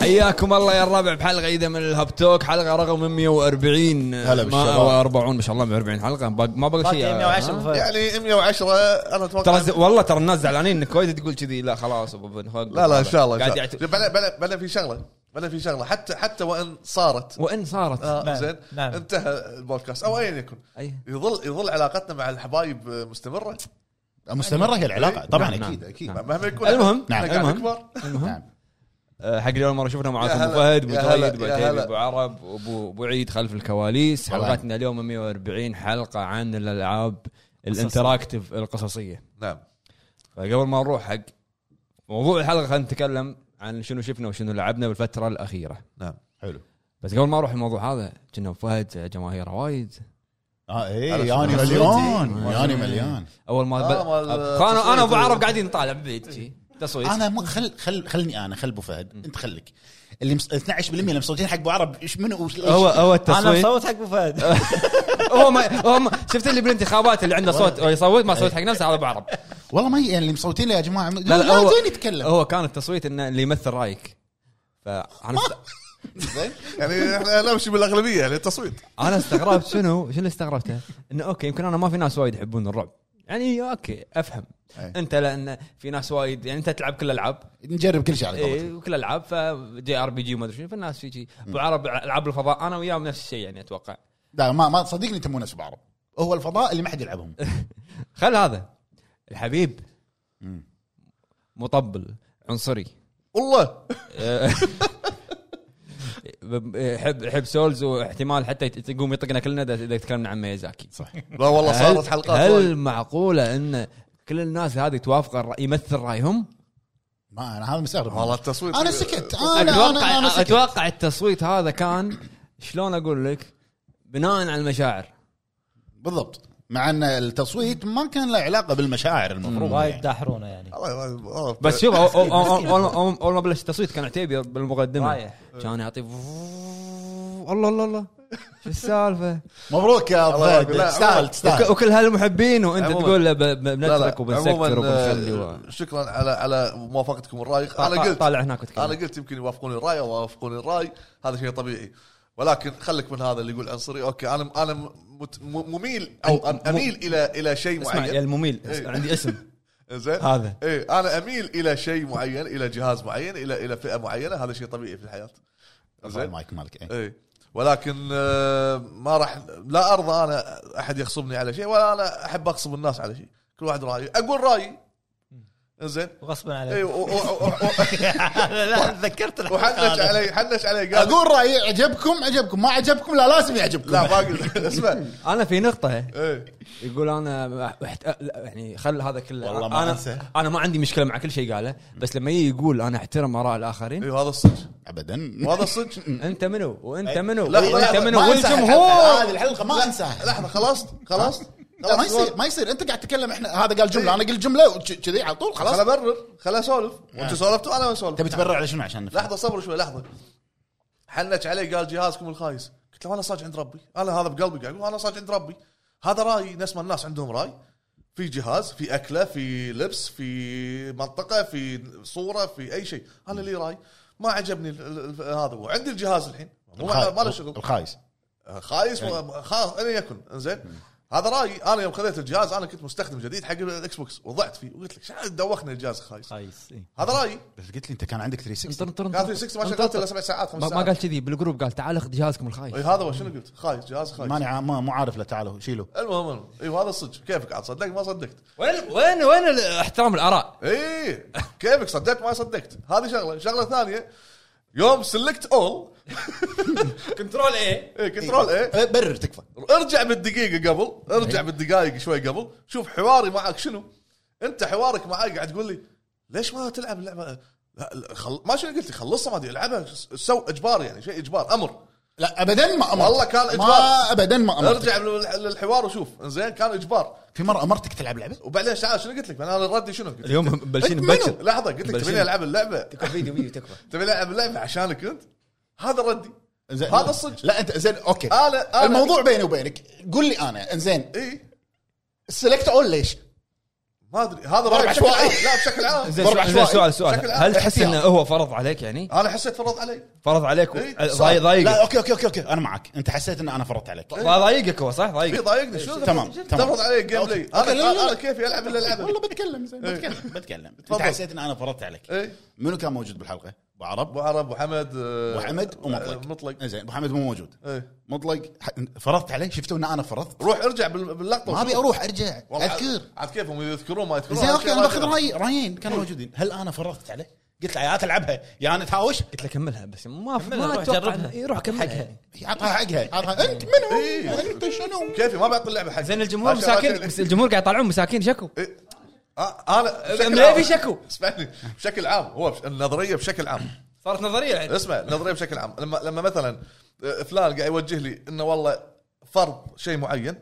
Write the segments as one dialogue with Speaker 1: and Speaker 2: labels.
Speaker 1: حياكم الله يا الربع بحلقه جديده من الهاب توك حلقه رقم 140
Speaker 2: هلا بالشباب.
Speaker 1: ما- 40 ما شاء الله 140 حلقه باق- ما بقى شيء
Speaker 3: باقي 110
Speaker 1: ها؟
Speaker 3: فوق.
Speaker 2: يعني 110 انا اتوقع
Speaker 1: ترى ز- والله ترى الناس زعلانين انك وايد تقول كذي لا خلاص أبو بن خلق.
Speaker 2: لا لا ان شاء الله إن
Speaker 1: قاعد
Speaker 2: شاء
Speaker 1: يعت-
Speaker 2: الله. بلا بلا بلا في شغله بلا في شغله حتى حتى وان صارت
Speaker 1: وان صارت
Speaker 2: آه
Speaker 3: نعم،
Speaker 2: زين
Speaker 3: نعم.
Speaker 2: انتهى البودكاست او ايا يكن
Speaker 1: أي.
Speaker 2: يظل يظل علاقتنا مع الحبايب مستمره
Speaker 4: مستمره هي العلاقه طبعا
Speaker 1: نعم،
Speaker 4: اكيد
Speaker 1: نعم،
Speaker 4: اكيد
Speaker 1: نعم.
Speaker 2: مهما يكون
Speaker 1: المهم،
Speaker 2: إحنا
Speaker 1: نعم،
Speaker 2: قاعد
Speaker 1: المهم.
Speaker 2: نكبر
Speaker 4: نعم
Speaker 1: آه، حق اول مره شفنا معاكم
Speaker 2: يا
Speaker 1: ابو
Speaker 2: هلا،
Speaker 1: فهد ابو
Speaker 2: يا
Speaker 1: جايد
Speaker 2: هلا،
Speaker 1: ابو
Speaker 2: يا
Speaker 1: عتيبي
Speaker 2: هلا.
Speaker 1: ابو عرب ابو ابو عيد خلف الكواليس
Speaker 4: الله
Speaker 1: حلقتنا اليوم 140 حلقه عن الالعاب الانتراكتيف القصصيه
Speaker 2: نعم
Speaker 1: فقبل ما نروح حق موضوع الحلقه خلينا نتكلم عن شنو شفنا وشنو لعبنا بالفتره الاخيره
Speaker 2: نعم
Speaker 4: حلو
Speaker 1: بس قبل ما اروح الموضوع هذا كنا فهد جماهيره وايد
Speaker 4: اه
Speaker 2: على
Speaker 4: اي
Speaker 2: شنو؟
Speaker 4: ياني مليون ياني مليون
Speaker 1: اول ما
Speaker 2: آه،
Speaker 1: بل...
Speaker 2: مال-
Speaker 1: انا انا
Speaker 2: تصويت.
Speaker 1: ابو عرب قاعدين نطالع ببيت شي تصويت
Speaker 4: انا ما خل خل خلني انا خل ابو فهد انت خليك اللي مس... 12% اللي مصوتين حق ابو عرب ايش منو وش-
Speaker 1: هو هو
Speaker 3: انا
Speaker 1: التصويت
Speaker 3: مصوت حق ابو فهد
Speaker 1: هو ما هو ما شفت اللي بالانتخابات اللي عنده صوت هو يصوت ما صوت حق نفسه هذا ابو عرب
Speaker 4: والله ما ي- يعني اللي مصوتين له يا جماعه إيه. لا لا, لا زين يتكلم
Speaker 1: هو كان التصويت انه اللي يمثل رايك فانا است-
Speaker 4: زين
Speaker 2: يعني احنا نمشي بالاغلبيه يعني التصويت
Speaker 1: انا استغربت شنو شنو استغربته؟ انه اوكي يمكن انا ما في ناس وايد يحبون الرعب يعني اوكي افهم
Speaker 4: أي.
Speaker 1: انت لان في ناس وايد يعني انت تلعب كل الالعاب
Speaker 4: نجرب كل شيء على قولتك
Speaker 1: إيه، وكل الالعاب فجي ار بي جي وما ادري شنو فالناس في شي ابو عرب العاب الفضاء انا وياهم نفس الشيء يعني اتوقع
Speaker 4: لا ما ما صدقني انت مو نفس ابو عرب هو الفضاء اللي ما حد يلعبهم
Speaker 1: خل هذا الحبيب
Speaker 4: مم.
Speaker 1: مطبل عنصري
Speaker 2: والله
Speaker 1: يحب يحب سولز واحتمال حتى يت- يقوم يطقنا كلنا اذا إذا تكلمنا عن ميازاكي
Speaker 4: صح
Speaker 2: لا والله صارت
Speaker 1: هل-
Speaker 2: حلقات
Speaker 1: هل
Speaker 2: وايد.
Speaker 1: معقوله ان كل الناس هذه توافق الرأي- يمثل رايهم؟
Speaker 4: ما انا هذا مستغرب
Speaker 2: والله التصويت
Speaker 4: انا سكت انا انا
Speaker 1: اتوقع
Speaker 4: انا سكت
Speaker 1: اتوقع التصويت هذا كان شلون اقول لك بناء على المشاعر
Speaker 4: بالضبط مع ان التصويت ما كان له علاقه بالمشاعر
Speaker 1: أمم.
Speaker 4: المفروض
Speaker 3: وايد
Speaker 4: يعني.
Speaker 3: داحرونه يعني
Speaker 2: والله- والله- والله-
Speaker 1: بس شوف أو- أو- أو- أو- أو- اول ما بلش التصويت كان عتيبي بالمقدمه
Speaker 3: رايح.
Speaker 1: كان يعطي الله الله الله شو السالفه
Speaker 4: مبروك يا ابو
Speaker 2: الله
Speaker 4: فهد
Speaker 2: يبارك. لا،
Speaker 4: تستاهل
Speaker 1: وك-
Speaker 4: تستاهل
Speaker 1: وكل هالمحبين وانت
Speaker 3: عموماً.
Speaker 1: تقول له ب- ب-
Speaker 2: لا، لا،
Speaker 1: بنترك وبنسكر
Speaker 2: عموماً،
Speaker 1: وبنخلي و- طيب،
Speaker 2: شكرا على على موافقتكم الراي انا
Speaker 1: طا-
Speaker 2: قلت
Speaker 1: طالع هناك
Speaker 2: انا
Speaker 1: وتكلم
Speaker 2: قلت يمكن يوافقوني الراي او يوافقوني الراي هذا شيء طبيعي ولكن خلك من هذا اللي يقول عنصري اوكي انا انا مت- م- مميل او
Speaker 1: أنت
Speaker 2: أم-
Speaker 1: مو-
Speaker 2: اميل الى الى شيء
Speaker 1: اسمع يا
Speaker 2: معين
Speaker 1: المميل
Speaker 2: إيه.
Speaker 1: عندي اسم
Speaker 2: زين
Speaker 1: هذا.
Speaker 2: ايه انا اميل الى شيء معين الى جهاز معين الى الى فئه معينه هذا شيء طبيعي في الحياه
Speaker 4: رفع
Speaker 2: زين
Speaker 4: المايك مالك إيه.
Speaker 2: ايه ولكن آه، ما راح لا ارضى انا احد يخصمني على شيء ولا انا احب اخصم الناس على شيء كل واحد رايه اقول رايي زين
Speaker 3: غصبا
Speaker 2: اي
Speaker 3: عليك
Speaker 2: وحنش
Speaker 3: لا تذكرت
Speaker 2: علي حنش علي قال
Speaker 4: اقول رايي عجبكم عجبكم ما عجبكم لا لازم يعجبكم
Speaker 2: لا ما قلت اسمع
Speaker 1: انا في نقطه
Speaker 2: ايه
Speaker 1: يقول انا أحت... لا، يعني خل هذا كله
Speaker 4: والله ما
Speaker 1: انا
Speaker 4: أنسى.
Speaker 1: انا ما عندي مشكله مع كل شيء قاله بس لما يجي يقول انا احترم اراء الاخرين
Speaker 2: ايوه هذا الصدق
Speaker 4: ابدا
Speaker 2: وهذا الصدق
Speaker 1: انت منو وانت منو
Speaker 2: لا،
Speaker 1: وانت
Speaker 2: لا،
Speaker 1: منو
Speaker 4: ما أنسى حتى.
Speaker 1: والجمهور
Speaker 4: هذه الحلقه ما انساها
Speaker 2: لحظه خلصت خلصت
Speaker 4: لا ما يصير ما يصير انت قاعد تتكلم احنا هذا قال جمله انا قلت جمله وك- كذي على طول
Speaker 2: خلاص
Speaker 4: خلاص
Speaker 2: ابرر خلا اسولف وانت سولفتوا انا اسولف
Speaker 4: آه. تبي تبرر على شنو عشان نفهم؟
Speaker 2: لحظه صبر شوي لحظه حنش علي قال جهازكم الخايس قلت له انا صاج عند ربي انا هذا بقلبي قاعد اقول انا صاج عند ربي هذا رايي نفس ما الناس عندهم راي في جهاز في اكله في لبس في منطقه في صوره في اي شيء انا لي راي ما عجبني ال- ال- ال- هذا وعندي الجهاز الحين مو-
Speaker 4: الخايس-
Speaker 2: ما له شغل
Speaker 4: الخايس
Speaker 2: خايس
Speaker 1: يعني.
Speaker 2: و- خلاص انا يكن زين هذا رايي انا يوم خذيت الجهاز انا كنت مستخدم جديد حق الاكس بوكس وضعت فيه وقلت لك شحال دوخني الجهاز خايس
Speaker 3: خايس
Speaker 1: إيه.
Speaker 3: إي.
Speaker 2: هذا رايي
Speaker 4: بس قلت لي انت كان عندك 360
Speaker 1: انطر- انطر- انطر.
Speaker 2: كان 360 ما شغلته الا سبع ساعات خمس
Speaker 1: ما ما
Speaker 2: ساعات
Speaker 1: قال كذي بالجروب قال تعال اخذ جهازكم الخايس
Speaker 2: اي إيه، هذا هو شنو قلت خايس جهاز خايس
Speaker 4: ماني عا- ما مو عارف له تعالوا شيلوا
Speaker 2: المهم المهم ايوه هذا الصدق كيفك عاد صدقت ما صدقت
Speaker 1: وين وين وين احترام الاراء
Speaker 2: اي كيفك صدقت ما صدقت هذه شغله شغله ثانيه يوم سلكت اول
Speaker 1: كنترول اي
Speaker 2: اي كنترول اي
Speaker 4: إيه، برر تكفى
Speaker 2: ارجع بالدقيقه قبل
Speaker 4: إيه.
Speaker 2: ارجع بالدقائق شوي قبل شوف حواري معك شنو انت حوارك معي قاعد تقول لي ليش ما تلعب اللعبه لا، لا، خل... ما شنو قلت لي خلصها ما ادري العبها سو اجبار يعني شيء اجبار امر
Speaker 4: لا ابدا ما امرت
Speaker 2: والله كان إجبار.
Speaker 4: ما ابدا ما امرت
Speaker 2: ارجع لل- للحوار وشوف زين كان اجبار
Speaker 4: في مره امرتك تلعب لعبه
Speaker 2: وبعدين تعال شنو قلت لك انا ردي شنو قلت
Speaker 1: اليوم بلشين
Speaker 4: أنت منو؟
Speaker 1: مبكر
Speaker 2: لحظه قلت لك
Speaker 1: بلشين.
Speaker 2: تبيني العب اللعبه
Speaker 1: فيديو فيديو تكفى
Speaker 2: تبي العب اللعبه عشانك انت هذا ردي
Speaker 4: زين.
Speaker 2: هذا الصدق.
Speaker 4: لا انت زين اوكي
Speaker 2: أنا- أنا-
Speaker 4: الموضوع بيني وبينك قول لي انا زين
Speaker 2: اي
Speaker 4: سلكت اول ليش؟
Speaker 2: ما ادري هذا رايي بشكل عام لا بشكل عام
Speaker 1: زين
Speaker 2: ضرب
Speaker 1: سؤال- زين
Speaker 2: عشوائي.
Speaker 1: سؤال سؤال
Speaker 2: بشكل عام.
Speaker 1: هل تحس
Speaker 2: احتياط.
Speaker 1: انه هو فرض عليك يعني؟
Speaker 2: انا حسيت فرض علي
Speaker 1: فرض عليك و-
Speaker 2: إيه،
Speaker 1: ضايق
Speaker 3: طيب.
Speaker 4: لا
Speaker 1: ضايقك
Speaker 4: اوكي اوكي اوكي اوكي انا معك انت حسيت ان انا فرضت عليك
Speaker 2: طيب،
Speaker 1: ضايقك هو صح
Speaker 2: في
Speaker 1: ضايقك
Speaker 2: ضايقني شو
Speaker 4: تمام، تمام.
Speaker 2: تفرض علي الجيم بلاي
Speaker 4: أوكي، لا، لا،
Speaker 2: انا
Speaker 4: لا.
Speaker 2: انا كيفي العب اللي العبه
Speaker 4: والله بتكلم زين بتكلم بتكلم انت
Speaker 2: إيه. تفضل. إيه.
Speaker 4: حسيت ان انا فرضت عليك
Speaker 2: اي
Speaker 4: منو كان موجود بالحلقه؟ ابو عرب
Speaker 2: ابو عرب ابو حمد آه،
Speaker 4: ابو حمد ومطلق
Speaker 2: آه، مطلق
Speaker 4: زين ابو حمد مو موجود
Speaker 2: إيه.
Speaker 4: مطلق ح- فرضت عليه شفتوا ان انا فرضت
Speaker 2: روح ارجع بال- باللقطه
Speaker 4: ما ابي اروح ارجع
Speaker 2: طيب. والله عاد-
Speaker 4: اذكر
Speaker 2: عاد كيفهم يذكرون ما يذكرون
Speaker 4: زين
Speaker 2: هذا
Speaker 4: اوكي
Speaker 2: شيء
Speaker 4: انا
Speaker 2: ما
Speaker 4: باخذ
Speaker 2: يدري.
Speaker 4: رايي رايين كانوا موجودين هل انا فرضت عليه؟ قلت له يا تلعبها يا نتهاوش
Speaker 1: قلت له كملها بس ما
Speaker 3: كملها،
Speaker 1: ما
Speaker 3: روح
Speaker 1: اتوقع
Speaker 3: جربها.
Speaker 1: إيه، روح كملها
Speaker 3: حقها.
Speaker 4: عطها حقها عطها انت منو؟
Speaker 2: إيه.
Speaker 4: انت شنو؟
Speaker 2: كيفي ما بعطي اللعبه حق
Speaker 1: زين الجمهور مساكين بس الجمهور قاعد يطلعون مساكين شكو
Speaker 2: انا آه، بشكل
Speaker 1: ليه
Speaker 2: عام-
Speaker 1: في شكو؟
Speaker 2: اسمعني بشكل عام هو بش- النظريه بشكل عام
Speaker 1: صارت نظريه الحين
Speaker 2: اسمع النظريه بشكل عام لما لما مثلا آه، فلان قاعد يوجه لي انه والله فرض شيء معين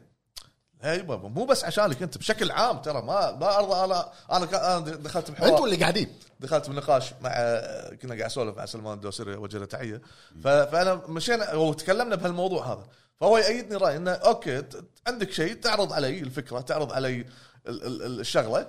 Speaker 2: اي بابا مو بس عشانك انت بشكل عام ترى ما ما ارضى انا انا كا- انا دخلت
Speaker 4: انتوا
Speaker 2: بحوار
Speaker 4: اللي قاعدين
Speaker 2: دخلت بنقاش مع آه، كنا قاعد اسولف مع سلمان الدوسري وجه له تحيه ف- فانا مشينا وتكلمنا بهالموضوع هذا فهو يأيدني راي انه اوكي ت- عندك شيء تعرض علي الفكره تعرض علي ال- ال- ال- الشغله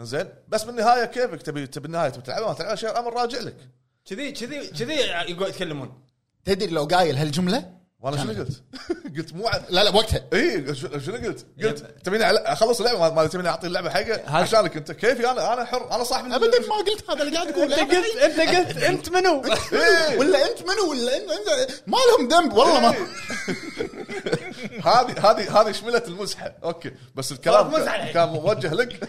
Speaker 2: زين بس بالنهايه كيفك تبي تبي النهايه تبي تلعبها ما تلعبها شيء امر راجع لك
Speaker 1: كذي كذي كذي يتكلمون
Speaker 4: تدري لو قايل هالجمله
Speaker 2: وانا شنو قلت؟ قلت مو عاد
Speaker 4: لا لا وقتها
Speaker 2: اي شو- شنو قلت؟ قلت تبيني على- اخلص اللعبه ما- ما تبيني اعطي اللعبه حقه
Speaker 1: هذا-
Speaker 2: عشانك انت كيفي انا انا حر انا صاحب
Speaker 4: ابدا ما قلت هذا اللي قاعد تقوله
Speaker 1: انت قلت انت قلت انت منو؟
Speaker 2: إيه.
Speaker 4: ولا انت منو ولا انت انت ما لهم ذنب والله ما
Speaker 2: هذه هذه هذه شملت المزحه اوكي بس الكلام
Speaker 1: صار مزعل.
Speaker 2: كان موجه لك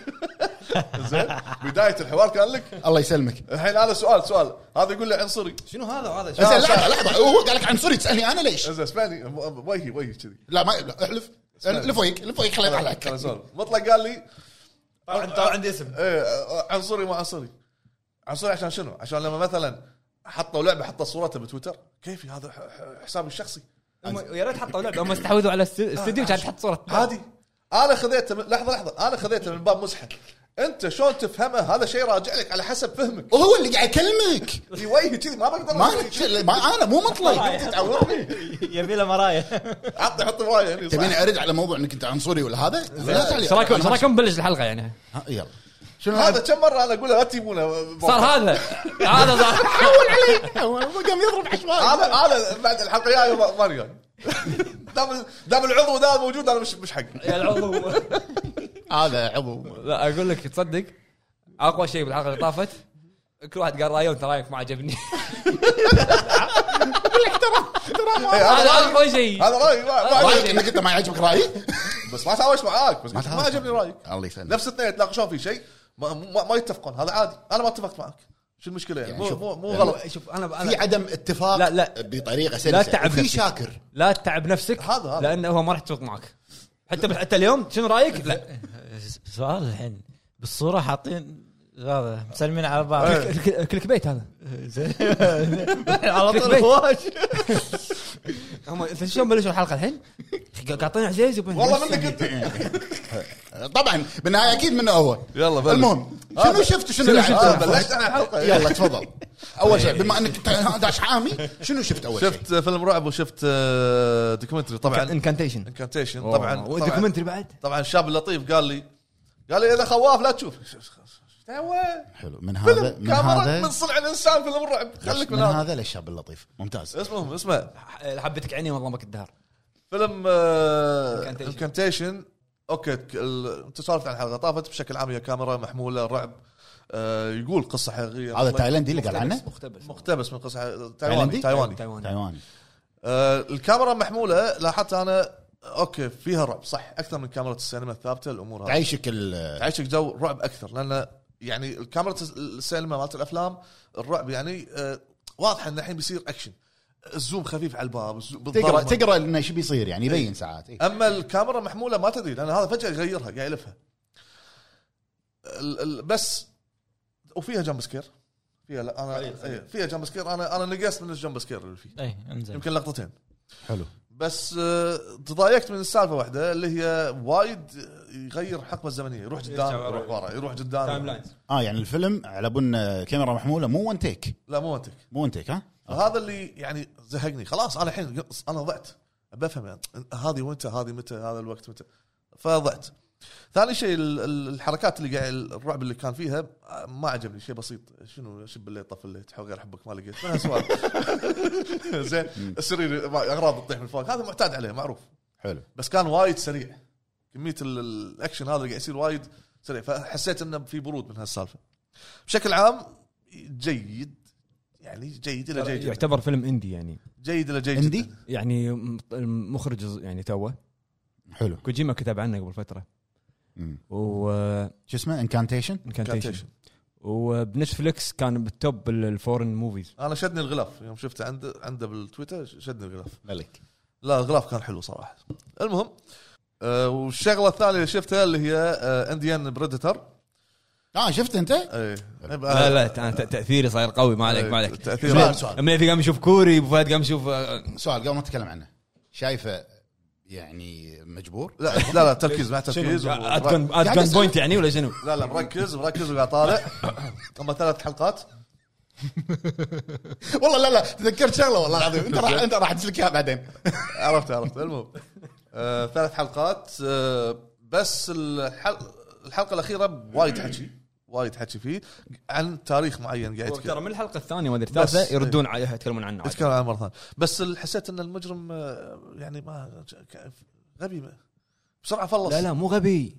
Speaker 2: زين بدايه الحوار كان لك
Speaker 4: الله يسلمك
Speaker 2: الحين هذا سؤال سؤال هذا يقول له عنصري
Speaker 1: شنو هذا وهذا
Speaker 4: زين لحظه لحظه هو قال لك عنصري تسالني انا ليش؟
Speaker 2: زين اسمعني م- وجهي وجهي كذي
Speaker 4: لا ما لا، احلف لف وجهك لف وجهك خليني اطلعك
Speaker 2: كان سؤال. مطلق قال لي
Speaker 1: طلع عندي اسم
Speaker 2: ايه عنصري ما عنصري عنصري عشان شنو؟ عشان لما مثلا حطوا لعبه حطوا صورتها بتويتر كيفي هذا ح- ح- حسابي الشخصي
Speaker 1: هم- يا ريت حطوا لعبه هم استحوذوا على الست- الاستديو كان تحط صوره
Speaker 2: عادي انا خذيته من لحظه لحظه انا خذيته من باب مزحه انت شلون تفهمه هذا شيء راجع لك على حسب فهمك
Speaker 4: وهو اللي قاعد يكلمك
Speaker 2: في وجهي كذي ما بقدر
Speaker 4: ما
Speaker 2: أسوي شيء.
Speaker 4: أنا- ما انا مو مطلق
Speaker 2: تعورني
Speaker 3: يبي له مرايه
Speaker 2: عطني حط وراي يعني
Speaker 4: تبيني
Speaker 2: صح.
Speaker 4: ارد على موضوع انك انت عنصري ولا هذا؟ لا تعليق.
Speaker 1: ايش رايكم ايش
Speaker 4: أنا-
Speaker 1: رايكم نبلش الحلقه يعني؟
Speaker 4: ها، يلا شنو
Speaker 2: هذا كم مره انا اقول له لا تجيبونه
Speaker 1: صار هذا هذا صار
Speaker 4: حول علي هو قام يضرب حشوائي
Speaker 2: انا انا بعد الحلقه الجايه ما- ماني جاي. يعني. دام دام العضو ده موجود انا مش مش حقي إيه،
Speaker 1: يا العضو
Speaker 4: هذا عضو
Speaker 1: لا اقول لك تصدق اقوى شيء بالحلقه اللي طافت كل واحد قال رايه وانت رايك ما عجبني
Speaker 2: إيه،
Speaker 1: هذا
Speaker 2: هذا رأيي.
Speaker 1: اقوى شيء
Speaker 2: هذا رايي ما- ما
Speaker 4: رايك انك انت ما يعجبك رايي؟
Speaker 2: بس ما تهاوش معاك بس
Speaker 4: ما
Speaker 2: ما,
Speaker 4: تهاوش.
Speaker 2: ما عجبني رايك
Speaker 4: الله يسلمك
Speaker 2: نفس الاثنين يتناقشون في شيء ما, ما, ما يتفقون هذا عادي انا ما اتفقت معك شو المشكله يعني,
Speaker 4: يعني
Speaker 2: مو
Speaker 4: شوف،
Speaker 2: مو, مو
Speaker 4: يعني
Speaker 2: غلط
Speaker 1: شوف انا
Speaker 4: في
Speaker 1: انا
Speaker 4: عدم اتفاق
Speaker 1: لا، لا.
Speaker 4: بطريقه سلسه
Speaker 1: لا تعب
Speaker 4: في
Speaker 1: نفسك.
Speaker 4: شاكر
Speaker 1: لا تتعب نفسك
Speaker 2: هذا- هذا.
Speaker 1: لانه هو ما راح يتفق معك حتى بال- حتى اليوم شنو رايك؟ لا
Speaker 3: سؤال الحين بالصوره حاطين هذا مسلمين على بعض
Speaker 2: إيه.
Speaker 1: كل- كليك بيت هذا
Speaker 3: على
Speaker 1: طول
Speaker 3: هواش
Speaker 1: هم انت شلون بلشوا الحلقه الحين؟ قاطين عزيز وبين
Speaker 2: والله منك انت
Speaker 4: طبعا بالنهايه اكيد منه هو
Speaker 2: يلا بلش.
Speaker 4: المهم
Speaker 2: هذا.
Speaker 4: شنو شفت شنو
Speaker 2: آه،
Speaker 4: لعبت
Speaker 2: بلشت انا الحلقه
Speaker 4: يلا تفضل اول شيء بما انك انت داش عامي شنو شفت اول شيء؟
Speaker 2: شفت فيلم رعب وشفت آه، دوكيومنتري طبعا
Speaker 1: انكانتيشن
Speaker 2: انكانتيشن طبعا طبعا
Speaker 1: والدوكيومنتري بعد
Speaker 2: طبعا الشاب اللطيف قال لي قال لي اذا خواف لا تشوف إيه، دعوة.
Speaker 4: حلو من هذا
Speaker 2: فيلم
Speaker 4: من
Speaker 2: كاميرا
Speaker 4: هذا
Speaker 2: من صنع الانسان فيلم رعب خليك
Speaker 4: من
Speaker 2: من هذا
Speaker 4: هذا للشاب اللطيف ممتاز
Speaker 2: اسمهم اسمه
Speaker 1: حبتك عيني والله ما كنت دهر
Speaker 2: فيلم
Speaker 1: Incantation.
Speaker 2: انكانتيشن اوكي ك- ال- انت سولفت عن الحلقه طافت بشكل عام هي كاميرا محموله رعب آه، يقول قصه حقيقيه
Speaker 4: هذا التايلندي اللي قال عنه
Speaker 1: مختبس
Speaker 2: مقتبس من قصه حقيقية.
Speaker 4: تايلندي؟
Speaker 2: تايواني تايواني
Speaker 1: تايواني
Speaker 4: تايواني
Speaker 2: آه، الكاميرا محموله لاحظت انا اوكي فيها رعب صح اكثر من كاميرا السينما الثابته الامور هذه
Speaker 4: تعيشك ال-
Speaker 2: تعيشك جو رعب اكثر لان يعني الكاميرا السينما مالت الافلام الرعب يعني آه، واضحه انه الحين بيصير اكشن الزوم خفيف على الباب الزوم-
Speaker 4: تقرا
Speaker 2: بالضلمة.
Speaker 4: تقرا انه شو بيصير يعني يبين ساعات إيه.
Speaker 2: اما الكاميرا محموله ما تدري لان هذا فجاه يغيرها قاعد يلفها ال- ال- بس وفيها جمب سكير فيها لا انا إيه، فيها جمب سكير انا انا نقصت من الجمب سكير اللي فيه
Speaker 3: اي إيه، انزين
Speaker 2: يمكن لقطتين
Speaker 4: حلو
Speaker 2: بس آه، تضايقت من السالفه واحده اللي هي وايد يغير حقبه الزمنيه يروح قدام
Speaker 1: يرجع ورا.
Speaker 2: يروح ورا يروح قدام
Speaker 1: تايم لاينز
Speaker 4: اه يعني الفيلم على بن كاميرا محموله مو وان تيك
Speaker 2: لا مو منطق
Speaker 4: مو وان تيك ها
Speaker 2: هذا اللي يعني زهقني خلاص انا الحين انا ضعت بفهم يعني هذه ومتى هذه متى هذا الوقت متى فضعت ثاني شيء ال- ال- الحركات اللي قاعد الرعب اللي كان فيها آه، ما عجبني شيء بسيط شنو شب اللي طف اللي تحو غير حبك ما لقيت ما سؤال زين السرير ما- اغراض تطيح من فوق هذا معتاد عليه معروف
Speaker 4: حلو
Speaker 2: بس كان وايد سريع كميه ال- ال- الاكشن هذا اللي قاعد يصير وايد سريع فحسيت انه في برود من هالسالفه بشكل عام جيد يعني جيد الى جيد جدا.
Speaker 1: يعتبر فيلم اندي يعني
Speaker 2: جيد الى جيد
Speaker 4: عندي؟
Speaker 2: جدا.
Speaker 1: يعني م- المخرج يعني توه
Speaker 4: حلو
Speaker 1: كوجيما كتب عنه قبل فتره
Speaker 4: مم.
Speaker 1: وانكانتيشن
Speaker 4: شو اسمه انكانتيشن
Speaker 2: Incantation.
Speaker 1: وبنتفلكس كان بالتوب الفورن موفيز
Speaker 2: انا شدني الغلاف يوم شفته عنده عنده بالتويتر شدني الغلاف
Speaker 4: ملك
Speaker 2: لا الغلاف كان حلو صراحه المهم آه والشغله الثانيه اللي شفتها اللي هي آه إيه، انديان بريدتر
Speaker 4: اه شفت انت؟
Speaker 2: اي
Speaker 1: لا لا ت- أنا ت- تاثيري صاير قوي ما
Speaker 2: إيه،
Speaker 1: عليك ما عليك
Speaker 2: تاثير
Speaker 4: سؤال سؤال
Speaker 1: منيفي قام يشوف كوري ابو فهد قام يشوف آه،
Speaker 4: سؤال قبل ما نتكلم عنه شايفه يعني مجبور؟
Speaker 2: لا لا لا تركيز مع تركيز
Speaker 1: اتقن
Speaker 2: ومرك-
Speaker 4: قاعد
Speaker 1: اتقن
Speaker 4: أسأل.
Speaker 1: بوينت يعني ولا شنو؟
Speaker 2: لا لا مركز مركز وقاعد طالع اما ثلاث حلقات
Speaker 4: والله لا لا تذكرت شغله والله العظيم انت راح انت راح تسلك اياها بعدين
Speaker 2: عرفت عرفت المهم آه ثلاث حلقات آه بس الحل... الحلقه الاخيره وايد حكي وايد حكي فيه عن تاريخ معين قاعد
Speaker 1: ترى
Speaker 2: يتكلم
Speaker 1: من الحلقه الثانيه ما ادري
Speaker 2: بس.
Speaker 1: الثالثه يردون عليها يتكلمون عنها عاد.
Speaker 2: يتكلم عن مره ثانيه بس ال- حسيت ان المجرم آه، يعني ما ك- غبي ما. بسرعه فلص
Speaker 1: لا لا مو غبي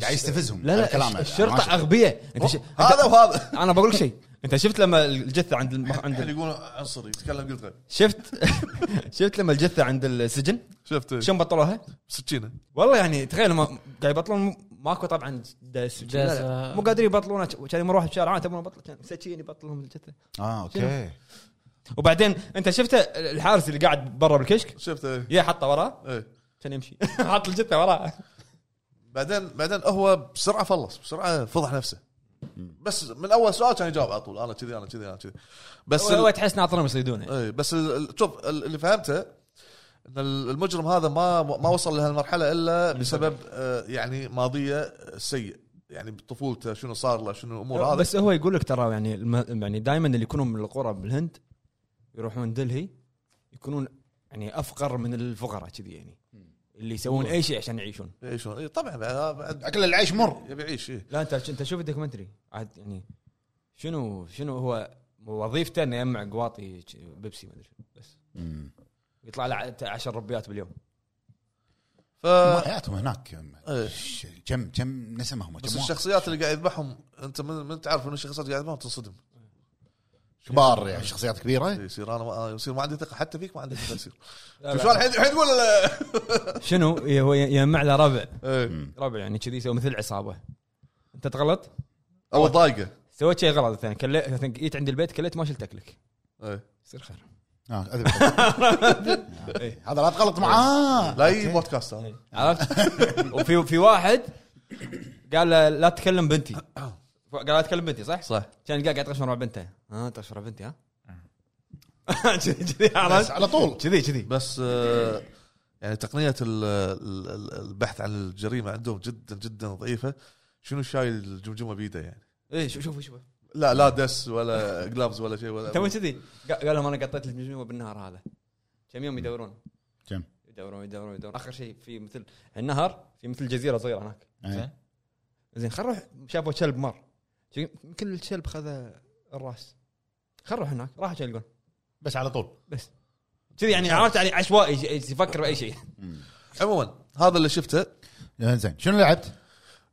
Speaker 4: قاعد يستفزهم
Speaker 1: لا
Speaker 4: على
Speaker 1: لا
Speaker 4: كلامه.
Speaker 1: الش-
Speaker 4: ما
Speaker 1: الشرطه
Speaker 4: شفت.
Speaker 1: اغبياء انت ش...
Speaker 2: أوه، آه. هذا وهذا
Speaker 1: انا بقول لك شيء انت شفت لما الجثه عند المح...
Speaker 2: اللي
Speaker 1: عند
Speaker 2: يقولون عنصري يتكلم قلت غبي
Speaker 1: شفت شفت لما الجثه عند السجن
Speaker 2: شفت
Speaker 1: شلون بطلوها؟
Speaker 2: سكينه
Speaker 1: والله يعني تخيل ما قاعد يبطلون ماكو طبعا دا سجن. لا، لا.
Speaker 3: جاسة.
Speaker 1: مو قادرين يبطلونها كان يمرون واحد بشارع تبون بطل كان سكين يبطلهم الجثه
Speaker 4: اه اوكي
Speaker 1: وبعدين انت شفت الحارس اللي قاعد برا بالكشك
Speaker 2: شفت إيه.
Speaker 1: يا حطه وراه
Speaker 2: ايه
Speaker 1: كان يمشي حط الجثه وراه
Speaker 2: بعدين بعدين هو بسرعه فلص بسرعه فضح نفسه بس من اول سؤال كان يجاوب على طول انا كذي انا كذي انا كذي بس
Speaker 1: هو-
Speaker 2: ال-
Speaker 1: هو تحس ناطرهم يصيدونه
Speaker 2: اي إيه، بس ال- ال- شوف ال- اللي فهمته ان ال- المجرم هذا ما ما وصل لهالمرحله الا بسبب آه، يعني ماضيه سيء يعني بطفولته شنو صار له شنو الامور هذه
Speaker 1: أه، بس هو يقول لك ترى يعني الم... يعني دائما اللي يكونون من القرى بالهند يروحون دلهي يكونون يعني افقر من الفقراء كذي يعني اللي يسوون اي شيء عشان يعيشون
Speaker 2: إي شلون إي طبعا إيه، بعد- بعد
Speaker 4: اكل العيش مر
Speaker 2: يبي يعيش إيه. إي.
Speaker 1: لا انت انت شوف الدوكيومنتري عاد يعني شنو شنو هو وظيفته انه يجمع قواطي ج- بيبسي ما ادري شنو، بس
Speaker 4: آه.
Speaker 1: يطلع له ع- 10 ربيات باليوم
Speaker 2: ف
Speaker 4: ما حياتهم هناك
Speaker 2: إيه.
Speaker 4: ش- كم كم نسمهم كم
Speaker 2: بس
Speaker 4: واحد؟
Speaker 2: الشخصيات اللي قاعد يذبحهم انت من, من تعرف ان الشخصيات اللي قاعد يذبحهم تنصدم
Speaker 4: كبار يعني شخصيات كبيره
Speaker 2: إي، يصير انا ما آه، يصير ما عندي ثقه حتى فيك ما عندي ثقه يصير
Speaker 1: إيه. لا، لا.
Speaker 2: شو الحين الحين تقول لا؟ إيه.
Speaker 1: شنو إيه، هو ي- يجمع له ربع
Speaker 2: إي.
Speaker 1: ربع يعني كذي يسوي مثل عصابه انت تغلط
Speaker 2: او ضايقه
Speaker 1: سويت شيء غلط الثاني كليت جيت عند البيت كليت ما شلت اكلك
Speaker 2: إي.
Speaker 1: يصير خير
Speaker 4: آه، أذبح. هذا لا تغلط معاه
Speaker 2: لا يجي بودكاست هذا
Speaker 1: إيه. عرفت وفي في واحد قال له لا تكلم بنتي قال لا تكلم بنتي صح؟
Speaker 2: صح
Speaker 1: كان قاعد قاعد يطرش مع بنته ها طرش مع بنتي ها كذي عرفت؟
Speaker 4: على طول
Speaker 1: كذي كذي
Speaker 2: بس آه، يعني تقنيه ال- ال- ال- البحث عن الجريمه عندهم جدا جدا ضعيفه شنو شايل الجمجمه بيده يعني
Speaker 1: اي إيه، شوف شوف شوف
Speaker 2: لا لا دس ولا جلافز ولا شيء
Speaker 1: تو
Speaker 2: ولا
Speaker 1: كذي قا- قال لهم انا قطيت الجمجمه بالنهر هذا كم يوم يدورون
Speaker 4: كم؟
Speaker 1: يدورون يدورون يدورون اخر شيء في مثل النهر في مثل جزيره صغيره هناك
Speaker 4: إيه.
Speaker 1: زين خل نروح شافوا كلب مر يمكن الكلب خذ الراس خل نروح هناك راح يلقون
Speaker 4: بس على طول
Speaker 1: بس كذي يعني عرفت يعني عشوائي ج- يفكر باي شيء
Speaker 2: عموما هذا اللي شفته
Speaker 4: آه، زين شنو لعبت؟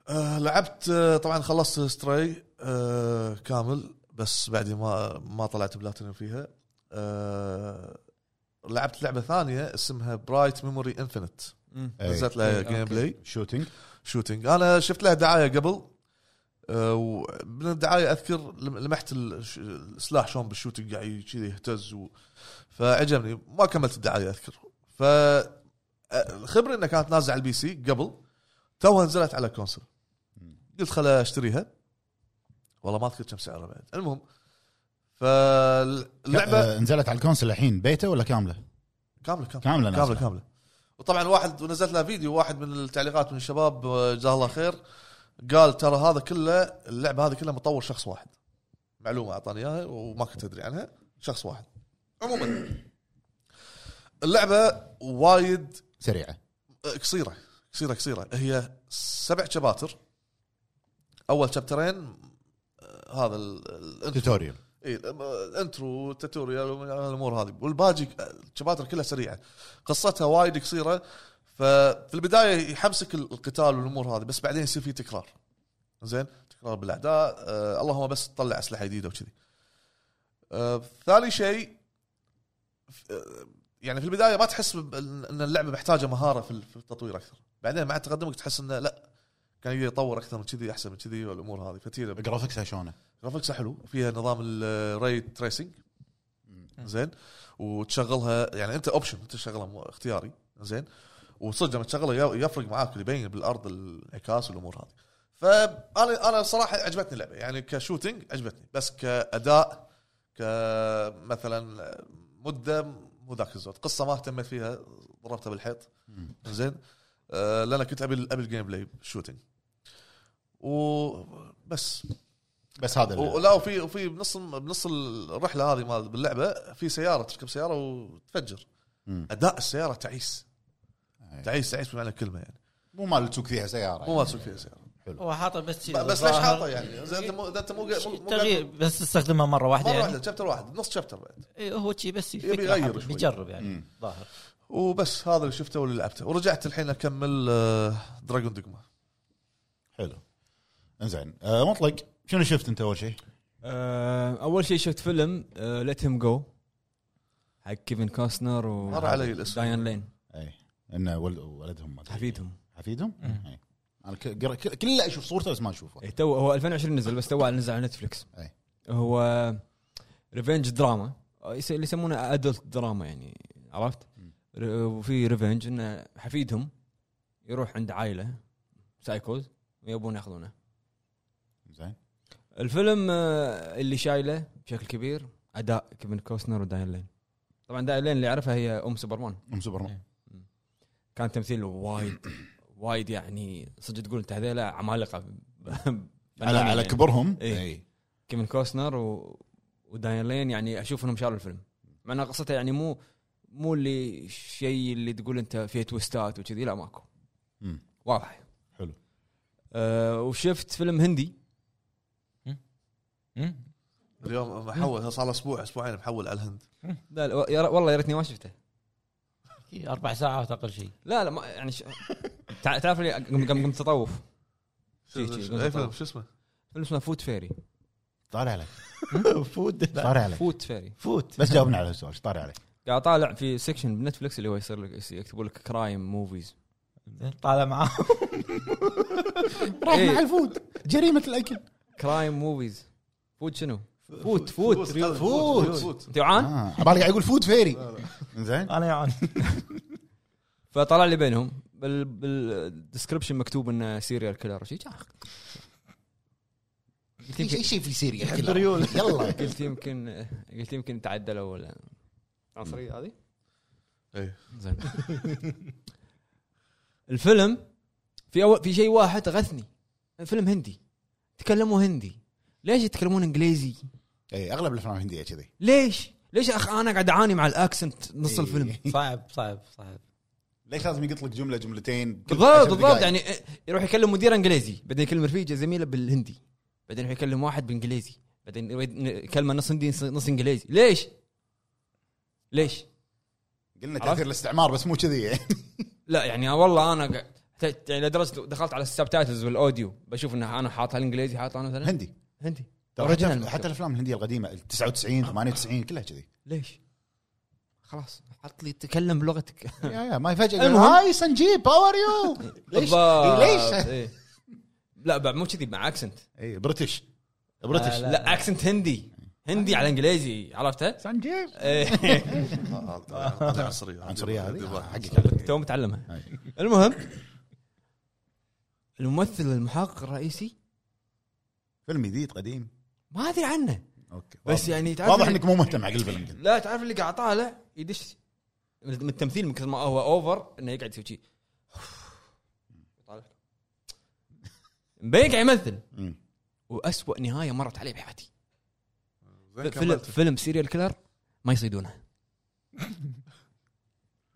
Speaker 2: آه، لعبت آه، طبعا خلصت ستراي آه، كامل بس بعد ما ما طلعت بلاتينيوم فيها آه، لعبت لعبه ثانيه اسمها برايت ميموري انفينيت
Speaker 4: إيه.
Speaker 2: نزلت لها
Speaker 1: أوكي.
Speaker 2: جيم بلاي
Speaker 4: شوتينج
Speaker 2: شوتينج انا شفت لها دعايه قبل آه، ومن الدعايه اذكر لم- لمحت ال- ش- السلاح شلون بالشوتينج قاعد ي- كذي يهتز و... فعجبني ما كملت الدعايه اذكر ف آه، الخبره انها كانت نازله على البي سي قبل توها نزلت على الكونسل قلت خل اشتريها والله ما اذكر كم سعرها بعد المهم فاللعبه
Speaker 4: آه، نزلت على الكونسل الحين بيتا ولا كامله؟
Speaker 2: كامله كامله
Speaker 4: كامله نازلة.
Speaker 2: كامله كامله وطبعا واحد ونزلت له فيديو واحد من التعليقات من الشباب آه، جزاه الله خير قال ترى هذا كله اللعبه هذه كلها مطور شخص واحد معلومه اعطاني اياها وما كنت ادري عنها شخص واحد عموما اللعبه وايد
Speaker 4: سريعه
Speaker 2: آه، قصيره قصيره قصيره هي سبع شباتر اول شابترين آه، هذا ال- ال-
Speaker 5: توتوريال
Speaker 2: إيه، انترو تاتوريال الامور هذه والباقي الشباتر كلها سريعه قصتها وايد قصيره ففي البدايه يحمسك القتال والامور هذه بس بعدين يصير في تكرار زين تكرار بالاعداء آه اللهم بس تطلع اسلحه جديده وكذي آه ثاني شيء ف- آه، يعني في البدايه ما تحس ب- ان اللعبه محتاجه مهاره في في التطوير اكثر بعدين مع تقدمك تحس انه لا كان يقدر يطور اكثر من كذي احسن من كذي والامور هذه فتيله
Speaker 4: جرافكسها شلونه؟
Speaker 2: جرافكسها حلو فيها نظام الري تريسنج زين وتشغلها يعني انت اوبشن انت تشغلها مو- اختياري زين وصدق لما تشغلها ي- يفرق معاك يبين بالارض الانعكاس والامور هذه فانا انا صراحه عجبتني اللعبه يعني كشوتنج عجبتني بس كاداء كمثلا مده مو ذاك الزود قصه ما اهتمت فيها ضربتها بالحيط زين آه لان كنت ابي ابي الجيم بلاي شوتنج وبس
Speaker 4: بس هذا
Speaker 2: و-
Speaker 4: اللي-
Speaker 2: ولا وفي وفي بنص بنص الرحله هذه مال باللعبه في سياره تركب سياره وتفجر
Speaker 4: مم.
Speaker 2: اداء السياره تعيس
Speaker 4: أي.
Speaker 2: تعيس تعيس بمعنى الكلمه يعني
Speaker 4: مو مال تسوق فيها سياره
Speaker 2: مو ما تسوق فيها سياره
Speaker 3: هو حاطه بس
Speaker 2: ب- بس ليش حاطه يعني اذا انت مو اذا انت مو مو- مو-
Speaker 3: تغيير بس استخدمها مره واحده
Speaker 2: مره
Speaker 3: يعني
Speaker 2: واحده شابتر واحد نص شابتر بعد
Speaker 3: إيه، هو شي بس
Speaker 2: يبي
Speaker 3: فكرة
Speaker 2: يغير
Speaker 3: حاطة،
Speaker 2: شوي.
Speaker 3: يجرب يعني ظاهر
Speaker 2: وبس هذا اللي شفته واللي لعبته ورجعت الحين اكمل آه، دراجون دوجما
Speaker 4: حلو انزين آه مطلق شنو شفت انت اول شيء؟
Speaker 1: آه، اول شيء شفت فيلم آه، ليت هيم جو حق كيفن كوستنر و
Speaker 2: مر علي الاسم.
Speaker 1: داين لين
Speaker 4: اي انه ولد ولدهم ما أدري.
Speaker 1: حفيدهم
Speaker 4: حفيدهم؟ اي انا ك- قر- ك- كله اشوف صورته بس ما اشوفه
Speaker 1: إيه، تو هو 2020 نزل بس تو نزل على نتفلكس
Speaker 4: إيه.
Speaker 1: هو ريفنج دراما آه، يس- اللي يسمونه ادلت دراما يعني عرفت؟ ر- وفي ريفنج انه حفيدهم يروح عند عائله سايكوز ويبون ياخذونه
Speaker 4: زين
Speaker 1: الفيلم آه، اللي شايله بشكل كبير اداء كيفن كوستنر وداين لين طبعا داين لين اللي يعرفها هي ام سوبرمان
Speaker 4: ام سوبرمان
Speaker 3: إيه.
Speaker 1: كان تمثيل وايد وايد يعني صدق تقول انت هذيلا عمالقه
Speaker 4: على على كبرهم
Speaker 1: إيه.
Speaker 4: اي
Speaker 1: كيفن كوستنر و... وداين لين يعني اشوف انهم شالوا الفيلم مع ان قصته يعني مو مو اللي شيء اللي تقول انت فيه تويستات وكذي لا ماكو
Speaker 4: مم.
Speaker 1: واضح
Speaker 4: حلو.
Speaker 1: أه وشفت فيلم هندي
Speaker 3: مم.
Speaker 2: اليوم محول صار له اسبوع اسبوعين محول على الهند
Speaker 1: لا, لا يا ر- والله يا ريتني ما شفته
Speaker 3: إيه، اربع ساعات اقل شيء
Speaker 1: لا لا ما يعني ش... تع- تعرف اللي قم- قم- قمت تطوف
Speaker 2: شو
Speaker 1: شي- شي.
Speaker 2: أي إيه، فيلم؟ شو اسمه؟
Speaker 1: فيلم اسمه فوت فيري
Speaker 4: طالع عليك
Speaker 3: فود
Speaker 4: طالع عليك
Speaker 1: فوت إيه. فيري
Speaker 3: فوت
Speaker 4: بس جاوبنا على السؤال إيش طالع عليك
Speaker 1: قاعد طالع في سيكشن بنتفلكس اللي هو يصير لك يكتبوا لك كرايم موفيز
Speaker 3: طالع معاه
Speaker 1: راح مع
Speaker 4: الفود جريمه الاكل
Speaker 1: كرايم موفيز فوت شنو؟ فوت فوت
Speaker 2: فوت فوت
Speaker 1: انت جوعان؟
Speaker 4: اه على بالي قاعد يقول فود فيري
Speaker 1: آه،
Speaker 4: زين
Speaker 3: انا يعني
Speaker 1: فطلع لي بينهم بال بالدسكربشن مكتوب انه سيريال كيلر شيء قلت
Speaker 4: في
Speaker 1: يمكن
Speaker 4: شيء في سيريا يلا
Speaker 1: قلت يمكن قلت يمكن تعدلوا ولا عنصريه هذه
Speaker 2: إيه.
Speaker 1: زين الفيلم في أول في شيء واحد غثني فيلم هندي تكلموا هندي ليش يتكلمون انجليزي؟
Speaker 4: اي اغلب الافلام الهنديه كذي
Speaker 1: ليش؟ ليش اخ انا قاعد اعاني مع الاكسنت نص
Speaker 4: إيه.
Speaker 1: الفيلم
Speaker 3: صعب صعب صعب
Speaker 4: ليش لازم يقط لك جمله جملتين كل
Speaker 1: بالضبط
Speaker 4: عشر
Speaker 1: بالضبط
Speaker 4: دقايق؟
Speaker 1: يعني يروح يكلم مدير انجليزي بعدين يكلم رفيجه زميله بالهندي بعدين يروح يكلم واحد بالانجليزي بعدين يكلمه نص هندي نص انجليزي ليش؟ ليش؟
Speaker 4: قلنا
Speaker 1: عرفت؟
Speaker 4: تاثير الاستعمار بس مو كذي يعني
Speaker 1: لا يعني والله انا قا- حتى- يعني لدرجه دخلت على السبتايتلز والاوديو بشوف ان انا حاط الانجليزي حاط انا مثلا
Speaker 4: هندي
Speaker 1: هندي
Speaker 4: ترى
Speaker 1: أوريجينال آه.
Speaker 4: حتى-
Speaker 1: مكتوب.
Speaker 4: حتى الافلام الهنديه القديمه 99 98 كلها كذي
Speaker 1: ليش؟ خلاص حط لي تكلم بلغتك
Speaker 4: يا يا ما فجاه يقول،
Speaker 1: المهم.
Speaker 4: هاي سنجيب هاو ار يو
Speaker 1: إيه،
Speaker 4: ليش
Speaker 1: بالضبط.
Speaker 4: ليش
Speaker 1: إيه. لا بعد مو كذي مع اكسنت
Speaker 4: اي بريتش بريتش
Speaker 3: لا.
Speaker 1: لا اكسنت هندي هندي على انجليزي عرفتها؟
Speaker 4: سنجيب
Speaker 1: إيه.
Speaker 2: آه، عنصريه
Speaker 4: عنصريه هذه آه، حقك
Speaker 1: تو متعلمها
Speaker 4: أي.
Speaker 1: المهم الممثل المحقق الرئيسي
Speaker 4: فيلم جديد قديم
Speaker 1: ما ادري عنه
Speaker 4: اوكي
Speaker 1: بس يعني تعرف
Speaker 4: واضح
Speaker 1: اللي-
Speaker 4: انك مو مهتم حق الفيلم كنت.
Speaker 1: لا تعرف اللي قاعد طالع يدش من التمثيل من كثر ما هو اوفر انه يقعد يسوي شي يطالع. مبين قاعد يمثل
Speaker 4: مم.
Speaker 1: واسوأ نهايه مرت علي بحياتي
Speaker 2: زين
Speaker 1: فيلم
Speaker 2: كملت.
Speaker 1: فيلم سيريال كيلر ما يصيدونه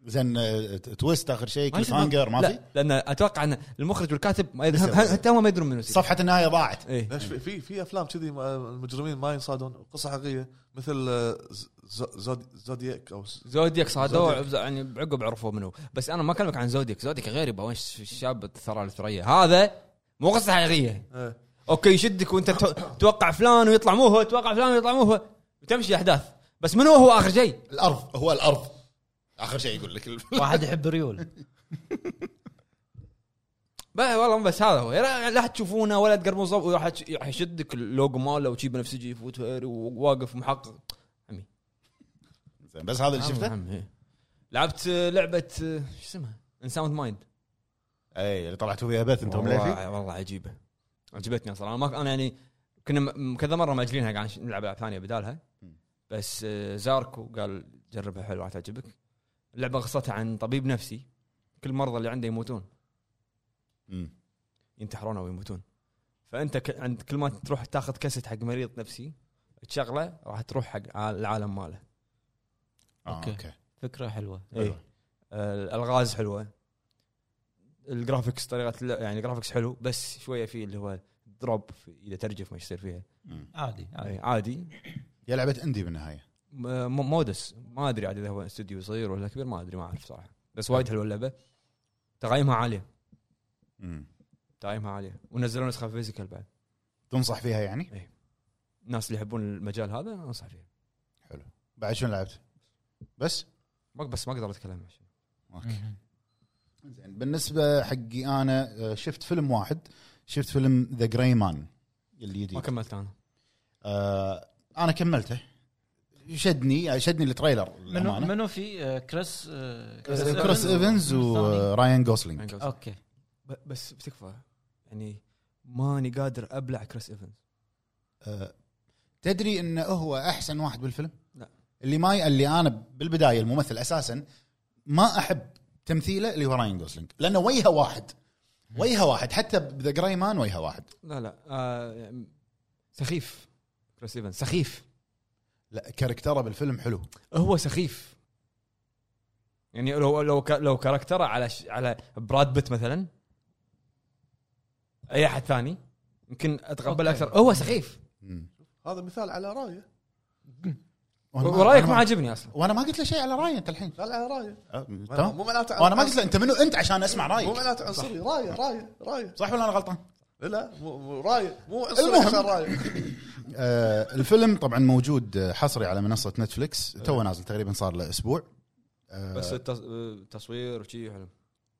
Speaker 4: زين آه، تويست اخر شيء
Speaker 1: ما
Speaker 4: كليف
Speaker 1: في-
Speaker 4: هانجر ما في
Speaker 1: لا لان اتوقع ان المخرج والكاتب ما يدرون حتى هم ما يدرون منو سي.
Speaker 4: صفحه النهايه ضاعت
Speaker 1: ايه
Speaker 2: ليش في في, في افلام كذي ما- المجرمين ما ينصادون قصه حقيقيه مثل آه، ز- ز- زود- زودياك او س-
Speaker 1: زودياك صادوا
Speaker 2: زودياك.
Speaker 1: يعني بعقب عرفوا منو بس انا ما اكلمك عن زودياك زودياك غير يبا وين ش- الشاب الثرى الثريا هذا مو قصه حقيقيه
Speaker 2: إيه.
Speaker 1: اوكي يشدك وانت تو- توقع فلان ويطلع مو هو توقع فلان ويطلع مو هو وتمشي احداث بس منو هو اخر شيء
Speaker 4: الارض هو الارض اخر شيء يقول لك
Speaker 3: واحد يحب ريول
Speaker 1: بقى والله بس هذا هو لا لا تشوفونه ولا تقربون صوب وراح تش- راح يشدك اللوجو ماله وشي بنفسجي يفوت وواقف محقق
Speaker 4: زين، بس هذا اللي شفته
Speaker 1: عمي، إيه. لعبت آه، لعبه آه، شو اسمها انساوند مايند
Speaker 4: اي إيه، اللي طلعتوا فيها بث انتم ليش
Speaker 1: والله يعني والله عجيبه عجبتني اصلا انا ما انا يعني كنا م- م- كذا مره ماجلينها قاعد نلعب العاب ثانيه بدالها بس آه، زاركو قال جربها حلوه راح تعجبك اللعبه قصتها عن طبيب نفسي كل المرضى اللي عنده يموتون ينتحرون او يموتون فانت ك... عند كل ما تروح تاخذ كاسيت حق مريض نفسي تشغله راح تروح حق عال- العالم ماله
Speaker 4: آه،
Speaker 3: أوكي.
Speaker 4: اوكي
Speaker 3: فكره حلوه
Speaker 1: إيه. آه، الالغاز حلوه الجرافكس طريقه اللع- يعني الجرافكس حلو بس شويه فيه اللي هو دروب في- اذا ترجف ما يصير فيها
Speaker 4: مم.
Speaker 3: عادي عادي
Speaker 1: يعني عادي
Speaker 4: هي لعبه اندي بالنهايه
Speaker 1: م- م- مودس ما ادري عاد اذا هو استوديو صغير ولا كبير ما ادري ما اعرف صراحه بس وايد حلوه اللعبه تقييمها عاليه
Speaker 4: مم.
Speaker 1: تقييمها عاليه ونزلوا نسخه فيزيكال بعد
Speaker 4: تنصح فيها يعني
Speaker 1: الناس اللي يحبون المجال هذا انصح فيه
Speaker 4: بعد شنو لعبت بس
Speaker 1: ما بس ما اقدر اتكلم عشان
Speaker 4: اوكي زين بالنسبه حقي انا آه، شفت فيلم واحد شفت فيلم ذا جراي مان اللي
Speaker 1: ما
Speaker 4: جديد
Speaker 1: كملت انا
Speaker 4: آه انا كملته شدني يعني شدني التريلر
Speaker 3: منو
Speaker 4: للأمانة.
Speaker 3: منو في آه، كريس آه،
Speaker 4: كريس ايفنز وراين جوسلينج
Speaker 1: يعني قصدي-
Speaker 3: اوكي
Speaker 1: ب- بس بتكفى يعني ماني قادر ابلع كريس ايفنز
Speaker 4: آه، تدري انه هو احسن واحد بالفيلم؟
Speaker 1: لا.
Speaker 4: اللي ما اللي انا بالبدايه الممثل اساسا ما احب تمثيله اللي هو راين جوسلينج لانه وجهه واحد وجهه واحد حتى بذا جراي مان وجهه واحد
Speaker 1: لا لا آه سخيف كريس ايفنز سخيف
Speaker 4: لا كاركتره بالفيلم حلو
Speaker 1: هو سخيف يعني لو لو ك- لو كاركتره على ش- على براد بيت مثلا اي احد ثاني يمكن اتقبل
Speaker 3: أوكي.
Speaker 1: اكثر هو سخيف
Speaker 4: مم.
Speaker 2: هذا مثال على رايه
Speaker 4: وأنا ما-
Speaker 1: ورايك
Speaker 4: أنا
Speaker 1: ما عاجبني اصلا
Speaker 4: وانا ما قلت له شيء على راي انت الحين
Speaker 2: لا لا على رايه
Speaker 4: آه،
Speaker 2: معناته-
Speaker 4: تمام
Speaker 2: مو معناته
Speaker 4: وانا ما قلت له انت منو انت عشان اسمع
Speaker 2: مو
Speaker 4: رايك
Speaker 2: معناته عنصري رايه رايه رايه
Speaker 4: صح ولا انا غلطان؟
Speaker 2: لا مو- مو رايه مو عنصري
Speaker 4: المهم.
Speaker 2: عشان رايه
Speaker 4: آه، الفيلم طبعا موجود آه، حصري على منصه نتفلكس
Speaker 2: إيه.
Speaker 4: تو نازل تقريبا صار له اسبوع آه،
Speaker 1: بس التصوير وشي حلو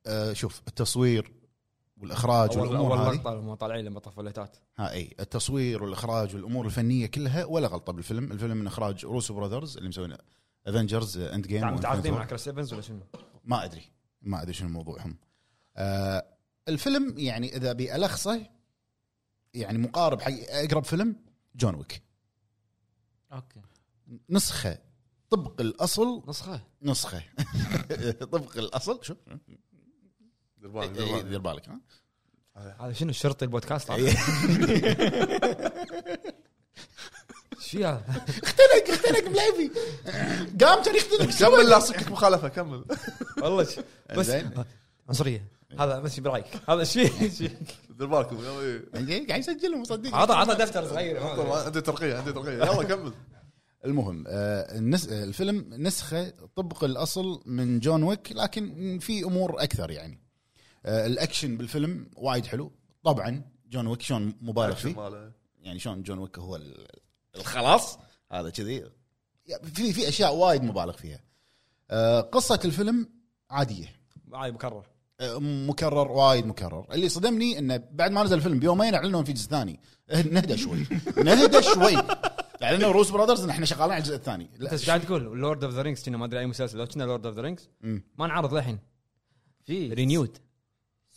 Speaker 4: آه، شوف التصوير والاخراج
Speaker 1: اول
Speaker 4: والامور
Speaker 1: اول
Speaker 4: هذه إيه،
Speaker 1: لقطه لما طالعين لما طفوا الليتات
Speaker 4: ها اي التصوير والاخراج والامور الفنيه كلها ولا غلطه بالفيلم، الفيلم من اخراج روسو براذرز اللي آه، مسوين افنجرز اند جيم
Speaker 1: متعاقدين مع كريس ايفنز ولا شنو؟
Speaker 4: ما ادري ما ادري شنو موضوعهم. آه الفيلم يعني اذا بالخصه يعني مقارب حق اقرب فيلم جون ويك
Speaker 3: اوكي
Speaker 4: نسخه طبق الاصل
Speaker 1: نسخه
Speaker 4: نسخه طبق الاصل شوف
Speaker 2: دير
Speaker 4: إي-
Speaker 2: بالك،
Speaker 4: إي،
Speaker 2: دير بالك.
Speaker 4: دير بالك ها
Speaker 1: هذا شنو الشرطي البودكاست هذا؟
Speaker 4: إيه.
Speaker 1: ايش في هذا؟
Speaker 4: اختنق اختنق مليبي قام كان يختنق
Speaker 2: كمل لاصقك مخالفه كمل
Speaker 1: والله ش- بس
Speaker 4: زين.
Speaker 1: عنصريه هذا بس برايك هذا ايش فيه؟ إيش فيه؟
Speaker 2: دير بالكم يلا،
Speaker 4: زين، قاعد يسجلهم مصدق
Speaker 1: عطى عطى دفتر صغير
Speaker 2: إيه. طبعاً، عندي ترقيه عندي ترقيه يلا كمل
Speaker 4: المهم آه، النس... آه، الفيلم نسخه طبق الاصل من جون ويك لكن في امور اكثر يعني آه، الاكشن بالفيلم وايد حلو طبعا جون ويك شلون مبالغ
Speaker 2: أكشن
Speaker 4: فيه
Speaker 2: ماله.
Speaker 4: يعني شلون جون ويك هو ال- الخلاص هذا كذي يعني في في اشياء وايد مبالغ فيها آه، قصه الفيلم عاديه
Speaker 1: عادي مكرر
Speaker 4: آه، مكرر وايد مكرر اللي صدمني انه بعد ما نزل الفيلم بيومين اعلنوا في جزء ثاني آه، نهدى شوي نهدى شوي اعلنوا روس براذرز ان احنا شغالين على الجزء الثاني لا،
Speaker 1: انت ايش قاعد تقول لورد اوف ذا رينجز كنا ما ادري اي مسلسل لو كنا لورد اوف ذا رينجز
Speaker 4: مم.
Speaker 1: ما نعرض للحين
Speaker 3: في
Speaker 1: رينيود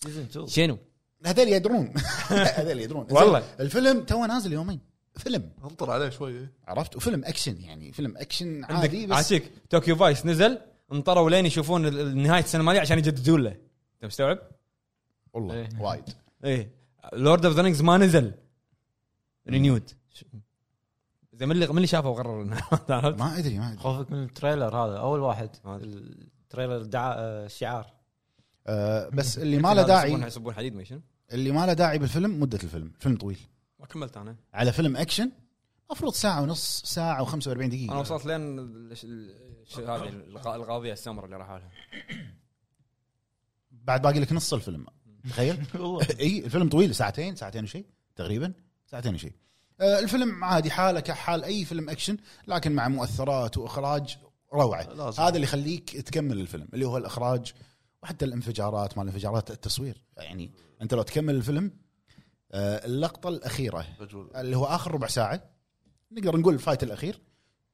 Speaker 3: سيزون 2
Speaker 1: شنو؟
Speaker 4: هذول يدرون هذول يدرون
Speaker 1: والله.
Speaker 4: زين، الفيلم تو نازل يومين فيلم
Speaker 2: انطر عليه شوي إيه.
Speaker 4: عرفت وفيلم اكشن يعني فيلم اكشن عادي
Speaker 1: عندك
Speaker 4: بس
Speaker 1: عاشيك توكيو فايس نزل انطروا لين يشوفون ال- ال- نهايه السنه الماليه عشان يجددون له انت مستوعب؟
Speaker 4: والله
Speaker 3: إيه.
Speaker 4: وايد
Speaker 1: ايه لورد اوف ذا رينجز ما نزل رينيود زين من اللي من اللي شافه وقرر انه عرفت؟
Speaker 4: ما ادري ما ادري
Speaker 3: خوفك من التريلر هذا اول واحد
Speaker 1: هذا.
Speaker 3: تريلر دعاء آه، شعار
Speaker 4: آه، بس اللي ما له داعي
Speaker 1: يسبون حديد ما شنو؟
Speaker 4: اللي ما له داعي بالفيلم مده الفيلم فيلم طويل
Speaker 1: ما كملت انا
Speaker 4: على فيلم اكشن المفروض ساعه ونص ساعه و45 دقيقه
Speaker 1: انا وصلت لين الش- الش- هذه الغ- القاضيه السمراء اللي راح لها
Speaker 4: بعد باقي لك نص الفيلم تخيل
Speaker 3: والله
Speaker 4: اي الفيلم طويل ساعتين ساعتين وشي تقريبا ساعتين وشي آه، الفيلم عادي حاله كحال اي فيلم اكشن لكن مع مؤثرات واخراج روعه
Speaker 2: لازم.
Speaker 4: هذا اللي يخليك تكمل الفيلم اللي هو الاخراج وحتى الانفجارات مال الانفجارات التصوير يعني انت لو تكمل الفيلم آه، اللقطه الاخيره
Speaker 2: رجل
Speaker 4: اللي هو اخر ربع ساعه نقدر نقول الفايت الاخير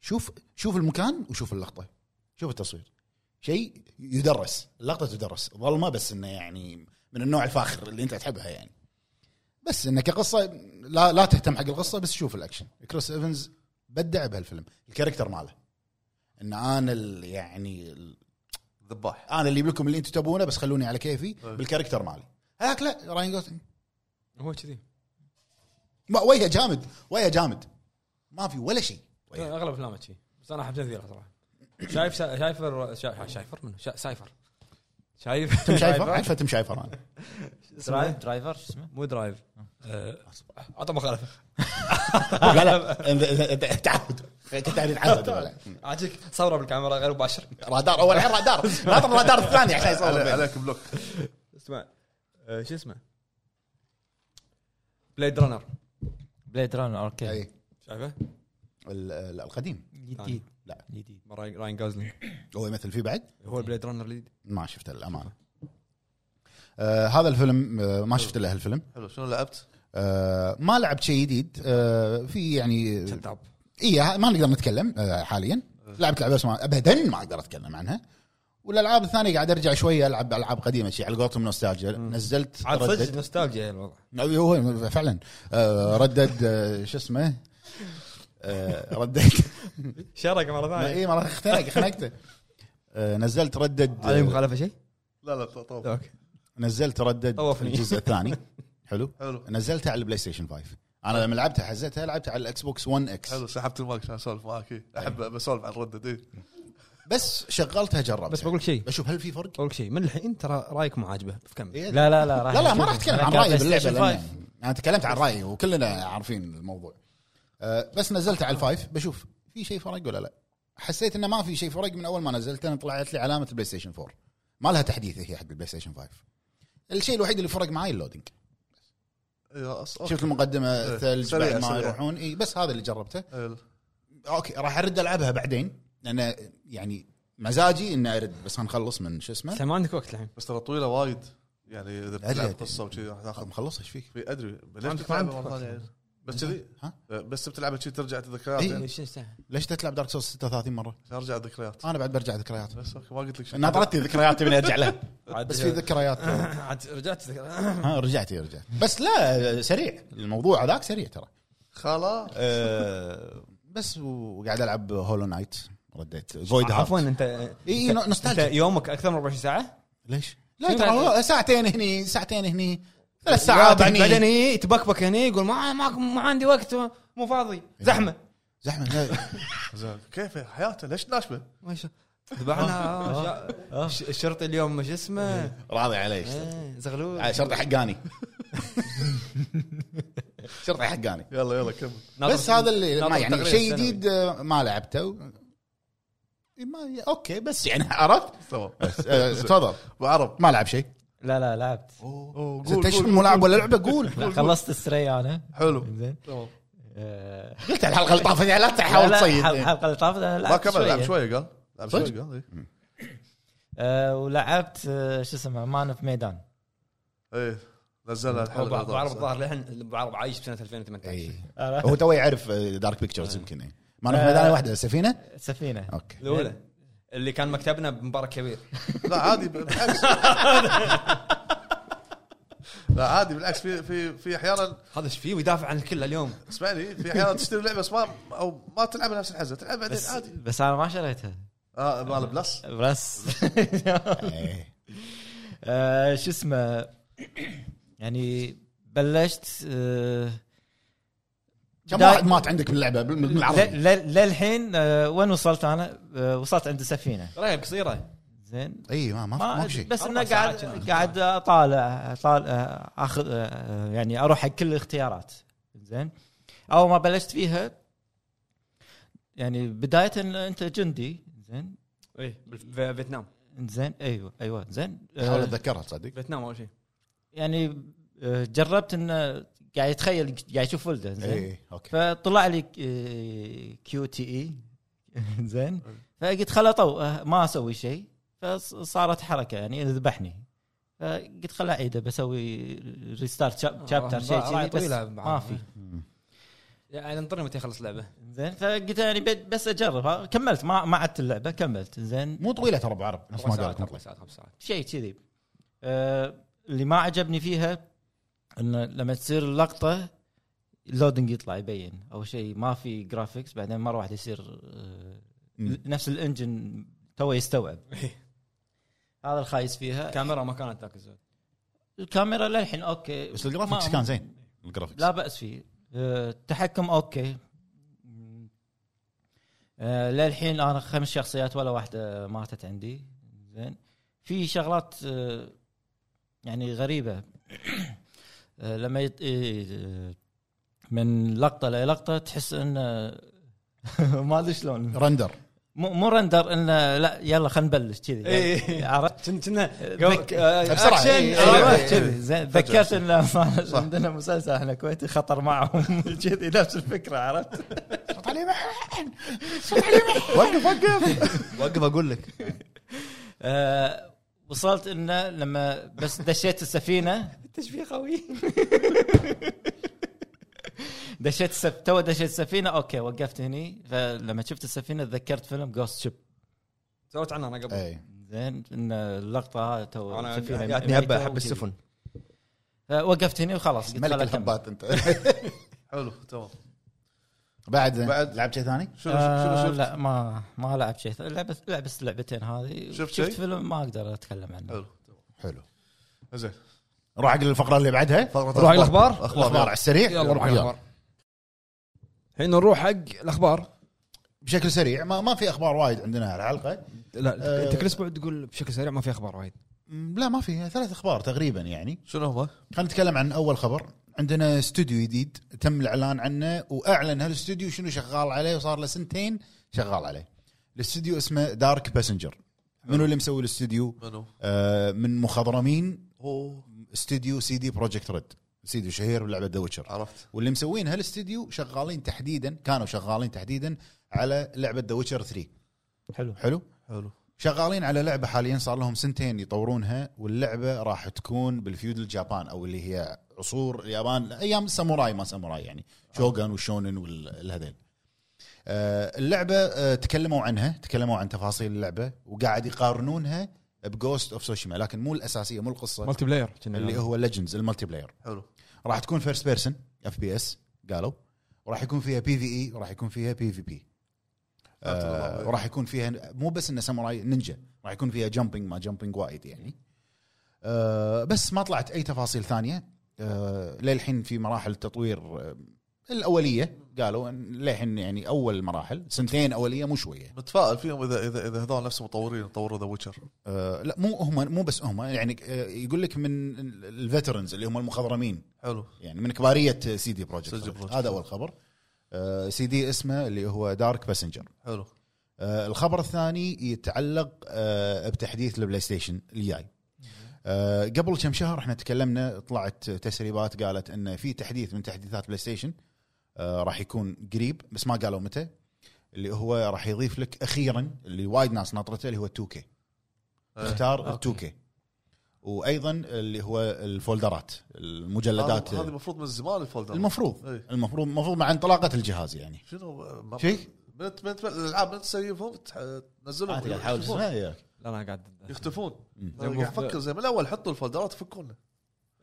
Speaker 4: شوف شوف المكان وشوف اللقطه شوف التصوير شيء يدرس اللقطه تدرس ظلمه بس انه يعني من النوع الفاخر اللي انت تحبها يعني بس انه كقصه لا لا تهتم حق القصه بس شوف الاكشن كريس ايفنز بدع بهالفيلم الكاركتر ماله ان انا ال- يعني ال-
Speaker 2: ذباح
Speaker 4: انا اللي لكم اللي انتم تبونه بس خلوني على كيفي
Speaker 2: أي.
Speaker 4: بالكاركتر مالي هذاك لا راين جوسلينج
Speaker 1: هو كذي
Speaker 4: ما- وجهه جامد وجهه جامد ما في ولا شيء وجهه.
Speaker 1: اغلب افلامه كذي بس انا احب تمثيله صراحه شايف سا- شايفر شا- شايفر منو شا- سايفر شايف
Speaker 4: تم شايفه عارفه تم شايفه انا
Speaker 3: درايف درايفر شو اسمه إيه؟
Speaker 1: مو درايف آه، عطى مخالفه
Speaker 4: لا لا انت تعود كنت عارف تعود ولا.
Speaker 1: عاجيك صوره بالكاميرا غير مباشر
Speaker 4: رادار اول الحين رادار ناطر الرادار الثاني عشان يصور
Speaker 2: علي-
Speaker 4: بينه.
Speaker 2: عليك بلوك
Speaker 1: اسمع آه، شو اسمه بليد رانر
Speaker 3: بليد رانر اوكي
Speaker 4: أي.
Speaker 1: شايفه؟
Speaker 4: إيه. ال- ال- القديم
Speaker 3: جديد
Speaker 4: لا.
Speaker 3: جديد
Speaker 1: راين راين جوزلينج
Speaker 4: هو يمثل فيه بعد
Speaker 1: هو البليد رانر الجديد
Speaker 4: ما شفته للامانه آه هذا الفيلم آه ما شفت الا هالفيلم
Speaker 2: حلو شنو لعبت؟
Speaker 4: آه ما لعبت شيء جديد آه في يعني
Speaker 1: كذاب
Speaker 4: اي ما نقدر نتكلم آه، حاليا لعبت العاب بس ما ابدا ما اقدر اتكلم عنها والالعاب الثانيه قاعد ارجع شويه العب العاب قديمه شيء على قولتهم نوستالجيا نزلت
Speaker 1: عاد
Speaker 4: ردد.
Speaker 1: صدق نوستالجيا الوضع
Speaker 4: أي هو فعلا آه، ردد آه، شو اسمه آه، ردد إيه،
Speaker 1: شرق مره
Speaker 4: اي مره اختنق خنقته آه، نزلت ردد آه،
Speaker 1: عليه مخالفه شيء؟
Speaker 2: لا لا طوف
Speaker 1: اوكي
Speaker 4: نزلت ردد
Speaker 1: طوفني.
Speaker 4: الجزء الثاني حلو
Speaker 2: حلو
Speaker 4: نزلتها على البلاي ستيشن 5 انا لما لعبتها حزتها لعبتها على الاكس بوكس 1 اكس
Speaker 2: حلو سحبت المايك عشان اسولف معاك إيه. احب بسولف عن إيه. ردد اي
Speaker 4: بس شغلتها جربتها
Speaker 1: بس بقول لك شيء
Speaker 4: بشوف هل في فرق
Speaker 1: بقول لك شيء من الحين ترى رايك مو عاجبه فكمل
Speaker 4: إيه،
Speaker 3: لا لا لا راح
Speaker 4: لا لا ما
Speaker 3: نشوف.
Speaker 4: راح اتكلم
Speaker 3: طيب،
Speaker 4: عن
Speaker 3: أنا
Speaker 4: رايي
Speaker 3: كان
Speaker 4: باللعبه
Speaker 3: PlayStation
Speaker 4: لأن
Speaker 3: 5.
Speaker 4: انا تكلمت عن رايي وكلنا عارفين الموضوع أه، بس نزلت على الفايف بشوف في شيء فرق ولا لا حسيت انه ما في شيء فرق من اول ما نزلت انا طلعت لي علامه البلاي ستيشن 4 ما لها تحديث هي حق البلاي ستيشن 5 الشيء الوحيد اللي فرق معي اللودينج
Speaker 2: إيه،
Speaker 4: شفت المقدمه الثلج
Speaker 2: سريع-
Speaker 4: بعد ما
Speaker 2: سريع.
Speaker 4: يروحون اي بس هذا اللي جربته اوكي راح ارد العبها بعدين لان يعني مزاجي اني ارد بس هنخلص من شو اسمه
Speaker 1: الحين ما عندك وقت الحين
Speaker 2: بس ترى طويله وايد يعني اذا بتلعب
Speaker 4: أدري.
Speaker 2: قصه وكذي راح
Speaker 4: طب
Speaker 2: تاخذ
Speaker 4: مخلص ايش فيك؟
Speaker 2: في ادري ليش
Speaker 1: عندك-
Speaker 2: بتلعبها
Speaker 1: عندك
Speaker 2: مره
Speaker 1: وقت.
Speaker 2: ثانيه بس كذي أه،
Speaker 4: ها؟ إيه.
Speaker 2: بس بتلعبها كذي ترجع الذكريات
Speaker 4: إي.
Speaker 2: يعني
Speaker 1: شو الساعة؟
Speaker 4: ليش تلعب دارك سولز 36 مره؟
Speaker 2: ارجع الذكريات
Speaker 4: انا بعد برجع ذكريات
Speaker 2: بس اوكي ما قلت لك شيء
Speaker 4: ناطرتني ذكريات من ارجع لها
Speaker 1: عاد-
Speaker 4: بس في ذكريات
Speaker 1: عاد رجعت ذكر-
Speaker 4: ها رجعت إي، رجعت بس لا سريع الموضوع هذاك سريع ترى
Speaker 2: خاله
Speaker 4: أه، بس وقاعد العب هولو نايت رديت فويد
Speaker 1: عفوا
Speaker 4: هارت
Speaker 1: انت
Speaker 4: اي اي
Speaker 1: انت
Speaker 4: نوستالجيا
Speaker 1: يومك اكثر من 24 ساعه؟
Speaker 4: ليش؟ لا
Speaker 1: شنو
Speaker 4: ترى
Speaker 1: بعد-
Speaker 4: هو ساعتين هني ساعتين هني ثلاث ساعات
Speaker 1: لا، بعد- بعدين
Speaker 4: هني
Speaker 1: هي تبكبك هني يقول ما ما ما عندي وقت مو فاضي
Speaker 4: إيه.
Speaker 1: زحمه
Speaker 4: زحمه لا.
Speaker 2: زين كيف حياته ليش ناشبه؟
Speaker 1: ما شاء
Speaker 4: آه.
Speaker 1: ذبحنا شا- ش- الشرطي اليوم شو اسمه؟
Speaker 4: راضي علي شرطي.
Speaker 1: آه، زغلول
Speaker 4: آه، شرطي حقاني شرطي حقاني
Speaker 2: يلا يلا كمل
Speaker 1: ناطر-
Speaker 4: بس هذا اللي
Speaker 1: ناطر
Speaker 4: ما يعني
Speaker 1: تقرير
Speaker 4: شيء
Speaker 1: السنوي.
Speaker 4: جديد آه، ما لعبته و- ما اوكي بس يعني عرفت
Speaker 2: تمام
Speaker 4: آه، تفضل
Speaker 2: وعرب
Speaker 4: ما لعب شيء
Speaker 3: لا لا لعبت
Speaker 2: أوه، قول-
Speaker 4: ست اشهر
Speaker 2: قول-
Speaker 4: مو لاعب ولا لعبه قول
Speaker 3: لا خلصت السري انا
Speaker 2: حلو
Speaker 3: زين
Speaker 2: تمام
Speaker 3: آه،
Speaker 4: قلت الحلقه اللي طافت يعني لا تحاول
Speaker 3: لا، لا،
Speaker 4: تصيد
Speaker 3: الحلقة- الحلقه اللي طافت انا
Speaker 2: ما
Speaker 3: لعبت
Speaker 2: كمل لعب
Speaker 3: شويه
Speaker 2: شويه قال لعب شويه
Speaker 4: صدق؟
Speaker 2: قال إيه.
Speaker 3: آه، ولعبت آه، شو اسمه مان في ميدان
Speaker 2: إي. ايه نزلها
Speaker 1: أبو
Speaker 2: الحلقه
Speaker 1: عرب الظاهر للحين أبو عرب عايش بسنه 2018
Speaker 4: إيه. هو تو يعرف آه، دارك بيكتشرز يمكن إيه. ما انا في ميدان واحده سفينه
Speaker 3: سفينه
Speaker 4: اوكي
Speaker 1: الاولى
Speaker 4: إيه.
Speaker 1: اللي كان مكتبنا بمبارك كبير
Speaker 2: لا عادي بالعكس لا عادي بالعكس في في في احيانا
Speaker 1: هذا ايش فيه ويدافع عن الكل اليوم
Speaker 2: اسمعني في احيانا تشتري لعبه بس ما او ما تلعبها نفس الحزه تلعب بعدين
Speaker 3: بس
Speaker 2: عادي
Speaker 3: بس انا ما شريتها
Speaker 2: اه مال بلس
Speaker 3: بس
Speaker 4: إيه.
Speaker 3: آه، شو اسمه يعني بلشت آه،
Speaker 4: كم
Speaker 3: دا-
Speaker 4: واحد مات عندك باللعبه بال- بالعربي
Speaker 3: ل- ل- للحين آه، وين وصلت انا؟ آه، وصلت عند السفينه
Speaker 1: رايب قصيره
Speaker 3: زين
Speaker 4: اي إيه، ما ما في ما في شيء
Speaker 3: بس
Speaker 1: أربع
Speaker 3: انه
Speaker 1: ساعات
Speaker 3: قاعد
Speaker 1: كنا.
Speaker 3: قاعد اطالع اطالع اخذ آه، يعني اروح حق كل الاختيارات زين اول ما بلشت فيها يعني بدايه إن انت جندي زين
Speaker 1: اي فيتنام
Speaker 3: زين ايوه ايوه زين آه،
Speaker 4: حاول اتذكرها تصدق
Speaker 1: فيتنام اول شيء
Speaker 3: يعني آه، جربت انه قاعد يتخيل قاعد يشوف ولده زين
Speaker 4: اي اوكي
Speaker 3: فطلع لي كيو تي اي زين فقلت خل طو ما اسوي شيء فصارت حركه يعني ذبحني فقلت خل اعيده بسوي ريستارت شابتر شيء
Speaker 1: راي
Speaker 3: كذي بس
Speaker 1: آه، طويلة
Speaker 3: ما
Speaker 1: بعد.
Speaker 3: في
Speaker 4: مم.
Speaker 1: يعني انطرني متى يخلص لعبه
Speaker 3: زين فقلت يعني ب- بس اجرب ها، كملت ما ما عدت اللعبه كملت زين
Speaker 4: مو طويله ترى بعرب نفس ما
Speaker 1: أربع ساعات،
Speaker 4: قالت
Speaker 1: أربع
Speaker 4: مطلع
Speaker 1: ساعات خمس ساعات
Speaker 3: شيء كذي آه، اللي ما عجبني فيها انه لما تصير اللقطه اللودنج يطلع يبين او شيء ما في جرافيكس بعدين مره واحده يصير آه،
Speaker 4: مم. إيه.
Speaker 3: نفس الانجن تو يستوعب هذا الخايس فيها
Speaker 1: الكاميرا ما كانت ذاك الزود
Speaker 3: الكاميرا للحين اوكي
Speaker 4: بس الجرافكس
Speaker 3: ما-
Speaker 4: كان زين الجرافكس
Speaker 3: لا باس فيه آه، التحكم اوكي آه، للحين انا خمس شخصيات ولا واحده ماتت عندي زين في شغلات آه، يعني غريبه آه، لما يت... آه، من لقطه للقطه تحس انه ما ادري شلون
Speaker 4: رندر
Speaker 3: مو مو رندر انه لا يلا خلنا نبلش كذي يعني
Speaker 1: إيه.
Speaker 3: عرفت
Speaker 1: كنا كنا
Speaker 3: ذك-
Speaker 1: آه،
Speaker 4: بسرعة. إيه، إيه،
Speaker 3: أيوة،
Speaker 1: اكشن
Speaker 4: إيه.
Speaker 3: كذي زين تذكرت ان ما- عندنا مسلسل احنا كويتي خطر معهم كذي نفس الفكره عرفت
Speaker 4: صوت عليه محن صوت عليه محن وقف وقف وقف اقول لك
Speaker 3: آه، وصلت انه لما بس دشيت السفينه
Speaker 1: تشبيه قوي
Speaker 3: دشيت السف... تو دشيت السفينه اوكي وقفت هني فلما شفت السفينه تذكرت فيلم جوست شيب
Speaker 1: سولت عنها انا قبل
Speaker 4: اي
Speaker 3: زين ان اللقطه هاي تو
Speaker 1: انا
Speaker 3: السفينة
Speaker 1: جاتني
Speaker 3: ميتة
Speaker 1: هبه احب
Speaker 3: وكذي.
Speaker 1: السفن
Speaker 3: فوقفت هني وخلاص قلت
Speaker 4: ملك
Speaker 3: خلاص أكمل.
Speaker 4: الحبات انت
Speaker 2: حلو تمام
Speaker 4: بعد
Speaker 2: بعد.
Speaker 4: بعد لعبت شيء ثاني؟
Speaker 2: شنو
Speaker 3: آه،
Speaker 2: شنو شفت؟
Speaker 3: لا ما ما لعب شيء لعبت لعبت اللعبتين هذه
Speaker 2: شفت
Speaker 3: شفت,
Speaker 2: شيء؟
Speaker 3: شفت فيلم ما اقدر اتكلم عنه
Speaker 2: حلو تمام.
Speaker 4: حلو
Speaker 2: زين
Speaker 4: نروح حق الفقره اللي بعدها
Speaker 2: فقرة
Speaker 1: نروح على الأخبار؟
Speaker 4: اخبار على السريع
Speaker 1: يلا نروح الاخبار الحين نروح حق الاخبار
Speaker 4: بشكل سريع ما, ما في اخبار وايد عندنا على الحلقه
Speaker 1: لا انت
Speaker 4: آه.
Speaker 1: كل اسبوع تقول بشكل سريع ما في اخبار وايد
Speaker 4: م، لا ما في ثلاث اخبار تقريبا يعني
Speaker 2: شنو هو؟
Speaker 4: خلينا نتكلم عن اول خبر عندنا استوديو جديد تم الاعلان عنه واعلن هالاستوديو شنو شغال عليه وصار له سنتين شغال عليه الاستوديو اسمه دارك باسنجر منو اللي مسوي الاستوديو
Speaker 2: منو؟
Speaker 4: آه من مخضرمين
Speaker 2: هو
Speaker 4: استوديو سي دي بروجكت ريد استوديو شهير بلعبه ذا ويتشر
Speaker 2: عرفت
Speaker 4: واللي مسوين هالاستوديو شغالين تحديدا كانوا شغالين تحديدا على لعبه ذا ويتشر 3
Speaker 3: حلو
Speaker 4: حلو
Speaker 2: حلو
Speaker 4: شغالين على لعبه حاليا صار لهم سنتين يطورونها واللعبه راح تكون بالفيودل جابان او اللي هي عصور اليابان ايام الساموراي ما ساموراي يعني شوغان والشونن والهذيل آه، اللعبه آه، تكلموا عنها تكلموا عن تفاصيل اللعبه وقاعد يقارنونها بجوست اوف سوشيما لكن مو الاساسيه مو القصه
Speaker 1: مالتي بلاير كنا
Speaker 4: اللي هو ليجندز الملتي بلاير
Speaker 2: حلو
Speaker 4: راح تكون فيرست بيرسون اف بي اس قالوا وراح يكون فيها بي في اي وراح يكون فيها بي في بي آه، وراح يكون فيها مو بس انه ساموراي نينجا راح يكون فيها جامبينج ما جامبينج وايد يعني آه، بس ما طلعت اي تفاصيل ثانيه آه، للحين في مراحل تطوير آه، الاوليه قالوا إن للحين يعني اول مراحل سنتين اوليه مو شويه
Speaker 2: متفائل فيهم اذا اذا اذا هذول نفسهم مطورين طوروا ذا ويتشر
Speaker 4: آه، لا مو هم مو بس هم يعني آه، يقول لك من الفترنز اللي هم المخضرمين
Speaker 2: حلو
Speaker 4: يعني من كباريه سي دي
Speaker 2: CD
Speaker 4: بروجكت
Speaker 2: Projekt.
Speaker 4: هذا اول خبر آه، سي دي اسمه اللي هو دارك باسنجر
Speaker 2: حلو
Speaker 4: آه، الخبر الثاني يتعلق آه، بتحديث البلاي ستيشن الجاي آه، قبل كم شهر احنا تكلمنا طلعت تسريبات قالت ان في تحديث من تحديثات بلاي ستيشن آه، راح يكون قريب بس ما قالوا متى اللي هو راح يضيف لك اخيرا اللي وايد ناس ناطرته اللي هو 2K اختار 2K وايضا اللي هو الفولدرات المجلدات
Speaker 2: هذه هذه المفروض من زمان الفولدر
Speaker 4: المفروض
Speaker 2: إيه.
Speaker 4: المفروض المفروض مع انطلاقه الجهاز يعني
Speaker 2: شنو ما-
Speaker 4: شيء؟
Speaker 2: من من من- الالعاب من تسيفهم تح- تنزلهم
Speaker 4: قاعد احاول
Speaker 2: يختفون.
Speaker 4: اسمع إياك.
Speaker 1: لا انا قاعد
Speaker 2: يختفون
Speaker 4: مم.
Speaker 2: أنا قاعد افكر زي من الاول حطوا الفولدرات وفكونا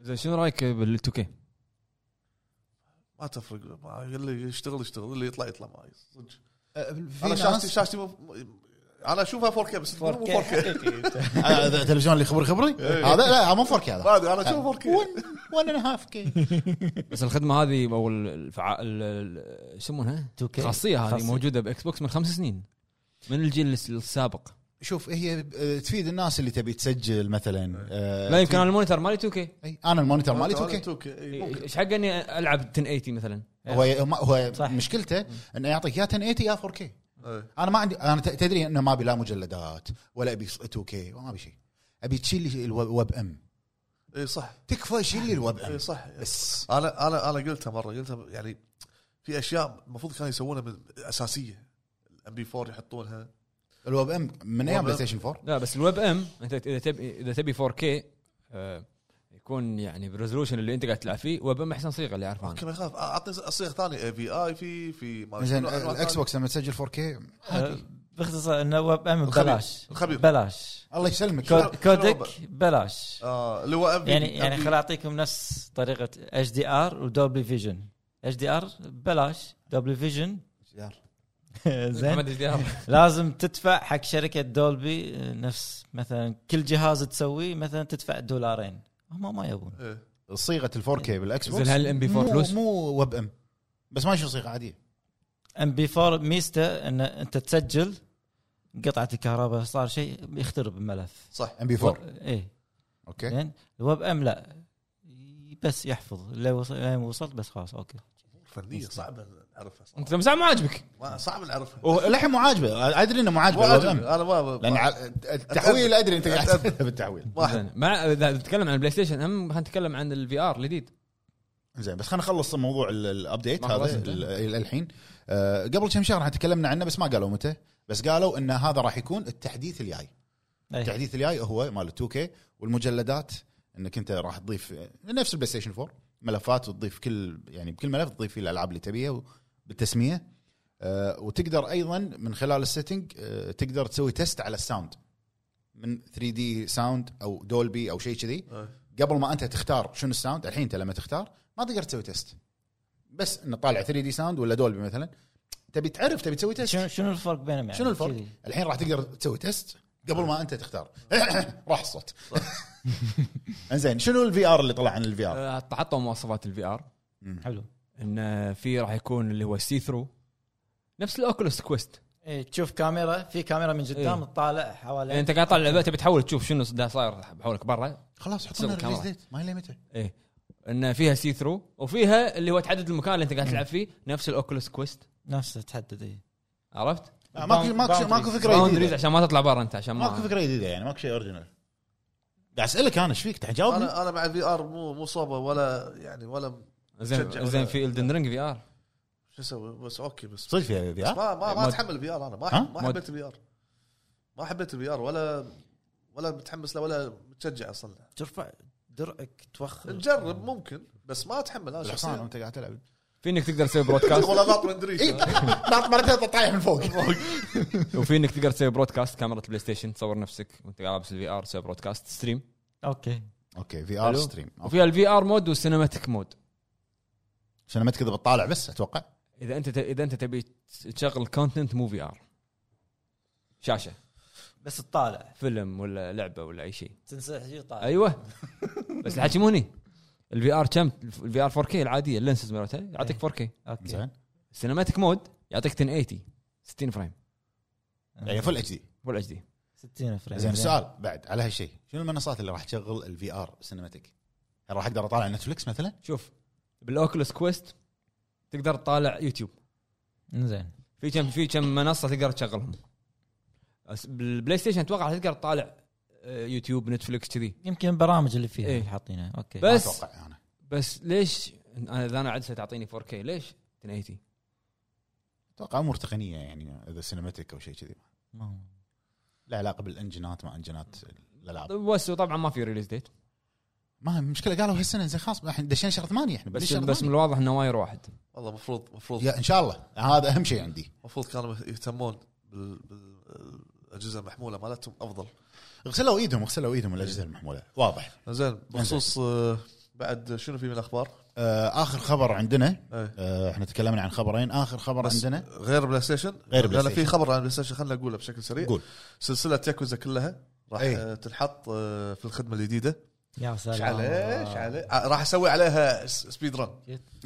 Speaker 1: زين شنو رايك بال 2K؟
Speaker 2: ما تفرق ما- اللي يشتغل يشتغل اللي يطلع يطلع معي صدق
Speaker 4: أه، في
Speaker 2: انا
Speaker 4: ناس-
Speaker 2: شاشتي شاشتي مو- انا اشوفها 4K بس تقول مو 4K
Speaker 4: آه، هذا التلفزيون اللي خبري خبري هذا لا إيه. مو فرق هذا آه.
Speaker 2: ما ادري انا اشوفها 4K
Speaker 4: ون اند هاف كي
Speaker 1: بس الخدمه هذه او الفع... ال- ال- يسمونها
Speaker 3: 2K.
Speaker 1: خاصيه هذه
Speaker 3: خاصية.
Speaker 1: موجوده باكس بوكس من خمس سنين من الجيل الس- السابق
Speaker 4: شوف هي آه، تفيد الناس اللي تبي تسجل مثلا آه،
Speaker 1: لا يمكن
Speaker 4: تفيد-
Speaker 1: انا المونيتر مالي 2 كي
Speaker 4: أي، انا المونيتر مالي اوكي
Speaker 2: اوكي
Speaker 1: ايش حق اني العب 1080 مثلا
Speaker 4: هو هو
Speaker 3: صح.
Speaker 4: مشكلته انه يعطيك يا 1080 يا 4K
Speaker 2: إيه.
Speaker 4: انا ما عندي انا ت- تدري انه ما ابي لا مجلدات ولا ابي 2K وما ابي شيء ابي تشيل لي الوب ويب ام
Speaker 2: اي صح
Speaker 4: تكفى شيل لي الوب ام
Speaker 2: اي صح
Speaker 4: بس
Speaker 2: انا انا انا قلتها مره قلتها يعني في اشياء المفروض كانوا يسوونها من- اساسيه الام بي 4 يحطونها
Speaker 4: الوب ام من ايام
Speaker 2: الوب
Speaker 4: بلاي
Speaker 2: أم.
Speaker 4: ستيشن 4
Speaker 1: لا بس الويب ام انت اذا تبي اذا تبي 4 كي يكون يعني بالريزولوشن اللي انت قاعد تلعب فيه ويب ام احسن صيغه اللي اعرفها
Speaker 2: كم يخاف اعطني صيغ ثاني في اي في في ما
Speaker 4: زين
Speaker 2: شنو، أنواع
Speaker 4: الاكس
Speaker 2: ثانية.
Speaker 4: بوكس لما تسجل 4K
Speaker 3: آه، باختصار انه ويب ام
Speaker 2: الخبيث.
Speaker 3: ببلاش
Speaker 2: الخبيث.
Speaker 3: بلاش
Speaker 4: الله يسلمك
Speaker 3: كود-
Speaker 4: لا،
Speaker 2: شنو-
Speaker 3: كودك بلاش
Speaker 2: آه، اللي هو MV
Speaker 3: يعني يعني
Speaker 2: MV
Speaker 3: خل اعطيكم نفس طريقه اتش دي ار ودوبل فيجن اتش دي ار ببلاش دوبل فيجن زين
Speaker 1: زين
Speaker 3: لازم تدفع حق شركه دولبي آه، نفس مثلا كل جهاز تسويه مثلا تدفع دولارين هم ما يبون
Speaker 2: إيه.
Speaker 4: صيغه ال 4K بالاكس بوكس
Speaker 1: زين هل ام بي 4
Speaker 4: مو-
Speaker 1: فلوس؟
Speaker 4: مو ويب ام بس ما يشوف صيغه عاديه
Speaker 3: ام بي 4 ميزته ان انت تسجل قطعه الكهرباء صار شيء يخترب الملف
Speaker 2: صح
Speaker 4: ام بي 4
Speaker 3: ايه
Speaker 4: اوكي
Speaker 3: زين الويب ام لا بس يحفظ لو وص- لين وصلت بس خلاص اوكي
Speaker 2: فنيه صعبه نعرفها صراحة.
Speaker 1: انت ساعه ما عاجبك
Speaker 2: ما- صعب نعرفها
Speaker 4: ولحم مو عاجبه ادري انه مو
Speaker 2: مو
Speaker 4: عاجبه الويب
Speaker 2: عاجبني.
Speaker 4: ام
Speaker 2: انا ما ما-
Speaker 4: لان ع- التحويل ادري انت قاعد
Speaker 2: أتأذى.
Speaker 4: تتأذى بالتحويل
Speaker 2: واحد
Speaker 1: زين. مع اذا نتكلم عن البلاي ستيشن هم خلينا نتكلم عن الفي ار الجديد
Speaker 4: زين بس خلينا نخلص موضوع ال- الابديت
Speaker 1: ما
Speaker 4: هذا
Speaker 1: خلصنا.
Speaker 4: ال- ال- الحين آه، قبل كم شهر إحنا تكلمنا عنه بس ما قالوا متى بس قالوا ان هذا راح يكون التحديث الجاي
Speaker 3: إيه.
Speaker 4: التحديث الجاي هو مال 2 كي والمجلدات انك انت راح تضيف آه، نفس البلاي ستيشن 4 ملفات وتضيف كل يعني بكل ملف تضيف فيه الالعاب اللي تبيها بالتسميه آه، وتقدر ايضا من خلال السيتنج آه، تقدر تسوي تيست على الساوند من 3 دي ساوند او دولبي او شيء كذي
Speaker 2: إيه.
Speaker 4: قبل ما انت تختار شنو الساوند الحين انت لما تختار ما تقدر تسوي تيست بس انه طالع 3 دي ساوند ولا دولبي مثلا تبي تعرف تبي تسوي تيست
Speaker 3: شنو شنو الفرق بينهم يعني
Speaker 4: شنو الفرق؟
Speaker 3: كذي.
Speaker 4: الحين راح تقدر تسوي تيست قبل ما انت تختار راح الصوت انزين شنو الفي ار اللي طلع عن الفي ار؟
Speaker 1: آه، حطوا مواصفات الفي ار
Speaker 3: حلو
Speaker 1: انه في راح يكون اللي هو سي ثرو نفس الاوكولوس كويست
Speaker 3: إيه تشوف كاميرا في كاميرا من قدام
Speaker 1: إيه.
Speaker 3: تطالع حوالي
Speaker 1: يعني انت قاعد طالع لعبه تبي تحاول تشوف شنو دا صاير بحولك برا
Speaker 4: خلاص حط
Speaker 1: تسوي
Speaker 4: لنا ريليز
Speaker 1: كاميرا.
Speaker 4: ديت ما لي متى
Speaker 1: ايه انه فيها سي ثرو وفيها اللي هو تحدد المكان اللي انت قاعد تلعب فيه نفس الاوكولوس كويست
Speaker 3: نفسه تحدد إيه.
Speaker 1: عرفت؟
Speaker 4: آه، ماكو ماكو ماكو فكره
Speaker 1: باوندريز
Speaker 4: جديده
Speaker 1: عشان ما تطلع برا انت عشان
Speaker 4: ماكو
Speaker 1: ما
Speaker 4: فكره جديده يعني ماكو شيء اوريجنال قاعد اسالك انا ايش فيك تجاوبني؟
Speaker 2: انا انا مع الفي ار مو مو صوبه ولا يعني ولا شجع
Speaker 1: زين زين
Speaker 2: ولا-
Speaker 1: في الدن رينج في ار
Speaker 2: شو اسوي بس اوكي بس
Speaker 4: صدق فيها في ار؟
Speaker 2: ما ما ما
Speaker 1: مود-
Speaker 2: اتحمل الفي ار انا ما
Speaker 4: ها؟
Speaker 2: أحب- ما
Speaker 1: مود-
Speaker 2: حبيت الفي ار ما حبيت الفي ار ولا ولا متحمس له ولا متشجع اصلا
Speaker 3: ترفع درعك توخر
Speaker 2: نجرب ممكن بس ما اتحمل انا
Speaker 4: الحصان
Speaker 2: شخصيا
Speaker 4: وانت قاعد تلعب إيه،
Speaker 1: في انك تقدر تسوي برودكاست
Speaker 2: ولا ناط من دريشه
Speaker 4: مرتين طايح من فوق
Speaker 1: وفي انك تقدر تسوي برودكاست كاميرا البلاي ستيشن تصور نفسك وانت قاعد لابس الفي ار تسوي برودكاست ستريم
Speaker 3: اوكي
Speaker 4: اوكي في ار
Speaker 1: حلو.
Speaker 4: ستريم
Speaker 1: وفيها الفي ار مود والسينماتيك مود
Speaker 4: عشان ما تكذب تطالع بس اتوقع
Speaker 1: اذا انت اذا انت تبي تشغل كونتنت مو في ار شاشه
Speaker 3: بس تطالع
Speaker 1: فيلم ولا لعبه ولا اي شيء
Speaker 3: تنسى شيء طالع
Speaker 1: ايوه بس الحكي مو هني الفي ار كم الفي ار 4K العاديه اللينسز مالتها يعطيك
Speaker 2: إيه.
Speaker 1: 4K
Speaker 3: اوكي
Speaker 4: زين
Speaker 1: سينماتيك مود يعطيك 1080 60 فريم
Speaker 4: يعني فل اتش دي
Speaker 1: فول اتش دي
Speaker 3: 60 فريم
Speaker 4: زين السؤال بعد على هالشيء شنو المنصات اللي راح تشغل الفي ار سينماتيك؟ هل يعني راح اقدر اطالع نتفلكس مثلا؟
Speaker 1: شوف بالاوكلس كويست تقدر تطالع يوتيوب
Speaker 3: زين
Speaker 1: في كم في كم منصه تقدر تشغلهم بس بالبلاي ستيشن اتوقع تقدر تطالع آه، يوتيوب نتفلكس كذي
Speaker 3: يمكن البرامج اللي فيها
Speaker 1: إيه.
Speaker 3: اللي حاطينها اوكي
Speaker 1: بس-
Speaker 4: ما اتوقع انا
Speaker 1: بس ليش انا اذا انا عدسه تعطيني 4K ليش 1080
Speaker 4: اتوقع امور تقنيه يعني اذا سينماتيك او شيء كذي
Speaker 3: ما-
Speaker 4: له علاقه بالانجنات ما انجنات الالعاب
Speaker 1: بس طبعا ما في ريليز ديت
Speaker 4: ما المشكله قالوا هالسنه زين خلاص الحين دشينا شهر ثمانيه احنا
Speaker 1: بس
Speaker 4: بس شهر
Speaker 1: بس من
Speaker 4: بس
Speaker 1: الواضح انه واير واحد
Speaker 2: والله المفروض المفروض
Speaker 4: يا ان شاء الله هذا اهم شيء عندي
Speaker 2: المفروض كانوا يهتمون بال- بالاجهزه المحموله مالتهم افضل
Speaker 4: غسلوا ايدهم غسلوا ايدهم الاجهزه المحموله واضح
Speaker 2: زين بخصوص آه، بعد شنو في من الاخبار؟
Speaker 4: آه اخر خبر عندنا
Speaker 2: إيه.
Speaker 4: آه احنا تكلمنا عن خبرين اخر خبر
Speaker 2: بس
Speaker 4: عندنا
Speaker 2: غير بلاي ستيشن
Speaker 4: غير بلاي
Speaker 2: لأن
Speaker 4: ستيشن.
Speaker 2: في خبر عن بلاي ستيشن خلينا اقوله بشكل سريع
Speaker 4: قول
Speaker 2: سلسله ياكوزا كلها راح
Speaker 4: إيه.
Speaker 2: آه، تنحط آه، في الخدمه الجديده
Speaker 3: يا سلام
Speaker 2: ايش عليه ايش عليه آه، راح اسوي عليها س- سبيد رن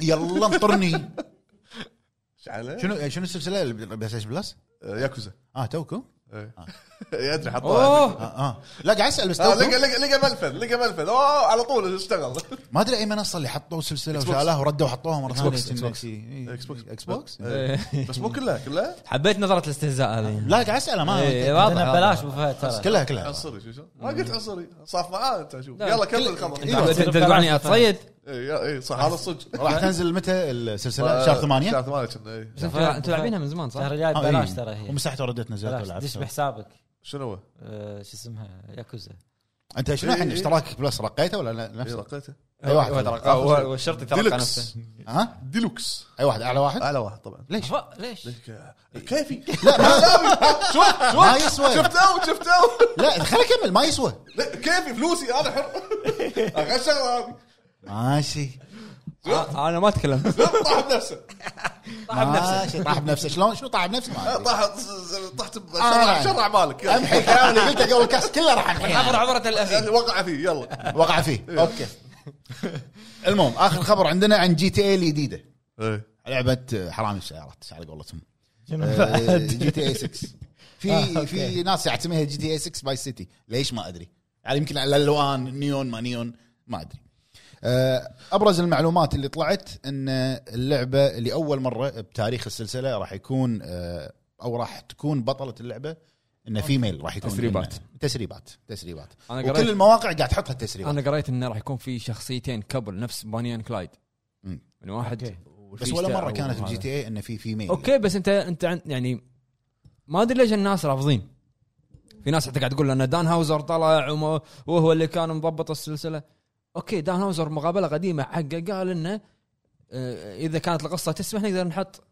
Speaker 4: يلا انطرني
Speaker 2: ايش عليه
Speaker 4: شنو شنو السلسله اللي بالبلاي ستيشن بلس؟
Speaker 2: آه، ياكوزا
Speaker 4: اه توكو
Speaker 2: إيه.
Speaker 4: آه.
Speaker 2: يدري حطوها
Speaker 4: آه،
Speaker 1: اوه
Speaker 4: آه. لا قاعد اسال بس
Speaker 2: آه،
Speaker 4: تو-
Speaker 2: لقى لقى لقى منفذ لقى منفذ اوه على طول اشتغل
Speaker 4: ما ادري اي منصه اللي حطوا سلسله
Speaker 2: Xbox.
Speaker 4: وشالوها وردوا وحطوها مره
Speaker 2: Xbox،
Speaker 4: ثانيه
Speaker 2: Xbox.
Speaker 4: كنا شي- إي.
Speaker 2: Xbox. آه. إيه.
Speaker 4: اكس بوكس
Speaker 2: بس مو كلها كلها
Speaker 1: حبيت نظره الاستهزاء هذه
Speaker 4: لا قاعد اساله
Speaker 1: إي،
Speaker 4: ما
Speaker 1: واضح،
Speaker 3: عندنا
Speaker 1: واضح.
Speaker 3: ببلاش ابو فهد ترى.
Speaker 4: كلها كلها
Speaker 2: عنصري شو شو ما قلت عنصري صاف معاه انت شوف يلا كمل الخبر
Speaker 1: أنت- أنت تقعني اتصيد
Speaker 2: اي اي صح هذا الصدق
Speaker 4: إيه، راح تنزل متى السلسله شهر ثمانية
Speaker 2: يعني آه، شهر ثمانية كنا إيه. إي.
Speaker 1: بس انتوا انتوا لاعبينها من زمان صح؟
Speaker 3: الشهر الجاي
Speaker 4: آه، إي.
Speaker 3: ببلاش ترى هي
Speaker 4: ومسحتها وردت نزلتها
Speaker 3: ببلاش دش
Speaker 4: ولعبتها
Speaker 3: بحسابك
Speaker 2: شنو هو؟
Speaker 3: آه، شو اسمها ياكوزا
Speaker 4: انت شنو
Speaker 2: إي،
Speaker 4: الحين
Speaker 2: إي.
Speaker 4: اشتراك بلس رقيته ولا لا
Speaker 2: إي،
Speaker 4: نفسه؟
Speaker 2: إيه، رقيته
Speaker 4: اي واحد.
Speaker 1: رقاه، هو- هو الشرطي ترقى
Speaker 2: ديلوكس
Speaker 1: نفسه
Speaker 4: ها
Speaker 2: ديلوكس
Speaker 4: اي واحد اعلى واحد
Speaker 2: اعلى واحد طبعا
Speaker 4: ليش؟
Speaker 3: أفا، ليش؟
Speaker 2: كيفي
Speaker 4: لا ما, ما يسوى
Speaker 2: شفت او شفت او
Speaker 4: لا خليني اكمل ما يسوى
Speaker 2: لا، كيفي فلوسي انا حر اخر شغله هذه
Speaker 4: ماشي
Speaker 1: آه، انا ما تكلمت
Speaker 2: طاح بنفسه
Speaker 1: طاح بنفسه
Speaker 4: ماشي طاح بنفسه شلون شنو طاح بنفسه ما أدري.
Speaker 2: طاح طحت بشرع آه، شرع مالك يلا.
Speaker 4: امحي الكلام اللي قلته قبل كاس كله راح امحيه
Speaker 1: عبرة الاخير
Speaker 2: يعني وقع فيه يلا
Speaker 4: وقع فيه اوكي المهم اخر خبر عندنا عن جي تي اي الجديده
Speaker 2: إيه.
Speaker 4: لعبه حرامي السيارات على قولتهم
Speaker 2: آه،
Speaker 4: جي تي اي 6 في في ناس يعتمدها جي تي إيه اي 6 باي سيتي ليش ما ادري يعني يمكن على الالوان نيون ما نيون ما ادري آه، ابرز المعلومات اللي طلعت ان اللعبه لاول مره بتاريخ السلسله راح يكون آه، او راح تكون بطله اللعبه انه فيميل راح يكون
Speaker 1: تسريبات.
Speaker 4: إنه- تسريبات تسريبات
Speaker 1: أنا قريت-
Speaker 4: وكل المواقع قاعد تحطها تسريبات
Speaker 1: انا قريت انه راح يكون في شخصيتين كبل نفس بانيان كلايد
Speaker 4: مم.
Speaker 1: من واحد
Speaker 3: أوكي.
Speaker 4: بس ولا مره كانت بجي تي اي انه في فيميل
Speaker 1: اوكي بس انت انت عن- يعني ما ادري ليش الناس رافضين في ناس حتى قاعد تقول ان دان هاوزر طلع وما- وهو اللي كان مضبط السلسله اوكي دان هاوزر مقابله قديمه حقه قال انه آه، اذا كانت القصه تسمح نقدر نحط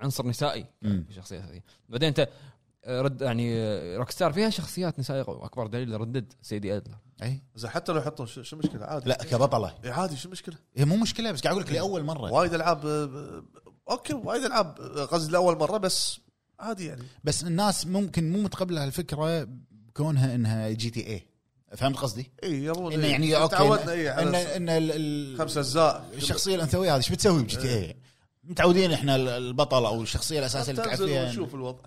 Speaker 1: عنصر نسائي
Speaker 4: مم.
Speaker 1: شخصيه اساسيه بعدين انت آه، رد يعني روك ستار فيها شخصيات نسائيه قوية. اكبر دليل ردد سيدي ادلر
Speaker 4: اي
Speaker 2: زين حتى لو يحطون شو شو المشكله عادي
Speaker 4: إيه؟ لا كبطله
Speaker 2: إيه، عادي شو المشكله
Speaker 4: هي مو مشكله بس قاعد اقول لك لاول مره
Speaker 2: وايد العاب آه، آه، اوكي وايد العاب آه، قصدي لاول مره بس عادي يعني
Speaker 4: بس الناس ممكن مو متقبله هالفكره كونها انها جي تي اي فهمت قصدي؟
Speaker 2: اي يبون
Speaker 4: انه
Speaker 2: إيه.
Speaker 4: يعني اوكي
Speaker 2: تعودنا اي
Speaker 4: ان
Speaker 2: على
Speaker 4: ان ال- ال-
Speaker 2: خمس اجزاء
Speaker 4: الشخصيه الانثويه هذه ايش بتسوي بجي تي
Speaker 2: إيه.
Speaker 4: اي؟ متعودين احنا ال- البطل او الشخصيه الاساسيه اللي تلعب
Speaker 2: تنزل
Speaker 4: فيها
Speaker 2: ونشوف الوضع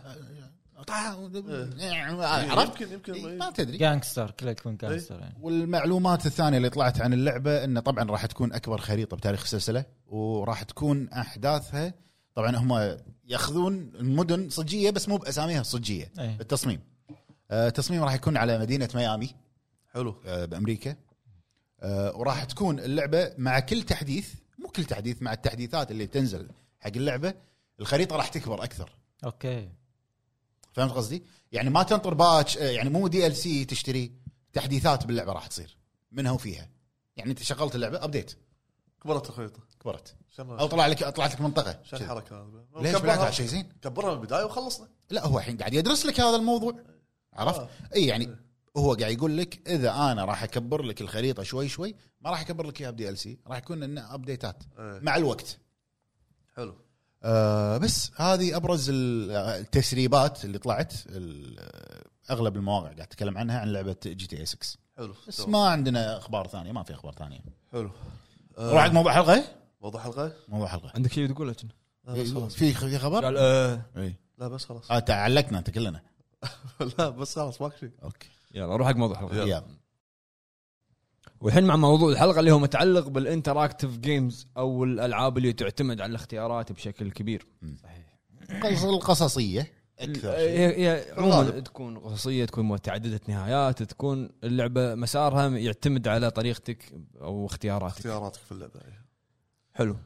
Speaker 4: طع- عرفت؟ إيه،
Speaker 2: يمكن يمكن
Speaker 4: ما تدري
Speaker 3: جانكستر كلها تكون جانكستر يعني
Speaker 4: والمعلومات الثانيه اللي طلعت عن اللعبه انه طبعا راح تكون اكبر خريطه بتاريخ السلسله وراح تكون احداثها طبعا هم ياخذون المدن صجيه بس مو باساميها الصجيه
Speaker 3: إيه.
Speaker 4: التصميم آه، التصميم راح يكون على مدينه ميامي
Speaker 2: حلو
Speaker 4: آه، بامريكا آه، وراح تكون اللعبه مع كل تحديث مو كل تحديث مع التحديثات اللي تنزل حق اللعبه الخريطه راح تكبر اكثر
Speaker 3: اوكي
Speaker 4: فهمت قصدي؟ يعني ما تنطر باتش آه، يعني مو دي ال سي تشتري تحديثات باللعبه راح تصير منها وفيها يعني انت شغلت اللعبه ابديت
Speaker 2: كبرت الخريطه
Speaker 4: كبرت
Speaker 2: شنو
Speaker 4: او طلع لك طلعت لك منطقه
Speaker 2: شو الحركه هذه
Speaker 4: ليش بالعكس على شيء زين؟
Speaker 2: كبرها من البدايه وخلصنا
Speaker 4: لا هو الحين قاعد يدرس لك هذا الموضوع عرفت؟
Speaker 2: آه.
Speaker 4: اي يعني هو قاعد يقول لك اذا انا راح اكبر لك الخريطه شوي شوي ما راح اكبر لك اياها بدي ال سي راح يكون انه ابديتات
Speaker 2: إيه.
Speaker 4: مع الوقت
Speaker 2: حلو
Speaker 4: آه بس هذه ابرز ال- آه، التسريبات اللي طلعت ال- اغلب المواقع قاعد تتكلم عنها عن لعبه جي تي اي 6
Speaker 2: حلو
Speaker 4: بس
Speaker 2: تمام.
Speaker 4: ما عندنا اخبار ثانيه ما في اخبار ثانيه
Speaker 2: حلو آه،
Speaker 4: نروح عند موضوع حلقه
Speaker 2: موضوع حلقه
Speaker 4: موضوع حلقه
Speaker 1: عندك شيء تقوله
Speaker 2: لا آه، بس خلاص
Speaker 4: في في خبر
Speaker 1: قال آه،
Speaker 4: اي
Speaker 2: لا بس خلاص
Speaker 4: آه تعلقنا انت كلنا
Speaker 2: لا بس خلاص ماك شيء
Speaker 4: اوكي
Speaker 1: يلا روح حق موضوع الحلقه
Speaker 2: يلا.
Speaker 4: يلا
Speaker 1: والحين مع موضوع الحلقه اللي هو متعلق بالانتراكتيف جيمز او الالعاب اللي تعتمد على الاختيارات بشكل كبير
Speaker 3: صحيح
Speaker 4: القص- القصصيه اكثر شيء
Speaker 1: هي هي عموما
Speaker 2: الغالب.
Speaker 1: تكون قصصيه تكون متعدده نهايات تكون اللعبه مسارها يعتمد على طريقتك او اختياراتك
Speaker 2: اختياراتك في اللعبه إيه.
Speaker 1: حلو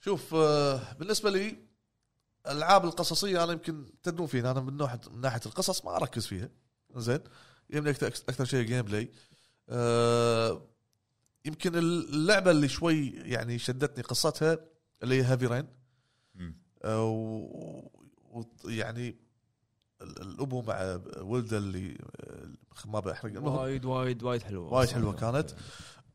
Speaker 2: شوف آه، بالنسبه لي الالعاب القصصيه انا يمكن تدنون فيها انا من ناحيه من ناحيه القصص ما اركز فيها زين يهمني اكثر اكثر شيء الجيم بلاي آه، يمكن اللعبه اللي شوي يعني شدتني قصتها اللي هي آه، هافي رين
Speaker 4: مم.
Speaker 2: ويعني الابو يعني مع ولده اللي آه، ما بحرق المهم
Speaker 1: وايد وايد وايد حلوه
Speaker 2: وايد حلوه كانت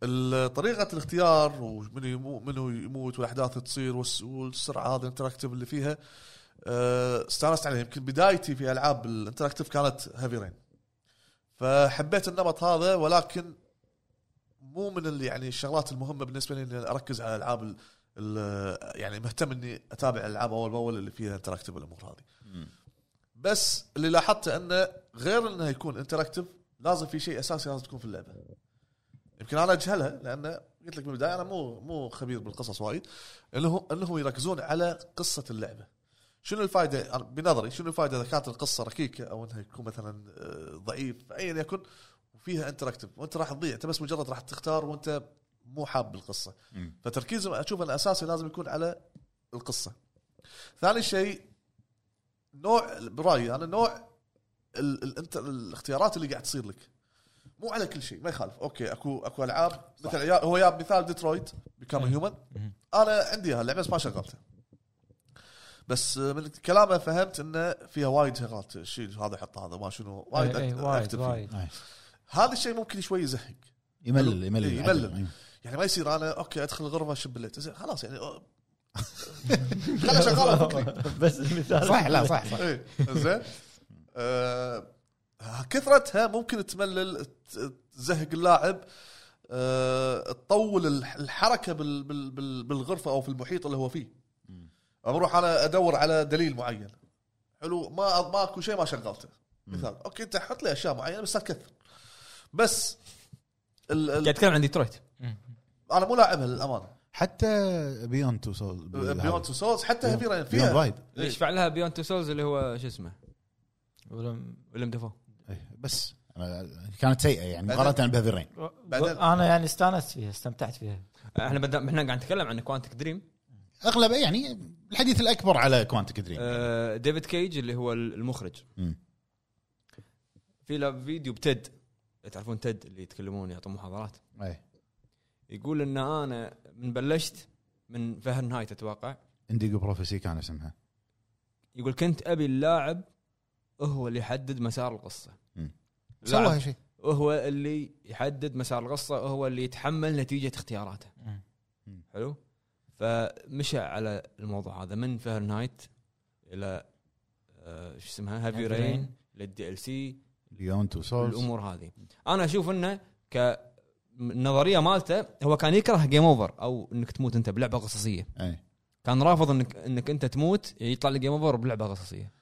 Speaker 2: ال- طريقه الاختيار ومنو يمو- منو يموت والاحداث اللي تصير والس- والسرعه هذا الانتراكتيف اللي فيها آه، استانست عليها يمكن بدايتي في العاب الانتراكتيف كانت هافي رين فحبيت النمط هذا ولكن مو من اللي يعني الشغلات المهمه بالنسبه لي اني اركز على العاب ال- ال- يعني مهتم اني اتابع الالعاب اول باول اللي فيها انتراكتيف الامور هذه بس اللي لاحظته انه غير انه يكون انتراكتيف لازم في شيء اساسي لازم تكون في اللعبه يمكن انا اجهلها لان قلت لك من البدايه انا مو مو خبير بالقصص وايد انه انهم يركزون على قصه اللعبه شنو الفائده أنا بنظري شنو الفائده اذا كانت القصه ركيكه او انها تكون مثلا آه، ضعيف ايا يكن وفيها انتراكتيف وانت راح تضيع انت بس مجرد راح تختار وانت مو حاب القصه
Speaker 4: مم.
Speaker 2: فتركيزهم اشوف الاساسي لازم يكون على القصه ثاني شيء نوع برايي انا نوع ال ال انت الاختيارات اللي قاعد تصير لك مو على كل شيء ما يخالف اوكي اكو اكو العاب مثل يا- هو جاب مثال ديترويت بيكام هيومن
Speaker 3: إيه،
Speaker 2: انا عندي هاللعبه بس ما شغلتها بس من كلامه فهمت انه فيها وايد شغلات شيل هذا حط هذا ما شنو وايد
Speaker 3: إيه، إيه،
Speaker 2: أكت-
Speaker 3: وايد
Speaker 2: أكتب فيه.
Speaker 3: وايد
Speaker 2: هذا الشيء ممكن شوي يزهق
Speaker 4: يملل يملل
Speaker 2: إيه، يملل. يعني ما يصير انا اوكي ادخل الغرفه اشب الليت زين خلاص يعني أه. خلها شغاله فكري
Speaker 3: بس المثال
Speaker 4: صح لا صح صح
Speaker 2: ايه زين آه، كثرتها ممكن تملل ت- تزهق اللاعب آه، تطول الح- الحركه بال- بال- بال- بالغرفه او في المحيط اللي هو فيه بروح انا ادور على دليل معين حلو ما ما اكو شيء ما شغلته مثال اوكي انت حط لي اشياء معينه بس لا تكثر بس ال ال
Speaker 1: قاعد اتكلم عن ديترويت
Speaker 2: انا مو لاعبها للامانه
Speaker 4: حتى بيوند تو سول
Speaker 2: بيوند تو سولز حتى
Speaker 4: بيوند-
Speaker 2: هيفي رين
Speaker 4: بيوند
Speaker 2: فيها
Speaker 4: وايد
Speaker 1: اللي شفع لها بيون تو سولز اللي هو شو اسمه ويلم ديفو
Speaker 4: إيه، بس أنا- كانت سيئه يعني مقارنه بهيفي رين
Speaker 2: بعدين-
Speaker 3: انا يعني استانست فيها استمتعت فيها
Speaker 1: احنا بدنا احنا قاعد نتكلم عن كوانتك دريم
Speaker 4: اغلب يعني الحديث الاكبر على كوانتك دريم
Speaker 1: آه، ديفيد كيج اللي هو المخرج
Speaker 4: مم.
Speaker 1: في له فيديو بتد تعرفون تد اللي يتكلمون يعطون محاضرات
Speaker 4: إيه.
Speaker 1: يقول ان انا من بلشت من فهرنهايت اتوقع
Speaker 4: انديجو بروفيسي كان اسمها
Speaker 1: يقول كنت ابي اللاعب هو اللي يحدد مسار القصه
Speaker 4: مم.
Speaker 1: لاعب
Speaker 4: سوى شيء
Speaker 1: هو اللي يحدد مسار القصه هو اللي يتحمل نتيجه اختياراته
Speaker 3: مم.
Speaker 4: مم.
Speaker 1: حلو فمشى على الموضوع هذا من فهرنهايت الى آه، شو اسمها هافي
Speaker 3: Heavy
Speaker 1: رين للدي ال سي
Speaker 4: بيوند تو سولز
Speaker 1: الامور هذه انا اشوف انه ك النظريه مالته هو كان يكره جيم اوفر او انك تموت انت بلعبه قصصيه
Speaker 4: اي
Speaker 1: كان رافض انك انك انت تموت يطلع لي جيم اوفر بلعبه قصصيه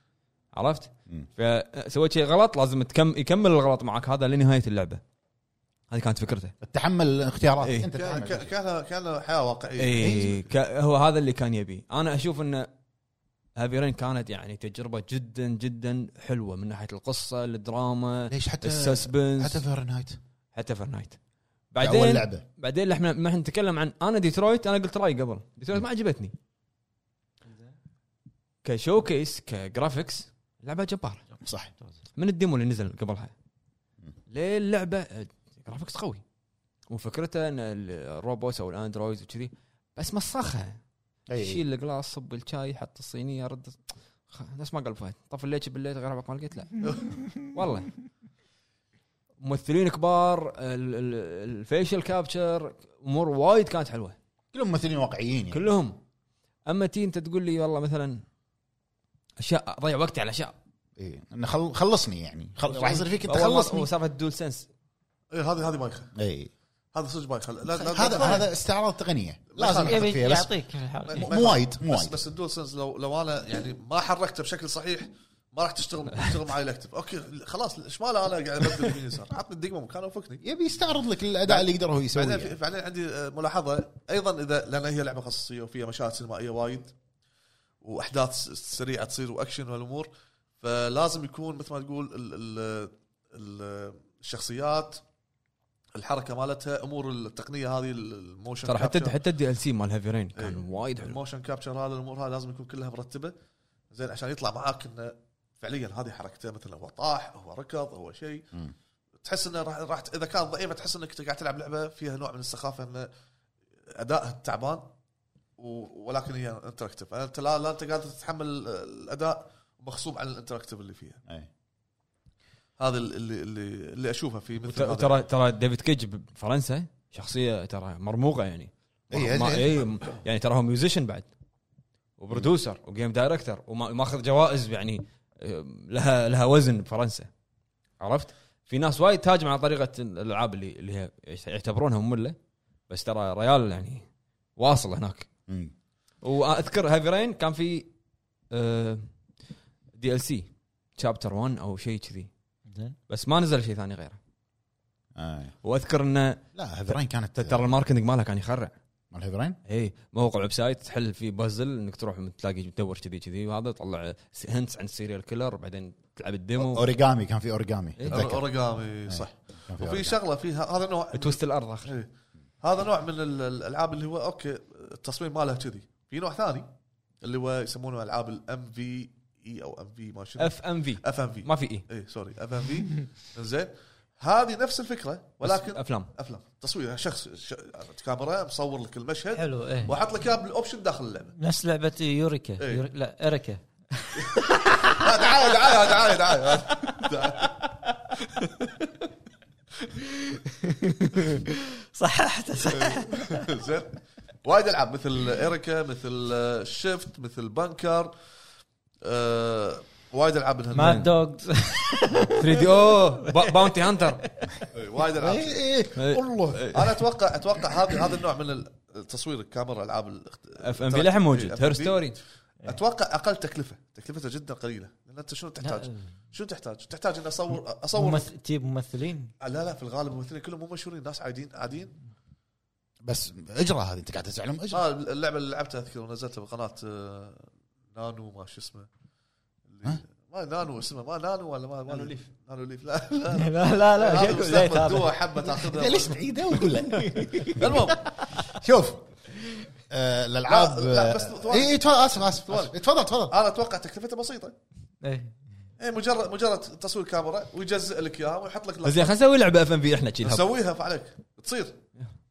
Speaker 1: عرفت؟
Speaker 4: مم.
Speaker 1: فسويت شيء غلط لازم تكم يكمل الغلط معك هذا لنهايه اللعبه هذه كانت فكرته
Speaker 4: تحمل اختيارات
Speaker 1: إيه.
Speaker 4: انت
Speaker 2: كان
Speaker 4: تتحمل.
Speaker 2: كان كان حياه واقعيه
Speaker 4: إيه.
Speaker 1: اي ك- هو هذا اللي كان يبي انا اشوف انه هافي رين كانت يعني تجربه جدا جدا حلوه من ناحيه القصه الدراما
Speaker 4: ليش حتى حتى
Speaker 1: السسبنس
Speaker 4: فهرنهايت
Speaker 1: حتى فورنايت
Speaker 4: اول
Speaker 1: بعدين
Speaker 4: لعبه
Speaker 1: بعدين احنا ما احنا نتكلم عن انا ديترويت انا قلت راي قبل ديترويت ما عجبتني كشوكيس كجرافيكس لعبه جباره
Speaker 4: صح
Speaker 1: من الديمو اللي نزل قبلها
Speaker 4: مم.
Speaker 1: ليه اللعبه آه، جرافيكس قوي وفكرته ان الروبوتس او الاندرويدز وكذي بس مسخها
Speaker 4: إيه.
Speaker 1: شيل الجلاس صب الشاي حط الصينيه رد خ- نفس ما قال فهد طف الليش بالليل غير عبك ما لقيت لا والله ممثلين كبار ال- ال- الفيشل كابتشر امور وايد كانت حلوه
Speaker 4: كلهم ممثلين واقعيين يعني
Speaker 1: كلهم اما تي انت تقول لي والله مثلا اشياء ضيع وقتي على اشياء
Speaker 4: إيه. انه خل- خلصني يعني خل... راح يصير فيك انت خلصني
Speaker 1: وسالفه الدول سنس
Speaker 2: إيه، هذه هذه بايخه
Speaker 4: اي
Speaker 2: هذا صدق بايخه لا- لا- لا-
Speaker 4: إيه. هذا
Speaker 2: لا-
Speaker 4: هذا استعراض تقنيه لازم
Speaker 2: يبي
Speaker 4: نحط
Speaker 3: يبي
Speaker 4: فيها بس
Speaker 3: يعطيك الحركة.
Speaker 4: مو- مو وايد مو
Speaker 2: بس
Speaker 4: وايد
Speaker 2: بس الدول سنس لو لو انا يعني ما حركته بشكل صحيح ما راح تشتغل تشتغل معي الاكتف اوكي خلاص شمال انا قاعد ابدل يمين يسار عطني الدقمه مكانه وفكني
Speaker 4: يبي يستعرض لك الاداء اللي يقدر هو يسويه
Speaker 2: بعدين في
Speaker 4: يعني.
Speaker 2: بعدين عندي آه، ملاحظه ايضا اذا لان هي لعبه قصصيه وفيها مشاهد سينمائيه وايد واحداث س- سريعه تصير واكشن والامور فلازم يكون مثل ما تقول ال ال ال الشخصيات الحركه مالتها امور التقنيه هذه ال- الموشن
Speaker 1: ترى حتى
Speaker 2: كابتشر.
Speaker 1: حتى الدي ال سي مال هافي رين كان
Speaker 2: إيه.
Speaker 1: وايد حلو
Speaker 2: الموشن كابتشر هذا الامور هذه لازم يكون كلها مرتبه زين عشان يطلع معاك انه فعليا هذه حركته مثلا هو طاح هو ركض هو شيء
Speaker 4: مم.
Speaker 2: تحس انه راح راح اذا كان ضعيفه تحس انك قاعد تلعب لعبه فيها نوع من السخافه انه ادائها تعبان و- ولكن هي انتراكتيف انت لا, لا انت قاعد تتحمل الاداء مخصوب عن الانتراكتيف اللي فيها
Speaker 4: إيه.
Speaker 2: هذا اللي اللي, اللي اشوفه في مثل
Speaker 1: ترى-
Speaker 2: هذا.
Speaker 1: ترى ترى ديفيد كيج بفرنسا شخصيه ترى مرموقه يعني
Speaker 4: إيه،
Speaker 1: ما-
Speaker 4: إيه.
Speaker 1: إيه، م- يعني ترى هو ميوزيشن بعد وبرودوسر وجيم دايركتر وما- وماخذ جوائز يعني آم، لها لها وزن بفرنسا عرفت؟ في ناس وايد تهاجم على طريقه الالعاب اللي اللي هي يعتبرونها ممله بس ترى ريال يعني واصل هناك
Speaker 4: مم.
Speaker 1: آه، واذكر هافي رين كان في دي ال سي شابتر 1 او شيء كذي
Speaker 3: زين
Speaker 1: بس ما نزل شيء ثاني غيره
Speaker 4: آه.
Speaker 1: واذكر انه
Speaker 4: لا هيفرين كانت
Speaker 1: ترى الماركتنج مالها كان يخرع
Speaker 4: مال هيفرين
Speaker 1: اي موقع ويب سايت تحل فيه بازل انك تروح تلاقي تدور كذي كذي وهذا تطلع هنتس عن السيريال كيلر بعدين تلعب الديمو
Speaker 4: اوريجامي كان في اوريجامي
Speaker 1: إيه.
Speaker 4: أتذكر.
Speaker 2: اوريجامي صح
Speaker 4: كان
Speaker 2: وفي
Speaker 4: في أوريجامي.
Speaker 2: شغله فيها هذا نوع
Speaker 1: توست الارض اخر
Speaker 2: إيه. هذا نوع من ال- الالعاب اللي هو اوكي التصميم ماله كذي في نوع ثاني اللي هو يسمونه العاب الام في اي او ام في ما شنو
Speaker 1: اف ام في
Speaker 2: اف ام في
Speaker 1: ما في إيه، اي
Speaker 2: اي إيه، سوري اف ام في زين هذه نفس الفكره ولكن
Speaker 1: افلام
Speaker 2: افلام تصوير يعني شخص ش... كاميرا مصور لك المشهد
Speaker 3: حلو ايه
Speaker 2: واحط لك اياه بالاوبشن داخل اللعبه
Speaker 3: نفس لعبه يوريكا
Speaker 2: إيه.
Speaker 3: يوري... لا اريكا
Speaker 2: لا، دعايه دعايه دعايه دعايه
Speaker 3: صححت
Speaker 2: زين وايد العاب مثل اريكا مثل آه، شيفت مثل بنكر آه، وايد إيه، العاب من هالنوع.
Speaker 3: ماد دوجز
Speaker 1: 3 دي او باونتي هانتر
Speaker 2: إيه، وايد العاب
Speaker 4: إيه، إيه، إيه. والله
Speaker 2: انا اتوقع اتوقع هذا هذا النوع من التصوير الكاميرا العاب الاخت-
Speaker 1: اف ام في للحين موجود
Speaker 2: إيه،
Speaker 1: هير
Speaker 2: FMV.
Speaker 1: ستوري
Speaker 2: اتوقع اقل تكلفه تكلفته جدا قليله لان انت شنو تحتاج؟ شنو تحتاج؟ تحتاج ان اصور اصور
Speaker 3: ممثل... تجيب ممثلين
Speaker 2: لا لا في الغالب الممثلين كلهم مو مشهورين ناس عاديين عاديين
Speaker 4: بس اجرى هذه انت قاعد تسال لهم اجرى
Speaker 2: اه اللعبه اللي لعبتها اذكر ونزلتها بقناه آه، نانو ما شو اسمه اللي-
Speaker 4: ها؟
Speaker 2: ما نانو اسمه ما نانو ولا ما نانو
Speaker 1: ليف.
Speaker 2: نانو ليف لا لا
Speaker 3: لا لا لا
Speaker 2: هذا
Speaker 3: شكو زيت
Speaker 2: مستقبل
Speaker 3: هذا
Speaker 2: دوا حبه تاخذها
Speaker 4: ليش بعيده وقول له
Speaker 2: المهم
Speaker 4: شوف آه، الالعاب
Speaker 2: لا، لا، بس آه، تفضل.
Speaker 4: اي إي، تفضل اسف اسف
Speaker 2: تفضل.
Speaker 4: آسف. تفضل تفضل
Speaker 2: انا اتوقع تكلفته بسيطه
Speaker 3: إيه.
Speaker 2: اي مجرد مجرد تصوير كاميرا ويجزئ لك اياها ويحط لك
Speaker 1: زين
Speaker 2: لقطة.
Speaker 1: خلينا نسوي لعبه اف ام في احنا كذي
Speaker 2: نسويها فعليك تصير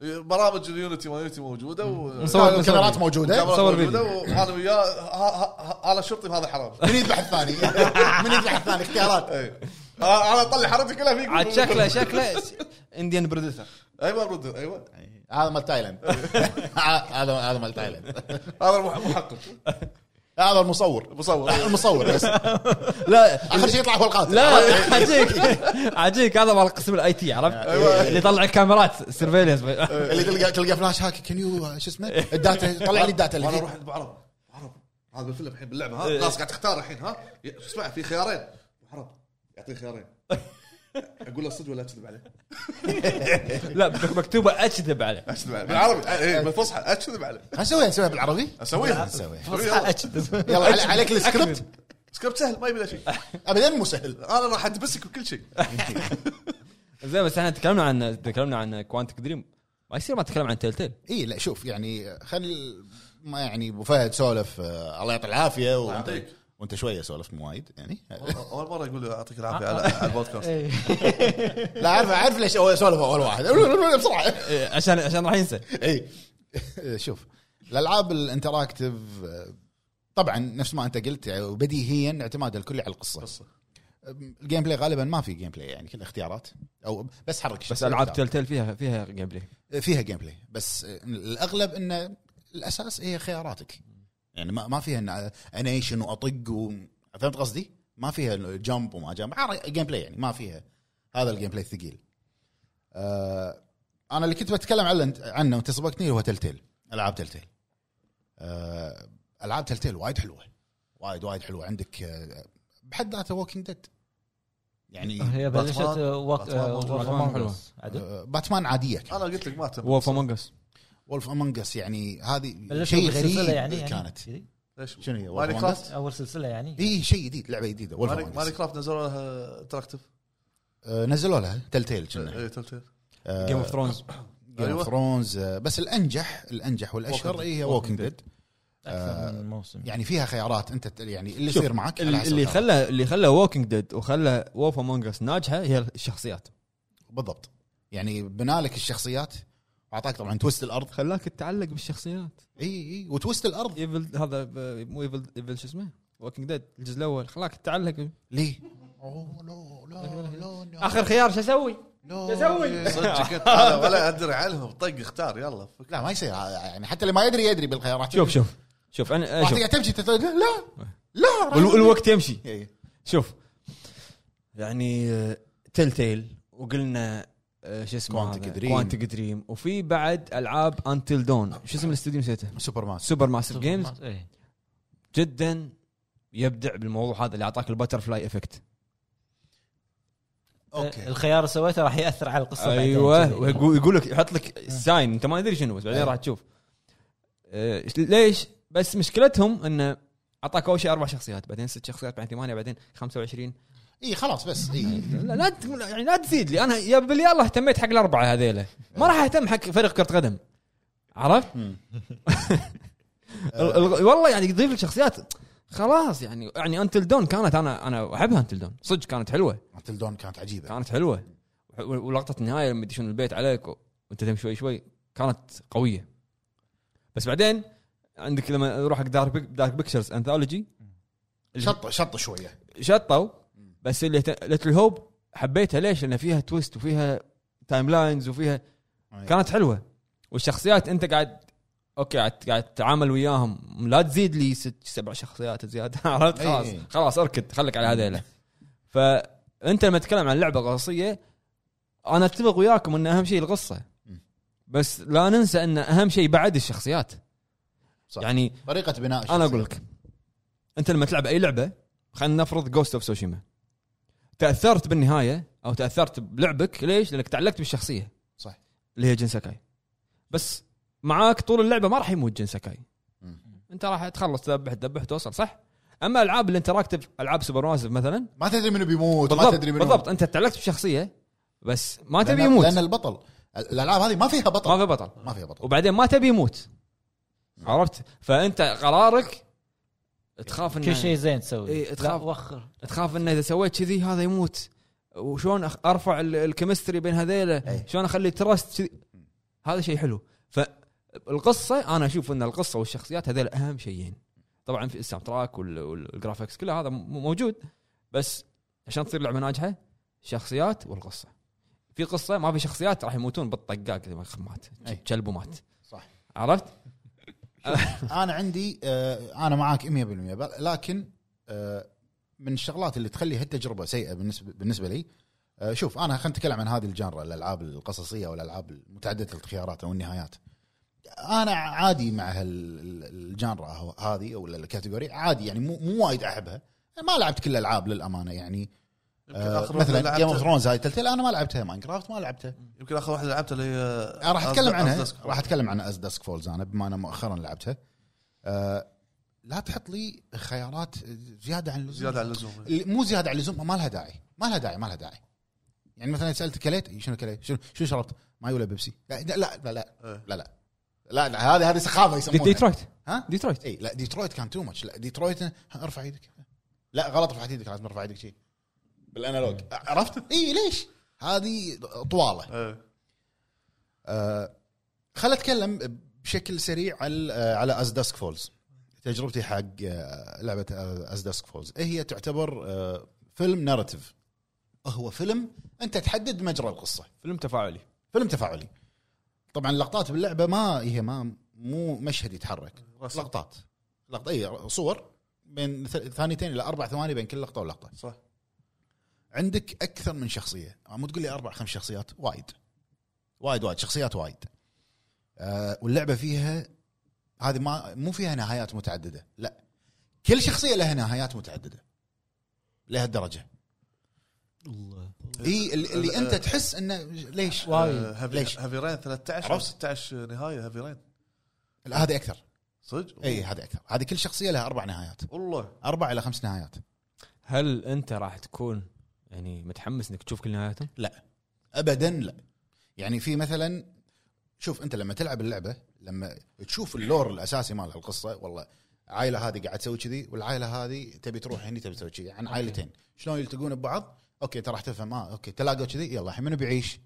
Speaker 2: برامج اليونتي ما يونتي موجوده و
Speaker 1: نصور- نصور
Speaker 4: الكاميرات
Speaker 1: فيديو.
Speaker 4: موجوده
Speaker 2: كاميرات
Speaker 1: نصور
Speaker 2: موجودة وانا وياه ها- ها- ها- انا شرطي بهذا حرام
Speaker 4: من يذبح الثاني من يذبح الثاني اختيارات
Speaker 2: اي آه، انا اطلع حرامتي كلها فيك
Speaker 1: عاد شكله شكله انديان بروديوسر
Speaker 2: ايوه برد ايوه
Speaker 4: هذا مال تايلاند هذا هذا مال تايلاند
Speaker 2: هذا المح- محقق
Speaker 4: هذا المصور
Speaker 2: مصور
Speaker 4: المصور بس
Speaker 1: لا
Speaker 4: اخر شيء يطلع هو القاتل
Speaker 1: لا عجيك عجيك هذا مال قسم الاي تي عرفت اللي يطلع الكاميرات سيرفيلنس
Speaker 2: إيه.
Speaker 4: اللي تلقى تلقى فلاش هاك كان يو شو اسمه الداتا طلع لي الداتا اللي
Speaker 2: وانا
Speaker 4: فيه.
Speaker 2: اروح عند أبو عرب أبو عرب هذا بالفيلم الحين باللعبه ها الناس قاعد تختار الحين ها شو اسمع في خيارين أبو عرب يعطيه خيارين اقول له صدق ولا اكذب عليه؟
Speaker 1: لا مكتوبه اكذب عليه
Speaker 2: اكذب عليه بالعربي إي، بالفصحى اكذب عليه
Speaker 4: خلينا نسويها نسويها بالعربي
Speaker 2: اسويها
Speaker 4: نسويها
Speaker 2: يلا.
Speaker 3: اكذب
Speaker 4: يلا علي- عليك السكريبت
Speaker 2: سكريبت سهل ما يبي له شيء
Speaker 4: ابدا مو سهل
Speaker 2: انا راح ادبسك بكل شيء
Speaker 1: زين بس احنا تكلمنا عن تكلمنا عن كوانتك دريم ما يصير ما نتكلم عن تيل تيل
Speaker 4: اي لا شوف يعني خلي ما يعني ابو فهد سولف آه، الله يعطي العافيه و...
Speaker 2: يعطيك.
Speaker 4: وانت شويه سولفت مو وايد يعني
Speaker 2: اول مره يقول له يعطيك العافيه على على البودكاست
Speaker 3: إيه.
Speaker 4: لا اعرف اعرف ليش اول سولف اول واحد بسرعه
Speaker 1: إيه، عشان عشان راح ينسى
Speaker 4: اي شوف الالعاب الانتراكتيف آه، طبعا نفس ما انت قلت يعني بديهيا اعتمادها الكلي على القصه
Speaker 2: قصة.
Speaker 4: الجيم بلاي غالبا ما في جيم بلاي يعني كلها اختيارات او بس حرك
Speaker 1: بس
Speaker 4: الشخصية
Speaker 1: العاب
Speaker 4: وتعال.
Speaker 1: تيل تيل فيها فيها جيم بلاي
Speaker 4: فيها جيم بلاي بس آه، الاغلب انه الاساس هي خياراتك يعني ما ما فيها إن انيشن واطق و... فهمت قصدي؟ ما فيها جمب وما جمب عر- جيم بلاي يعني ما فيها هذا الجيم بلاي الثقيل آه انا اللي كنت بتكلم عنه عنه وانت سبقتني هو تلتيل العاب تلتيل آه العاب تلتيل وايد حلوه وايد وايد حلوه عندك آه بحد ذاته ووكينج ديد يعني
Speaker 3: آه، هي بلشت وقت
Speaker 1: باتمان حلوة.
Speaker 3: عدل
Speaker 4: آه، باتمان عاديه كانت.
Speaker 2: انا قلت لك ما تم
Speaker 1: وولف امونج اس
Speaker 4: وولف امونج اس يعني هذه
Speaker 3: بلشت
Speaker 4: شيء
Speaker 3: أول سلسلة
Speaker 4: غريب
Speaker 3: يعني يعني
Speaker 4: كانت إيه.
Speaker 3: كذي؟
Speaker 2: ليش
Speaker 4: شنو هي
Speaker 2: ماينكرافت؟
Speaker 4: وولف
Speaker 3: اول سلسله يعني
Speaker 4: اي شيء جديد لعبه جديده وولف
Speaker 2: ماني
Speaker 4: امونج
Speaker 2: ماني
Speaker 4: اس
Speaker 2: كرافت نزلوا لها تراكتف
Speaker 4: أه، نزلوا لها تل تيل كنا
Speaker 1: أه،
Speaker 2: اي تلتيل
Speaker 1: جيم اوف ثرونز
Speaker 4: جيم
Speaker 2: أيوة.
Speaker 4: اوف ثرونز أه، بس الانجح الانجح والاشهر
Speaker 2: Walking
Speaker 4: هي
Speaker 2: Dead.
Speaker 4: ووكينج ديد
Speaker 3: اكثر من موسم
Speaker 4: يعني فيها خيارات انت ت- يعني اللي
Speaker 1: شوف،
Speaker 4: يصير معك على حسب
Speaker 1: اللي
Speaker 4: خياراتك.
Speaker 1: خلى اللي خلى ووكينج ديد وخلى وولف امونج اس ناجحه هي الشخصيات
Speaker 4: بالضبط يعني بنالك الشخصيات واعطاك طبعا تويست الارض
Speaker 1: خلاك تتعلق بالشخصيات
Speaker 4: اي اي وتويست الارض
Speaker 1: ايفل هذا ب- مو ايفل ايفل شو اسمه ووكينج ديد الجزء الاول خلاك تتعلق
Speaker 4: ليه؟ اوه لا لا لا
Speaker 1: اخر خيار شو اسوي؟
Speaker 4: لا
Speaker 1: تسوي.
Speaker 2: صدق قلت أنا ولا ادري عنهم طق اختار يلا فك.
Speaker 4: لا ما يصير يعني حتى اللي ما يدري يدري بالخيارات
Speaker 1: شوف شوف شوف انا
Speaker 4: راح
Speaker 1: شوف
Speaker 4: تقعد تمشي تت- لا لا راح-
Speaker 1: والو- الوقت يمشي
Speaker 4: إي.
Speaker 1: شوف يعني تيل تيل وقلنا آه، شو اسمه
Speaker 4: Quantic
Speaker 1: هذا؟
Speaker 4: Dream.
Speaker 1: Quantic Dream. وفي بعد العاب
Speaker 4: إيه.
Speaker 1: انتل دون شو اسم الاستوديو نسيته
Speaker 4: سوبر مان
Speaker 1: سوبر ماسيف جيمز
Speaker 3: إيه.
Speaker 1: جدا يبدع بالموضوع هذا اللي اعطاك البترفلاي افكت إيه.
Speaker 3: اوكي
Speaker 2: اوكي
Speaker 3: الخيار اللي سويته راح ياثر على القصه بعدين يعني؟
Speaker 1: ايوه
Speaker 3: كذي.
Speaker 1: ويقول يقول لك يحط لك ساين انت ما تدري شنو بس بعدين
Speaker 4: أيوة.
Speaker 1: راح تشوف آه، ليش بس مشكلتهم انه اعطاك اول شيء اربع شخصيات بعدين ست شخصيات بعدين ثمانيه بعدين 25
Speaker 4: اي إيه، خلاص بس اي
Speaker 1: لا لا ت- يعني لا تزيد لي انا يا بالله الله اهتميت حق الاربعه هذيله ما راح اهتم حق فريق كره قدم عرفت؟
Speaker 4: مم.
Speaker 1: ال- ال- والله يعني تضيف الشخصيات خلاص يعني يعني انتل دون كانت انا انا احبها انتل دون صدق كانت حلوه
Speaker 4: ماتل دون كانت عجيبه
Speaker 1: كانت حلوه وح- ولقطه النهايه لما يدشون البيت عليك و- وانت تمشي شوي شوي كانت قويه بس بعدين عندك لما نروح حق دارك بيك- دارك بيكتشرز انثولوجي
Speaker 4: شط شط شويه
Speaker 1: شطوا بس اللي ليتل هوب حبيتها ليش؟ لان فيها تويست وفيها تايم لاينز وفيها
Speaker 4: أيوة.
Speaker 1: كانت حلوه والشخصيات انت قاعد اوكي قاعد قاعد تتعامل وياهم لا تزيد لي ست سبع شخصيات زياده عرفت
Speaker 4: أي
Speaker 1: خلاص
Speaker 4: أي.
Speaker 1: خلاص اركد خليك على هذيلا
Speaker 4: إيه.
Speaker 1: فانت لما تتكلم عن لعبه قصصيه انا اتفق وياكم ان اهم شيء القصه
Speaker 4: مم.
Speaker 1: بس لا ننسى ان اهم شيء بعد الشخصيات
Speaker 4: صح.
Speaker 1: يعني
Speaker 4: طريقه
Speaker 1: انا
Speaker 4: بناء الشخصية.
Speaker 1: اقول لك انت لما تلعب اي لعبه خلينا نفرض جوست اوف سوشيما تاثرت بالنهايه او تاثرت بلعبك ليش؟ لانك تعلقت بالشخصيه
Speaker 4: صح.
Speaker 1: اللي هي جين ساكاي بس معاك طول اللعبه ما راح يموت جين ساكاي
Speaker 4: مم.
Speaker 1: انت راح تخلص تذبح تذبح توصل صح؟ اما العاب الانتراكتيف العاب سوبر ماسف مثلا
Speaker 4: ما تدري منو بيموت ما
Speaker 1: بالضبط
Speaker 4: تدري منو
Speaker 1: بالضبط انت تعلقت بشخصيه بس ما
Speaker 4: لأن-
Speaker 1: تبي يموت
Speaker 4: لان البطل الالعاب هذه ما فيها
Speaker 1: ما
Speaker 4: بطل
Speaker 1: في بطل
Speaker 4: ما فيها بطل
Speaker 1: وبعدين ما تبي يموت عرفت؟ فانت قرارك تخاف انه
Speaker 3: كل شيء زين تسوي
Speaker 1: إيه،
Speaker 3: لا،
Speaker 1: تخاف.
Speaker 3: وخر
Speaker 1: تخاف انه اذا سويت كذي هذا يموت وشلون أخ- ارفع ال- الكيمستري بين هذيلا
Speaker 4: أي.
Speaker 1: شلون اخلي تراست كذي هذا شيء حلو فالقصه انا اشوف ان القصه والشخصيات هذيلا اهم شيئين طبعا في الساوند تراك وال- وال- والجرافيكس كله هذا م- موجود بس عشان تصير لعبه ناجحه شخصيات والقصه في قصه ما في شخصيات راح يموتون بالطقاق إذا ما خ- مات
Speaker 4: أي.
Speaker 1: كلب ومات
Speaker 4: صح.
Speaker 1: عرفت؟
Speaker 4: انا عندي آه، انا معاك 100% بل- لكن آه، من الشغلات اللي تخلي هالتجربه سيئه بالنسبه بالنسبه لي آه، شوف انا خلينا نتكلم عن هذه الجانرا الالعاب القصصيه والالعاب متعدده الخيارات او النهايات انا عادي مع هالجانرا هذه او الكاتيجوري عادي يعني مو مو وايد احبها انا ما لعبت كل الالعاب للامانه يعني آه، مثلا جيم اوف ثرونز هاي تلتل انا ما لعبتها ماينكرافت ما لعبتها
Speaker 2: يمكن اخر واحده لعبتها اللي هي آه،
Speaker 4: أنا آه، راح اتكلم
Speaker 2: أصدق-
Speaker 4: عنها
Speaker 2: أصدق.
Speaker 4: راح اتكلم عن از داسك فولز انا بما انا مؤخرا لعبتها آه لا تحط لي خيارات زياده عن اللزوم
Speaker 2: زياده عن اللزوم إيه،
Speaker 4: اللي- مو زياده عن اللزوم ما لها داعي ما لها داعي ما لها داعي يعني مثلا سالت كليت شنو كليت شنو شنو شربت ماي ولا بيبسي لا لا لا لا لا
Speaker 2: إيه.
Speaker 4: لا, لا. لا, لا هذه هذه سخافه
Speaker 1: دي-
Speaker 4: يسمونها
Speaker 1: ديترويت
Speaker 4: ها
Speaker 1: ديترويت
Speaker 4: اي لا ديترويت كان تو ماتش لا ديترويت ها، ارفع ايدك لا غلط رفعت ايدك لازم ارفع ايدك شي بالانالوج عرفت؟ اي ليش؟ هذه طواله
Speaker 2: إيه.
Speaker 4: آه، خل اتكلم بشكل سريع على آه، على از داسك فولز تجربتي حق آه، لعبه از داسك فولز إيه هي تعتبر آه، فيلم ناراتيف هو فيلم انت تحدد مجرى القصه
Speaker 1: فيلم تفاعلي
Speaker 4: فيلم تفاعلي طبعا اللقطات باللعبه ما هي ما مو مشهد يتحرك
Speaker 2: رسم.
Speaker 4: لقطات لقطه اي صور بين ث- ثانيتين الى اربع ثواني بين كل لقطه ولقطه
Speaker 2: صح
Speaker 4: عندك اكثر من شخصيه مو تقول لي اربع خمس شخصيات وايد وايد وايد شخصيات وايد آه واللعبه فيها هذه ما مو فيها نهايات متعدده لا كل شخصيه لها نهايات متعدده لهالدرجه
Speaker 3: الله
Speaker 4: اي اللي, اللي انت تحس انه ليش
Speaker 2: آه،
Speaker 4: وايد
Speaker 2: هافي
Speaker 4: طيب، ليش
Speaker 2: هافي رين 13 او
Speaker 4: عرفت؟
Speaker 2: 16 نهايه هافي رين
Speaker 4: لا، هذه اكثر
Speaker 2: صدق؟
Speaker 4: اي هذه اكثر هذه كل شخصيه لها اربع نهايات
Speaker 2: والله
Speaker 4: اربع الى خمس نهايات
Speaker 1: هل انت راح تكون يعني متحمس انك تشوف كل نهاياتهم؟
Speaker 4: ابدا لا يعني في مثلا شوف انت لما تلعب اللعبه لما تشوف اللور الاساسي مال القصه والله عائله هذه قاعد تسوي كذي والعائله هذه تبي تروح هني تبي تسوي كذي عن عائلتين شلون يلتقون ببعض اوكي انت راح تفهم اه اوكي تلاقوا كذي يلا الحين منو بيعيش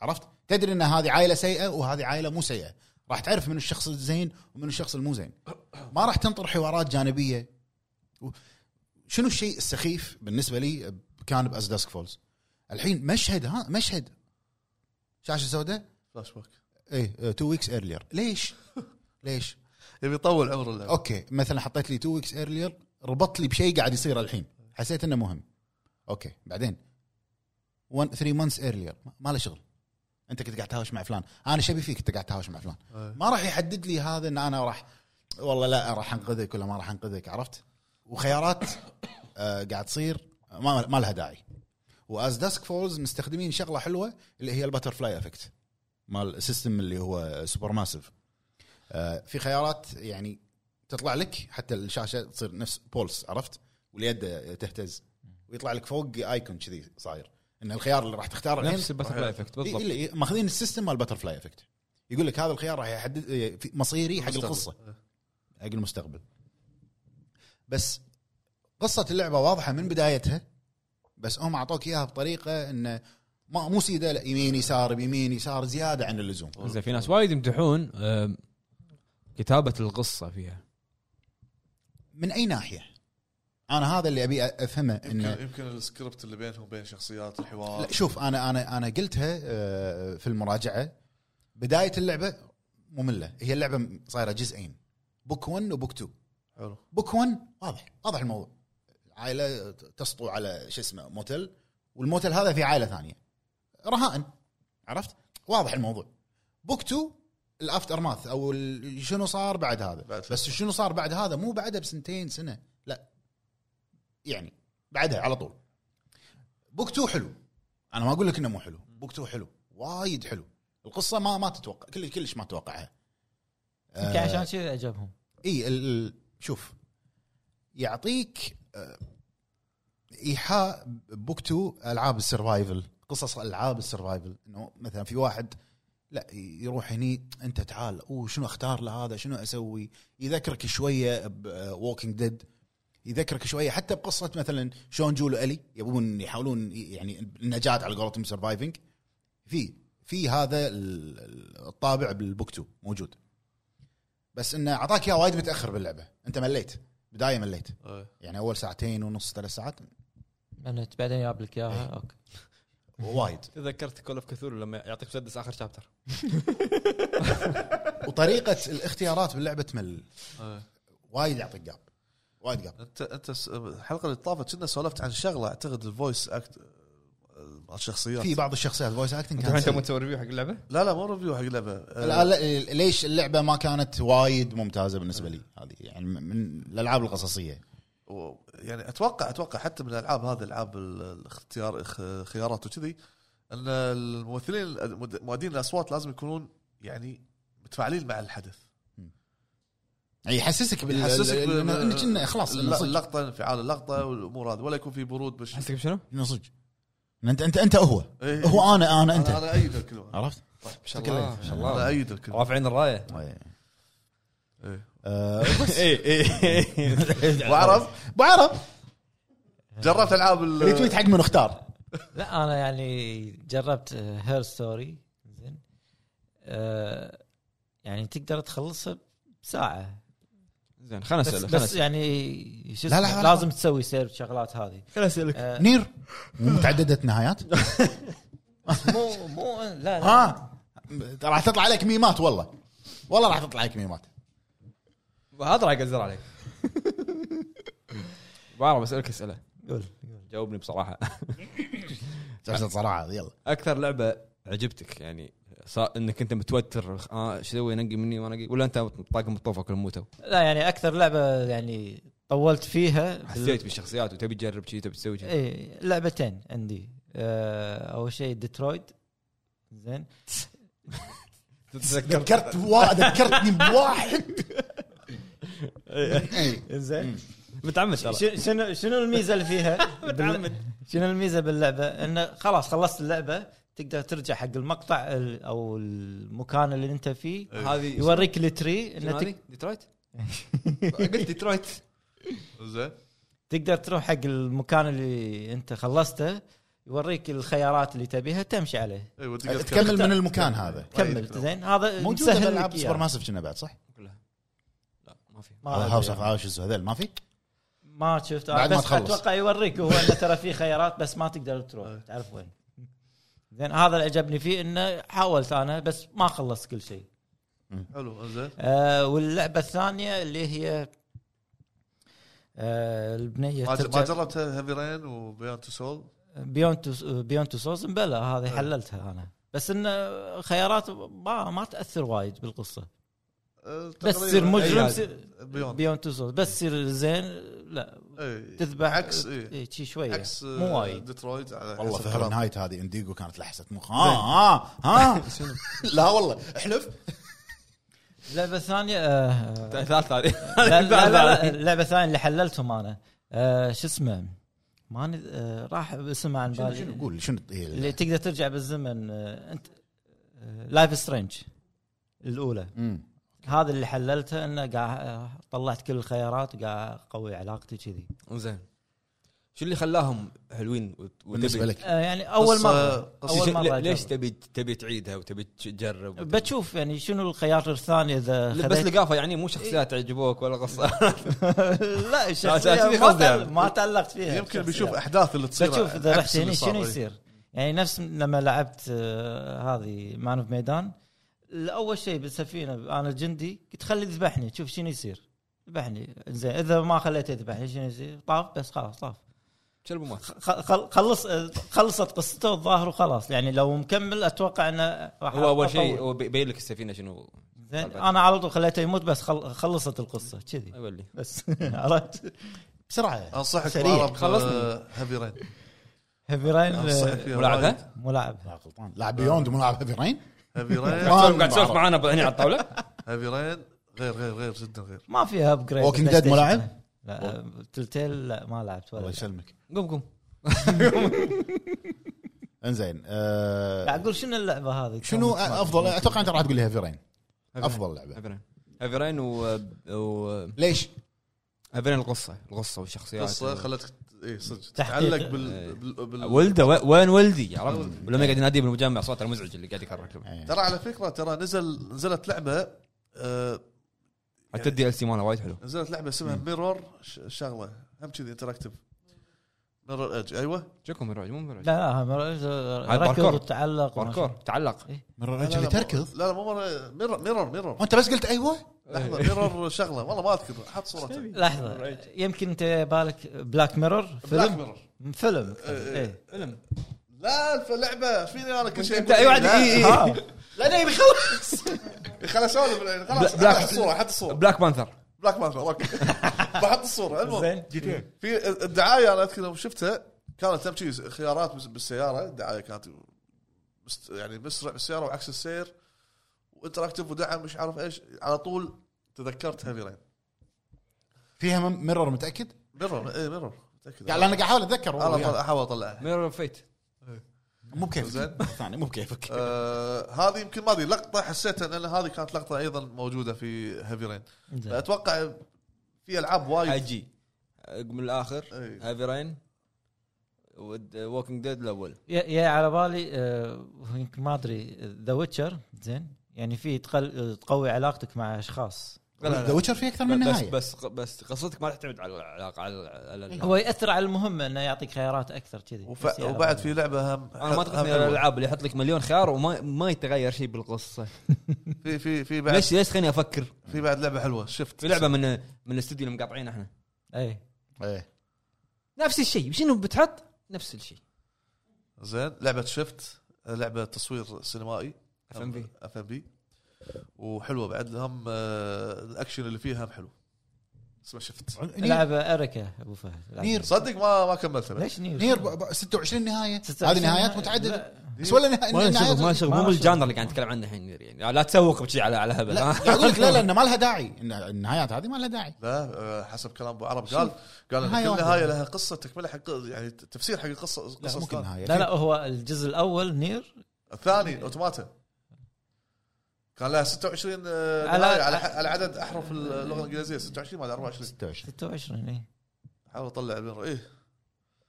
Speaker 4: عرفت تدري ان هذه عائله سيئه وهذه عائله مو سيئه راح تعرف من الشخص الزين ومن الشخص المو زين ما راح تنطر حوارات جانبيه و- شنو الشيء السخيف بالنسبه لي كان باز داسك فولز الحين مشهد ها مشهد شاشه سوداء
Speaker 2: فلاش باك
Speaker 4: ايه تو ويكس ايرلير ليش؟ ليش؟
Speaker 2: يبي يطول عمر اللعبه
Speaker 4: اوكي مثلا حطيت لي تو ويكس ايرلير ربطت لي بشيء قاعد يصير الحين حسيت انه مهم اوكي بعدين 3 مانثس ايرلير ما له شغل انت كنت قاعد تهاوش مع فلان انا شبي فيك انت قاعد تهاوش مع فلان
Speaker 2: إيه.
Speaker 4: ما راح يحدد لي هذا ان انا راح والله لا راح انقذك ولا ما راح انقذك عرفت؟ وخيارات آه، قاعد تصير ما, ما لها داعي واز داسك فولز مستخدمين شغله حلوه اللي هي الباترفلاي افكت مال السيستم اللي هو سوبر ماسيف آه، في خيارات يعني تطلع لك حتى الشاشه تصير نفس بولس عرفت واليد تهتز ويطلع لك فوق ايكون كذي صاير ان الخيار اللي راح تختاره الحين
Speaker 1: نفس الباترفلاي افكت
Speaker 4: إي-
Speaker 1: بالضبط
Speaker 4: إي- إي- إيه، ماخذين السيستم مال باترفلاي افكت يقول لك هذا الخيار راح يحدد إي، في- مصيري حق
Speaker 2: مستقبل.
Speaker 4: القصه حق المستقبل بس قصه اللعبه واضحه من بدايتها بس هم اعطوك اياها بطريقه انه ما مو سيده لا يمين يسار يمين يسار زياده عن اللزوم
Speaker 1: زين في ناس وايد يمدحون آم، كتابه القصه فيها
Speaker 4: من اي ناحيه انا هذا اللي ابي افهمه انه
Speaker 2: يمكن يمكن السكريبت اللي بينهم وبين شخصيات الحوار
Speaker 4: لا شوف انا انا انا قلتها آه، في المراجعه بدايه اللعبه ممله هي اللعبه م- صايره جزئين بوك 1 وبوك 2
Speaker 2: حلو
Speaker 4: بوك 1 واضح واضح الموضوع عائله تسطو على شو اسمه موتل والموتل هذا في عائله ثانيه رهائن عرفت واضح الموضوع بوك 2 الافتر ماث او ال- شنو صار بعد هذا
Speaker 2: بعد فترة.
Speaker 4: بس شنو صار بعد هذا مو بعدها بسنتين سنه لا يعني بعدها على طول بوك 2 حلو انا ما اقول لك انه مو حلو بوك 2 حلو وايد حلو القصه ما ما تتوقع كلش كلش ما اتوقعها آه.
Speaker 3: يمكن عشان كذا عجبهم
Speaker 4: اي ال- ال- شوف يعطيك آه، ايحاء بوك 2 العاب السرفايفل قصص العاب السرفايفل انه مثلا في واحد لا يروح هني انت تعال او شنو اختار لهذا شنو اسوي يذكرك شويه بوكينج ديد يذكرك شويه حتى بقصه مثلا شون جول والي يبون يحاولون ي- يعني النجاه على قولتهم سرفايفنج في في هذا ال- ال- الطابع بالبوك 2 موجود بس انه اعطاك اياه وايد متاخر باللعبه انت مليت بدايه مليت
Speaker 2: إيه.
Speaker 4: يعني اول ساعتين ونص ثلاث ساعات
Speaker 3: انا بعدين جاب لك اياها
Speaker 4: إيه.
Speaker 3: اوكي
Speaker 4: وايد
Speaker 1: تذكرت كول اوف كثور لما يعطيك مسدس اخر شابتر
Speaker 4: وطريقه الاختيارات باللعبه تمل
Speaker 2: إيه.
Speaker 4: وايد يعطيك جاب وايد جاب
Speaker 2: انت انت س- الحلقه اللي طافت كنا سولفت عن شغله اعتقد الفويس اكت مال آه، الشخصيات
Speaker 4: في بعض الشخصيات فويس اكتنج
Speaker 1: الحين تبون تسوي ريفيو حق اللعبه؟
Speaker 2: لا لا مو ريفيو حق اللعبه آه،
Speaker 4: لا لا ليش اللعبه ما كانت وايد ممتازه بالنسبه لي هذه يعني من الالعاب القصصيه
Speaker 2: و- يعني اتوقع اتوقع حتى من الالعاب هذه العاب ال- الاختيار خ- خيارات وكذي ان الممثلين المد- مؤدين الاصوات لازم يكونون يعني متفاعلين مع الحدث
Speaker 4: يعني يحسسك بال
Speaker 2: يحسسك
Speaker 4: إنه-
Speaker 2: بال-
Speaker 4: انك إنه خلاص إنه
Speaker 2: الل-
Speaker 4: صدق
Speaker 2: اللقطه انفعال اللقطه والامور هذه ولا يكون في برود بش
Speaker 1: حسك بشنو؟
Speaker 4: إنه صدق إن انت انت انت هو
Speaker 2: إيه.
Speaker 4: هو انا انا
Speaker 2: انا
Speaker 4: انت
Speaker 2: انا ايد الكلمه
Speaker 4: عرفت؟ طيب.
Speaker 1: ما شاء الله ما شاء
Speaker 2: انا
Speaker 1: الله
Speaker 2: ايد الكلمه
Speaker 1: رافعين الرايه
Speaker 2: إيه.
Speaker 4: آه،
Speaker 1: اي اي
Speaker 2: وعرب
Speaker 4: بعرف
Speaker 2: جربت العاب ال-
Speaker 4: ريتويت حق من اختار
Speaker 3: لا انا يعني جربت هير ستوري زين آه، يعني تقدر تخلصها بساعه
Speaker 1: زين خلنا
Speaker 3: بس,
Speaker 1: اسالك خلنا
Speaker 3: بس
Speaker 1: اسالك
Speaker 3: يعني شو
Speaker 4: لا، لا،
Speaker 3: اسمه،
Speaker 4: لا، لا.
Speaker 3: لازم تسوي سير شغلات هذه
Speaker 1: خلنا اسالك
Speaker 3: آه،
Speaker 4: نير مو متعدده نهايات
Speaker 3: مو مو لا لا
Speaker 4: ها راح تطلع عليك ميمات والله والله راح تطلع عليك ميمات
Speaker 1: هذا راح يقزر عليك بعرف اسالك اسئله
Speaker 3: قول قول.
Speaker 1: جاوبني بصراحه
Speaker 4: تعزت صراحه يلا
Speaker 1: اكثر لعبه عجبتك يعني صار انك انت متوتر اه شو اسوي نقي مني وانا نقي ولا انت طاقم الطوفه كلهم موتوا
Speaker 3: لا يعني اكثر لعبه يعني طولت فيها بال-
Speaker 1: حسيت بالشخصيات وتبي تجرب شيء تبي تسوي شيء
Speaker 3: اي لعبتين عندي آه، اول شيء ديترويد زين
Speaker 1: تتذكر
Speaker 4: ذكرت وا... ذكرتني بواحد إي.
Speaker 3: زين
Speaker 1: متعمد ترى
Speaker 3: ش- شنو شنو الميزه اللي فيها؟ بال- شنو الميزه باللعبه؟ انه خلاص خلصت اللعبه تقدر ترجع حق المقطع ال- او المكان اللي انت فيه
Speaker 2: إيه.
Speaker 1: هذه
Speaker 3: يوريك التري
Speaker 1: شنو
Speaker 3: انه
Speaker 1: هذه؟
Speaker 3: تك-
Speaker 1: ديترويت قلت ديترويت
Speaker 2: زين
Speaker 3: تقدر تروح حق المكان اللي انت خلصته يوريك الخيارات اللي تبيها تمشي عليه
Speaker 2: إيه، وتقدر
Speaker 4: تكمل من المكان هذا
Speaker 3: كمل زين هذا
Speaker 4: موجوده
Speaker 3: مسهل
Speaker 4: بالالعاب
Speaker 3: لك
Speaker 4: سوبر
Speaker 3: إياه.
Speaker 4: ماسف كنا بعد صح؟
Speaker 1: كلها لا ما في
Speaker 3: ما
Speaker 4: هاوس
Speaker 3: أدري.
Speaker 4: اوف عاشز وهذول ما في؟
Speaker 3: ما شفت
Speaker 4: آه، بعد ما
Speaker 3: بس
Speaker 4: تخلص. آه.
Speaker 3: اتوقع يوريك هو انه ترى في خيارات بس ما تقدر تروح تعرف وين زين هذا اللي عجبني فيه انه حاولت انا بس ما خلصت كل شيء
Speaker 2: حلو زين
Speaker 3: آه واللعبه الثانيه اللي هي آه البنيه
Speaker 2: ما ما
Speaker 3: ترجع
Speaker 2: جربت هيفي رين وبيان تو سول
Speaker 3: بيون تو بيون تو سوز بلى هذه
Speaker 2: إيه.
Speaker 3: حللتها انا بس ان خيارات ما ما تاثر وايد بالقصه
Speaker 2: آه،
Speaker 3: بس
Speaker 2: تقريباً.
Speaker 3: تصير مجرم
Speaker 1: أي
Speaker 3: سي-
Speaker 2: إيه، بيوند
Speaker 3: بيون تو سولز بس تصير زين لا
Speaker 2: إيه.
Speaker 3: تذبح
Speaker 2: عكس إيه.
Speaker 3: إيه، شي شويه
Speaker 2: عكس آه،
Speaker 3: مو وايد
Speaker 2: ديترويت على
Speaker 4: والله
Speaker 2: حسب
Speaker 4: فهرن
Speaker 2: كلام.
Speaker 4: هايت هذه انديجو كانت لحسه مخ ها ها ها لا والله احلف
Speaker 3: اللعبه الثانيه آه، آه،
Speaker 1: ثالث
Speaker 3: لا- لا- لا-
Speaker 1: هذه
Speaker 3: لا، اللعبه الثانيه اللي حللتهم انا آه، شو اسمه ما ن- آه، راح اسمها عن
Speaker 4: شنو شنو
Speaker 3: بالي
Speaker 4: قول شنو إيه. هي
Speaker 3: اللي
Speaker 4: ال-
Speaker 3: تقدر ترجع بالزمن آه، انت لايف سترينج الاولى
Speaker 4: مم.
Speaker 3: هذا اللي حللته انه قاعد آه، طلعت كل الخيارات وقاعد قوي علاقتي كذي
Speaker 1: زين شو اللي خلاهم حلوين وت-
Speaker 4: بالنسبه
Speaker 1: وتبي-
Speaker 4: لك
Speaker 3: آه، يعني اول
Speaker 2: قصة-
Speaker 3: مره
Speaker 2: قصة-
Speaker 1: ليش-
Speaker 3: اول مره
Speaker 1: ليش
Speaker 3: أجرب.
Speaker 1: تبي تبي تعيدها وتبي تجرب وتبي-
Speaker 3: بتشوف يعني شنو الخيار الثاني اذا
Speaker 1: بس
Speaker 3: خذيت-
Speaker 1: لقافه يعني مو شخصيات عجبوك ولا قصه
Speaker 3: لا
Speaker 1: لا،
Speaker 3: الشخصيه
Speaker 1: شخصية
Speaker 3: ما,
Speaker 1: قصدي
Speaker 3: تعلق
Speaker 1: يعني.
Speaker 3: ما تعلقت فيها
Speaker 2: يمكن
Speaker 3: الشخصية.
Speaker 2: بيشوف احداث اللي تصير
Speaker 3: بتشوف اذا
Speaker 2: عكس
Speaker 3: رحت
Speaker 2: اللي
Speaker 3: هني
Speaker 2: صار،
Speaker 3: شنو
Speaker 2: إيه.
Speaker 3: يصير يعني نفس لما لعبت آه، هذه مان في ميدان اول شيء بالسفينه انا جندي قلت خلي يذبحني شوف شنو يصير ذبحني زين اذا ما خليته يذبحني شنو يصير طاف بس خلاص طاف
Speaker 1: شلبو مات
Speaker 3: خ- خل- خلص آه، خلصت قصته الظاهر وخلاص يعني لو مكمل اتوقع انه راح
Speaker 1: هو اول شيء
Speaker 3: أطول.
Speaker 1: هو بي- بين لك السفينه شنو
Speaker 3: زين انا على طول خليته يموت بس خل- خلصت القصه كذي
Speaker 1: اولي
Speaker 3: بس عرفت بسرعه
Speaker 2: انصحك
Speaker 3: سريع.
Speaker 2: بعرب
Speaker 1: خلصني.
Speaker 2: خلصني هيفي رين
Speaker 3: هيفي رين
Speaker 2: انصحك
Speaker 3: آه،
Speaker 2: فيها
Speaker 1: ملعبها؟
Speaker 2: وايد.
Speaker 3: مو لاعب
Speaker 4: لا غلطان لاعب بيوند مو لاعب هيفي رين
Speaker 2: هيفي رين
Speaker 4: ما-
Speaker 1: قاعد تسولف معانا هنا على الطاوله
Speaker 2: هيفي رين غير غير غير جدا غير
Speaker 3: ما فيها ابجريد
Speaker 4: Walking Dead ما لعب؟
Speaker 3: لا تلتيل لا ما لعبت
Speaker 4: الله
Speaker 3: ولا
Speaker 4: يسلمك
Speaker 1: قم قم
Speaker 4: انزين آه،
Speaker 3: قاعد اقول شنو اللعبه هذه
Speaker 4: شنو
Speaker 3: كانت
Speaker 4: افضل
Speaker 3: ما-
Speaker 4: اتوقع انت راح تقول لي هيفي رين افضل لعبه
Speaker 1: هافرين هافرين و و
Speaker 4: ليش؟
Speaker 1: هافرين القصه القصه والشخصيات
Speaker 2: قصه خلتك اي صدق
Speaker 3: تحقيق.
Speaker 2: تتعلق
Speaker 1: إيه.
Speaker 2: بال بال- بال
Speaker 1: ولده و- وين ولدي عرفت ولما قاعد ينادي بالمجمع صوته المزعج اللي قاعد يكرر
Speaker 4: إيه.
Speaker 2: ترى على فكره ترى نزل نزلت لعبه آه،
Speaker 1: حتى الدي ال سي ماله وايد حلو
Speaker 2: نزلت لعبه اسمها ميرور شغله هم كذي انتراكتيف ميرور ايج ايوه
Speaker 1: شكو مراج مو مراج
Speaker 3: لا لا
Speaker 1: هاي
Speaker 3: مر-
Speaker 1: باركور.
Speaker 3: ركض وتعلق وما
Speaker 1: باركور تعلق
Speaker 4: مرة
Speaker 2: لا، لا،
Speaker 4: رجل
Speaker 2: لا،
Speaker 4: تركض
Speaker 2: لا لا مو مرة- ميرور ميرور ميرور
Speaker 4: وانت بس قلت ايوه
Speaker 2: لحظه
Speaker 3: إيه.
Speaker 2: ميرور شغله والله ما اذكر حط صورته
Speaker 3: شنو. لحظه يمكن انت بالك بلاك ميرور
Speaker 2: بلاك
Speaker 3: فيلم
Speaker 2: ميرور
Speaker 3: فيلم
Speaker 2: إيه.
Speaker 3: إيه.
Speaker 1: فيلم
Speaker 2: لا الف لعبه ايش فيني انا كل شيء
Speaker 1: انت ايوه عاد
Speaker 3: إيه،
Speaker 1: إي- إي- إي.
Speaker 2: لا يبي خلاص خلاص اسولف خلاص
Speaker 1: بلاك-
Speaker 2: حط الصوره حط الصوره
Speaker 1: بلاك بانثر
Speaker 2: بلاك مانثر اوكي بحط الصوره المهم
Speaker 3: زين
Speaker 2: في الدعايه انا اذكر يوم شفتها كانت تم شي خيارات بس- بالسياره الدعايه كانت مست- يعني مسرع بالسياره وعكس السير وانتراكتيف ودعم مش عارف ايش على طول تذكرت هيفي رين
Speaker 4: فيها م- مرر متاكد؟
Speaker 2: ميرور اي ميرور متاكد
Speaker 4: قاعد انا قاعد احاول اتذكر والله
Speaker 2: انا
Speaker 4: وياك.
Speaker 2: احاول اطلعها
Speaker 1: ميرور فيت
Speaker 4: مو
Speaker 2: زين.
Speaker 4: بكيفك ثاني مو بكيفك
Speaker 2: آه، هذه يمكن ما ادري لقطه حسيتها ان هذه كانت لقطه ايضا موجوده في هيفي رين
Speaker 3: زين.
Speaker 2: اتوقع في العاب وايد إيه.
Speaker 1: حجي من الاخر
Speaker 2: إي.
Speaker 1: هافرين ووكينج ديد الاول
Speaker 3: يا يا على بالي آه، يمكن ما ادري ذا ويتشر زين يعني في تقل- تقوي علاقتك مع اشخاص
Speaker 1: لا، لا، لا.
Speaker 4: ذا ويتشر فيه اكثر من
Speaker 1: بس
Speaker 4: نهايه
Speaker 1: بس بس قصتك ما تعتمد على العلاقه على على- على-
Speaker 3: هو ياثر على المهمه انه يعطيك خيارات اكثر كذي بس
Speaker 2: إيه. وف-
Speaker 3: يا
Speaker 2: وبعد
Speaker 3: رب.
Speaker 2: في لعبه هم
Speaker 1: انا ما
Speaker 2: هم
Speaker 1: تقصني
Speaker 2: حلوة.
Speaker 1: الالعاب اللي يحط لك مليون خيار وما ما يتغير شيء بالقصه
Speaker 2: في في في بعد
Speaker 1: ليش ليش خليني افكر
Speaker 2: في بعد لعبه حلوه شفت
Speaker 1: في لعبه من من الاستوديو اللي مقاطعين احنا
Speaker 3: اي
Speaker 4: إيه.
Speaker 1: نفس الشيء شنو بتحط نفس الشيء
Speaker 2: زين لعبه شفت لعبه تصوير سينمائي
Speaker 1: FMV.
Speaker 2: اف ام بي وحلوه بعد هم آه، الاكشن اللي فيها هم حلو اسمه شفت
Speaker 4: نير-
Speaker 3: لعبه اريكا ابو فهد لعبة.
Speaker 4: نير
Speaker 2: صدق ما ما كملتها بعد.
Speaker 3: ليش نير؟
Speaker 4: نير ب- ب- 26 نهايه
Speaker 3: 26
Speaker 4: هذه نهايات
Speaker 3: نهاية.
Speaker 4: متعدده
Speaker 3: لا.
Speaker 4: بس ولا نها-
Speaker 1: ما
Speaker 4: نهايات
Speaker 1: شغل ما شغل مو
Speaker 3: ما
Speaker 1: بالجانر اللي قاعد نتكلم عنه الحين يعني لا تسوق بشي على على هبل
Speaker 4: لا قاعد اقول لك لا لان ما لها داعي إن- النهايات هذه ما لها داعي
Speaker 2: لا آه، حسب كلام ابو عرب قال قال ان
Speaker 4: نهاية
Speaker 2: كل
Speaker 4: واحدة.
Speaker 2: نهايه لها قصه تكمله حق يعني تفسير حق القصه
Speaker 4: لا
Speaker 2: قصص
Speaker 4: مو كل
Speaker 2: ثانية.
Speaker 4: نهايه
Speaker 3: لا لا هو الجزء الاول نير
Speaker 2: الثاني اوتوماتا كان لها 26 آه،
Speaker 3: على-
Speaker 2: نهايه على على عدد احرف اللغه الانجليزيه 26 ما أدري 24
Speaker 4: 26
Speaker 3: 26 اي
Speaker 2: حاول اطلع الميرور ايه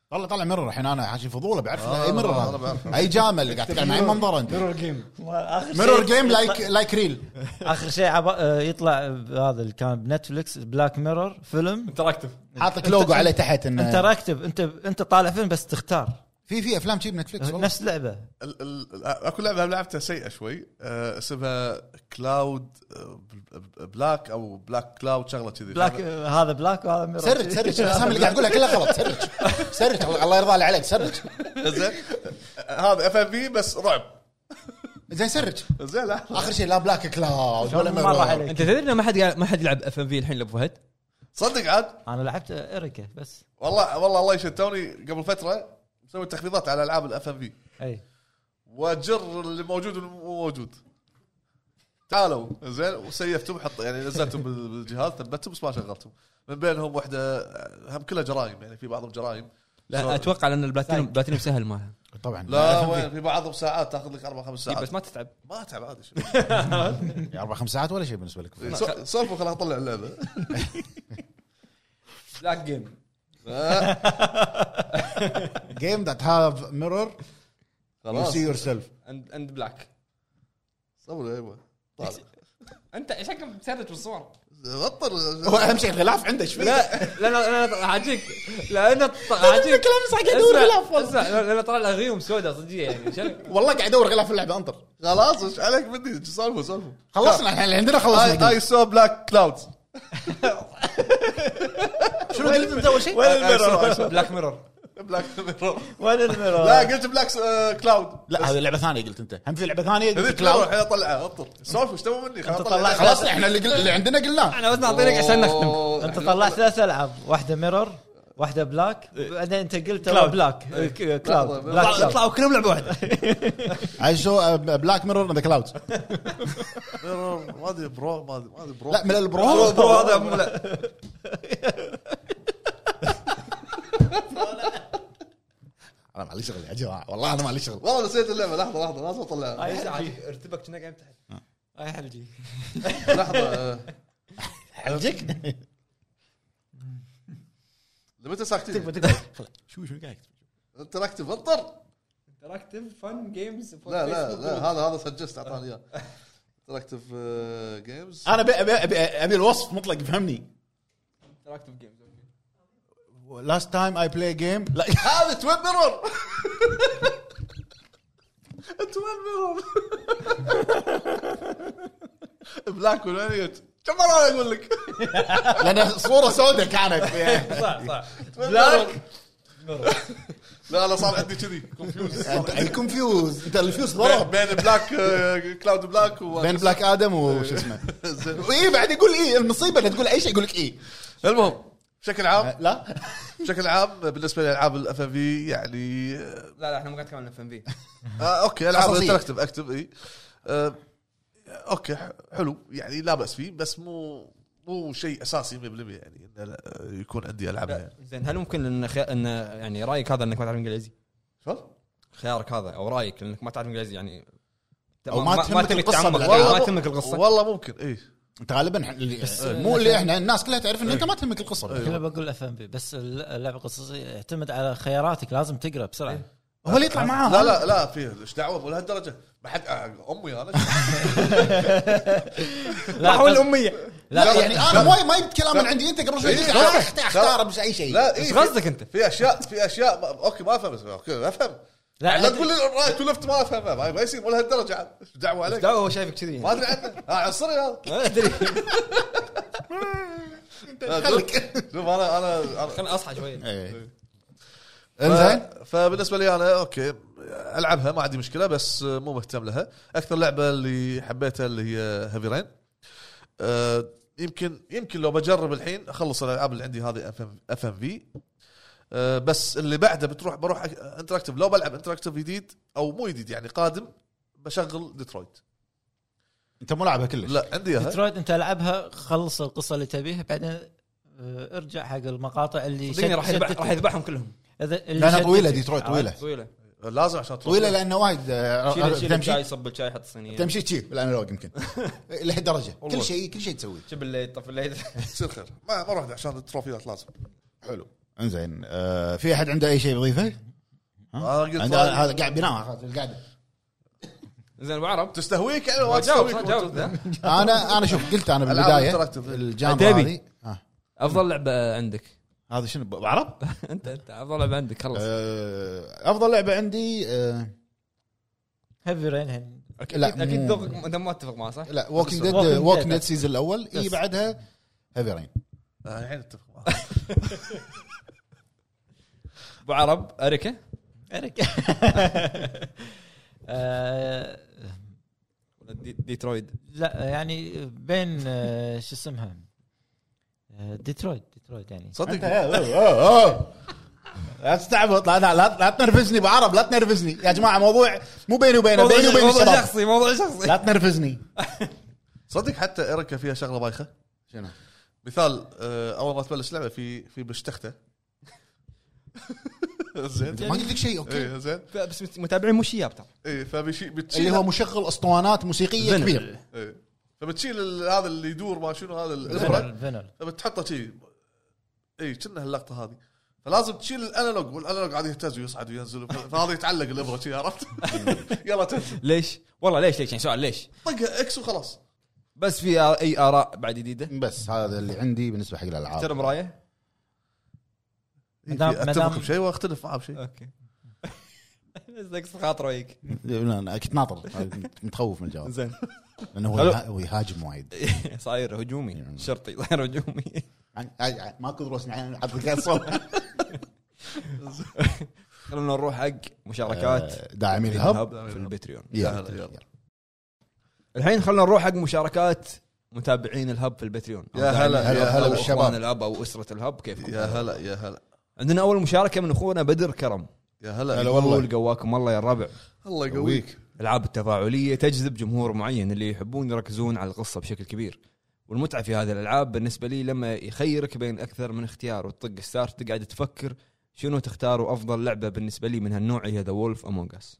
Speaker 4: طلع طلع مرر الحين انا حاشي فضوله بعرف
Speaker 2: آه،
Speaker 4: اي مرر
Speaker 2: أنا
Speaker 4: هذا.
Speaker 2: بعرف.
Speaker 4: اي جامل اللي قاعد تتكلم عن اي منظر انت
Speaker 5: ميرور جيم
Speaker 3: اخر
Speaker 4: مرر جيم لايك لايك ريل
Speaker 3: اخر شيء عبا- آه، يطلع بهذا اللي كان بنتفلكس بلاك ميرور فيلم
Speaker 1: انتراكتف
Speaker 4: حاط لك لوجو عليه تحت انه
Speaker 3: انتراكتيف انت انت طالع فيلم بس تختار
Speaker 4: في في افلام شي بنتفلكس والله
Speaker 3: نفس لعبه
Speaker 2: ال- ال- اكو لعبه لعبتها سيئه شوي آه، اسمها كلاود آه، بل- بل- بلاك او بلاك كلاود شغله كذي
Speaker 3: بلاك آه، هذا بلاك وهذا ميرور
Speaker 4: سرج سرج الاسامي اللي قاعد اقولها كلها غلط سرج سرج الله يرضى عليك سرج
Speaker 2: زين آه، هذا اف ام بي بس رعب
Speaker 4: زين سرج
Speaker 2: زين لحظه
Speaker 4: اخر شيء لا بلاك كلاود ولا
Speaker 3: ما راح
Speaker 4: مرة.
Speaker 1: انت
Speaker 3: عليك
Speaker 1: تدري انه ما حد قاعد- ما حد يلعب اف ام في الحين لابو فهد
Speaker 2: صدق عاد
Speaker 3: انا لعبت اريكا بس
Speaker 2: والله والله الله يشهد توني قبل فتره مسوي تخفيضات على العاب الاف ام في
Speaker 3: اي
Speaker 2: واجر اللي موجود واللي مو موجود تعالوا زين وسيفتهم حط يعني نزلتهم بال- بالجهاز ثبتهم بس ما شغلتهم من بينهم واحده هم كلها جرائم يعني في بعضهم جرائم
Speaker 1: لا
Speaker 2: سو-
Speaker 1: اتوقع لان البلاتينيوم بلاتينيوم سهل مالها
Speaker 4: طبعا
Speaker 2: لا
Speaker 4: FM
Speaker 2: وين في بعضهم ساعات تاخذ لك اربع خمس
Speaker 1: إي،
Speaker 2: ساعات
Speaker 1: بس ما تتعب
Speaker 2: ما اتعب عادي شو.
Speaker 4: في اربع يعني خمس ساعات ولا شيء بالنسبه لك
Speaker 2: سو- سولفوا خلاص اطلع اللعبه
Speaker 1: بلاك جيم
Speaker 4: جيم ذات هاف ميرور يو
Speaker 2: خلاص
Speaker 4: سي يور سيلف
Speaker 1: اند اند بلاك
Speaker 2: صبر ايوه طالع.
Speaker 1: انت شكلك مسرج بالصور
Speaker 2: غطر
Speaker 4: هو اهم شيء الغلاف عنده ايش فيه؟
Speaker 1: لا لا لا لا عاجيك لا انا عاجيك
Speaker 4: كلام صح قاعد ادور غلاف والله.
Speaker 1: انا طالع الاغيوم سوداء صدقيه يعني شكلك-
Speaker 4: والله قاعد ادور غلاف اللعبه انطر
Speaker 2: خلاص ايش عليك مني شو سولفوا سولفوا
Speaker 4: خلصنا الحين اللي عندنا خلصنا
Speaker 2: اي سو بلاك كلاودز
Speaker 3: شنو قلت انت اول شيء؟
Speaker 1: آه،
Speaker 2: وين الميرور
Speaker 1: بلاك ميرور
Speaker 2: بلاك ميرور
Speaker 3: وين
Speaker 2: لا
Speaker 3: الميرور؟
Speaker 2: قلت uh, بلاك كلاود
Speaker 4: لا هذه لعبه ثانيه قلت انت هم في لعبه ثانيه
Speaker 2: هذي
Speaker 4: قلت
Speaker 2: كلاود
Speaker 4: كلاود
Speaker 2: الحين طلعها اطر سولف ايش تبون مني
Speaker 3: أنت طلعت-
Speaker 4: خلاص احنا اللي, قل... اللي عندنا قلناه
Speaker 1: انا بس اعطيك عشان نختم
Speaker 3: انت طلعت ثلاث العاب واحده ميرور واحده بلاك بعدين انت قلت
Speaker 1: كلاود.
Speaker 3: بلاك
Speaker 1: إيه.
Speaker 3: ك- كلاود بلاك
Speaker 1: طلعوا-
Speaker 3: كلاود
Speaker 1: طلعوا كلهم لعبه واحده
Speaker 4: اي شو بلاك ميرور ذا كلاود
Speaker 2: ميرور ما ادري برو ما ادري ما ادري برو
Speaker 4: لا من
Speaker 1: برو
Speaker 4: البرو
Speaker 1: برو هذا مو لا.
Speaker 4: انا مالي شغل يا جماعه والله انا مالي شغل
Speaker 2: والله نسيت اللعبه لحظه لحظه لازم اطلعها
Speaker 1: هاي عادي، ارتبك كنا قاعد تحت
Speaker 3: آه.
Speaker 1: هاي حلجي
Speaker 2: لحظه آه،
Speaker 4: حجك
Speaker 2: لمتى ساكتين
Speaker 4: شو شو قاعد
Speaker 2: انتراكتيف اطر
Speaker 1: انتراكتيف فن جيمز
Speaker 2: لا لا لا هذا هذا سجست اعطاني اياه انتراكتيف آه، جيمز
Speaker 4: انا ابي ابي ابي, أبي الوصف مطلق فهمني
Speaker 1: انتراكتيف جيمز
Speaker 4: لاست تايم اي بلاي جيم لا
Speaker 2: هذا توين ميرور توين ميرور بلاك ولانيت كم مره انا اقول لك
Speaker 4: لان صوره سوداء كانت
Speaker 1: صح
Speaker 3: إيه.
Speaker 1: صح
Speaker 2: بلاك لا لا صار عندي كذي كونفيوز
Speaker 4: اي كونفيوز انت الفيوز ضرب
Speaker 2: بين بلاك آه، كلاود بلاك و
Speaker 4: بين بلاك ادم وش اسمه
Speaker 2: زين.
Speaker 4: اي بعد يقول اي المصيبه انه تقول اي شيء يقول لك إيه. اي
Speaker 2: المهم بشكل عام
Speaker 4: لا
Speaker 2: بشكل عام بالنسبه لالعاب الاف ام في يعني آه،
Speaker 1: لا لا احنا مو قاعد نتكلم عن اف ام في
Speaker 2: آه اوكي العاب
Speaker 4: أساسية.
Speaker 2: اكتب اكتب اي آه اوكي ح- حلو يعني لا باس فيه بس مو مو شيء اساسي 100% يعني إنه لا- يكون عندي العابها يعني
Speaker 1: زين هل ممكن ان خي... ان يعني رايك هذا انك ما تعرف انجليزي
Speaker 2: شلون؟
Speaker 1: خيارك هذا او رايك لانك ما تعرف انجليزي يعني
Speaker 4: أو ما تهمك
Speaker 1: تهمك
Speaker 4: القصة
Speaker 1: التعمق.
Speaker 4: بالألعاب.
Speaker 1: والله ما
Speaker 2: والله مو-
Speaker 1: تهمك القصه
Speaker 2: والله ممكن اي
Speaker 4: انت غالبا اللي مو اللي احنا الناس كلها تعرف ان انت ما تهمك
Speaker 1: أيوه.
Speaker 4: القصه
Speaker 3: كله بقول اف ام بي بس اللعبه قصصيه يعتمد على خياراتك لازم تقرا بسرعه
Speaker 1: إيه.
Speaker 4: هو اللي يطلع معاه
Speaker 2: لا لا لا فيه ايش دعوه مو لهالدرجه ما حد آه، امي انا
Speaker 3: لا
Speaker 1: حول
Speaker 3: قصد-
Speaker 1: اميه
Speaker 4: لا
Speaker 3: لا
Speaker 4: يعني انا وايد ما جبت كلام من عندي انت قبل شوي قلت
Speaker 2: لا.
Speaker 4: أحت- اختار مش اي شيء
Speaker 2: لا
Speaker 1: ايش
Speaker 2: ايش
Speaker 1: قصدك انت؟
Speaker 2: في اشياء في اشياء ما اوكي ما افهم بس اوكي افهم
Speaker 3: لا،
Speaker 2: لا, لا تقول لي رايت ولفت ما افهمها ما- ما يصير ولا هالدرجه عاد ايش دعوه عليك
Speaker 1: دعوه هو شايفك كذي يعني.
Speaker 2: ما ادري عنه آه، عنصري هذا
Speaker 1: ما ادري
Speaker 2: آه، شوف- شوف انا انا أنا-
Speaker 1: خليني اصحى شويه
Speaker 4: إيه. آه،
Speaker 2: ف-
Speaker 4: انزين
Speaker 2: فبالنسبه لي انا اوكي العبها ما عندي مشكله بس مو مهتم لها اكثر لعبه اللي حبيتها اللي هي هيفي رين أه يمكن يمكن لو بجرب الحين اخلص الالعاب اللي عندي هذه اف ام في أه، بس اللي بعده بتروح بروح انتراكتيف لو بلعب انتراكتيف جديد او مو جديد يعني قادم بشغل ديترويت
Speaker 4: انت مو لاعبها كلش
Speaker 2: لا عندي اياها
Speaker 3: ديترويت انت العبها خلص القصه اللي تبيها بعدين آه، ارجع حق المقاطع اللي
Speaker 1: صدقني
Speaker 3: شت-
Speaker 1: راح يذبح
Speaker 3: شتتك.
Speaker 1: راح يذبحهم كلهم
Speaker 3: إذا- اللي
Speaker 4: لانها طويله
Speaker 3: شتتك.
Speaker 4: ديترويت
Speaker 3: عرفت؟
Speaker 4: طويله
Speaker 1: طويله
Speaker 2: لازم عشان تروح
Speaker 4: طويله لانه وايد آه،
Speaker 1: شيل شيل الشاي
Speaker 4: تمشي
Speaker 1: صب الشاي حط الصينيه
Speaker 4: تمشي شي بالانالوج يمكن لهالدرجه كل شيء كل شيء تسويه
Speaker 1: شب الليت طفي الليت
Speaker 2: يصير خير ما ما رحت عشان التروفيات لازم
Speaker 4: حلو انزين آه، في احد عنده اي شيء يضيفه؟
Speaker 2: أنا قلت
Speaker 4: عنده-
Speaker 2: رأيي.
Speaker 4: هذا قاعد بناء خلاص قاعد
Speaker 1: زين ابو عرب
Speaker 2: تستهويك انا
Speaker 1: جاوب
Speaker 2: ما تستهويك
Speaker 1: صح، جاوب
Speaker 4: انا انا شوف قلت انا
Speaker 2: ألعاب
Speaker 4: بالبدايه
Speaker 2: interactive.
Speaker 4: الجانب
Speaker 1: أدبي.
Speaker 4: هذه آه،
Speaker 1: افضل لعبه عندك
Speaker 4: هذا شنو بعرب؟
Speaker 1: انت انت افضل لعبه عندك
Speaker 4: أه،
Speaker 1: خلص
Speaker 4: آه، افضل لعبه عندي آه،
Speaker 3: هيفي رين هن.
Speaker 1: اكيد
Speaker 4: لا،
Speaker 1: اكيد
Speaker 4: مو-
Speaker 1: ذوقك انت ما اتفق معه صح؟
Speaker 4: لا ووكينج ديد
Speaker 3: Walking Dead.
Speaker 4: ووكينج ديد السيزون الاول اي
Speaker 3: Yes.
Speaker 4: بعدها هيفي رين
Speaker 2: آه، الحين اتفق معك.
Speaker 1: ابو عرب اريكا
Speaker 3: أريك. آه،
Speaker 1: ولا دي- ديترويد
Speaker 3: لا يعني بين آه، شو اسمها آه، ديترويت ديترويت يعني
Speaker 4: انت
Speaker 2: صدق
Speaker 4: ها- ها- ها. لا تستعبط لا لا لا- لا تنرفزني بعرب لا تنرفزني يا جماعه موضوع مو بيني وبينه بيني وبين
Speaker 1: موضوع
Speaker 4: الشباب
Speaker 1: شخصي موضوع شخصي
Speaker 4: لا تنرفزني
Speaker 2: صدق حتى اريكا فيها شغله بايخه
Speaker 4: شنو؟
Speaker 2: مثال آه، اول ما تبلش لعبه في في بشتخته زين
Speaker 4: ما قلت لك شيء
Speaker 1: إيه.
Speaker 4: اوكي
Speaker 2: اي زين
Speaker 1: بس مت- متابعين مو شياب ترى
Speaker 2: اي فبشي بتشيل
Speaker 4: اللي هو مشغل اسطوانات موسيقيه
Speaker 1: زين.
Speaker 4: كبير
Speaker 2: إيه. فبتشيل ال- هذا اللي يدور ما شنو هذا الابره
Speaker 3: فينل فينل
Speaker 2: فبتحطه شي اي كنا هاللقطه هذه فلازم تشيل الانالوج والانالوج قاعد يهتز ويصعد وينزل فهذا يتعلق الابره شي عرفت يلا تنزل
Speaker 1: ليش؟ والله ليش ليش يعني سؤال ليش؟
Speaker 2: طقها اكس وخلاص
Speaker 1: بس في آ- اي اراء بعد جديده؟
Speaker 4: بس هذا اللي عندي بالنسبه حق الالعاب
Speaker 1: ترى مرايه؟
Speaker 2: إيه،
Speaker 3: مدام-
Speaker 2: في اتفق
Speaker 3: مدام-
Speaker 2: بشيء واختلف معاه بشيء
Speaker 1: اوكي بس نقص خاطر ويك
Speaker 4: لا، أنا كنت ناطر كنت متخوف من الجواب
Speaker 1: زين
Speaker 4: لانه هو
Speaker 1: هلو. إيه.
Speaker 4: يها- هو يهاجم وايد
Speaker 1: صاير هجومي شرطي صاير هجومي
Speaker 4: عن- عن- ماكو دروس نعم، حط لك صوت.
Speaker 1: خلونا نروح حق مشاركات
Speaker 4: آه، داعمين
Speaker 1: إيه،
Speaker 4: الهب
Speaker 1: في البتريون
Speaker 4: يلا.
Speaker 2: يلا، يلا.
Speaker 1: الحين خلونا نروح حق مشاركات متابعين الهب في البتريون
Speaker 2: يا هلا،
Speaker 1: داعمين
Speaker 2: يا
Speaker 1: الهب
Speaker 2: هلا
Speaker 1: أو
Speaker 2: بالشباب.
Speaker 1: إخوان الهب او اسره الهب كيفكم؟
Speaker 2: يا هلا يا هلا
Speaker 1: عندنا اول مشاركه من اخونا بدر كرم
Speaker 2: يا هلا
Speaker 4: هلا والله.
Speaker 1: والله قواكم الله يا الربع
Speaker 2: الله يقويك
Speaker 1: الالعاب التفاعليه تجذب جمهور معين اللي يحبون يركزون على القصه بشكل كبير والمتعه في هذه الالعاب بالنسبه لي لما يخيرك بين اكثر من اختيار وتطق ستارت تقعد تفكر شنو تختار وافضل لعبه بالنسبه لي من هالنوع هي ذا وولف امونج اس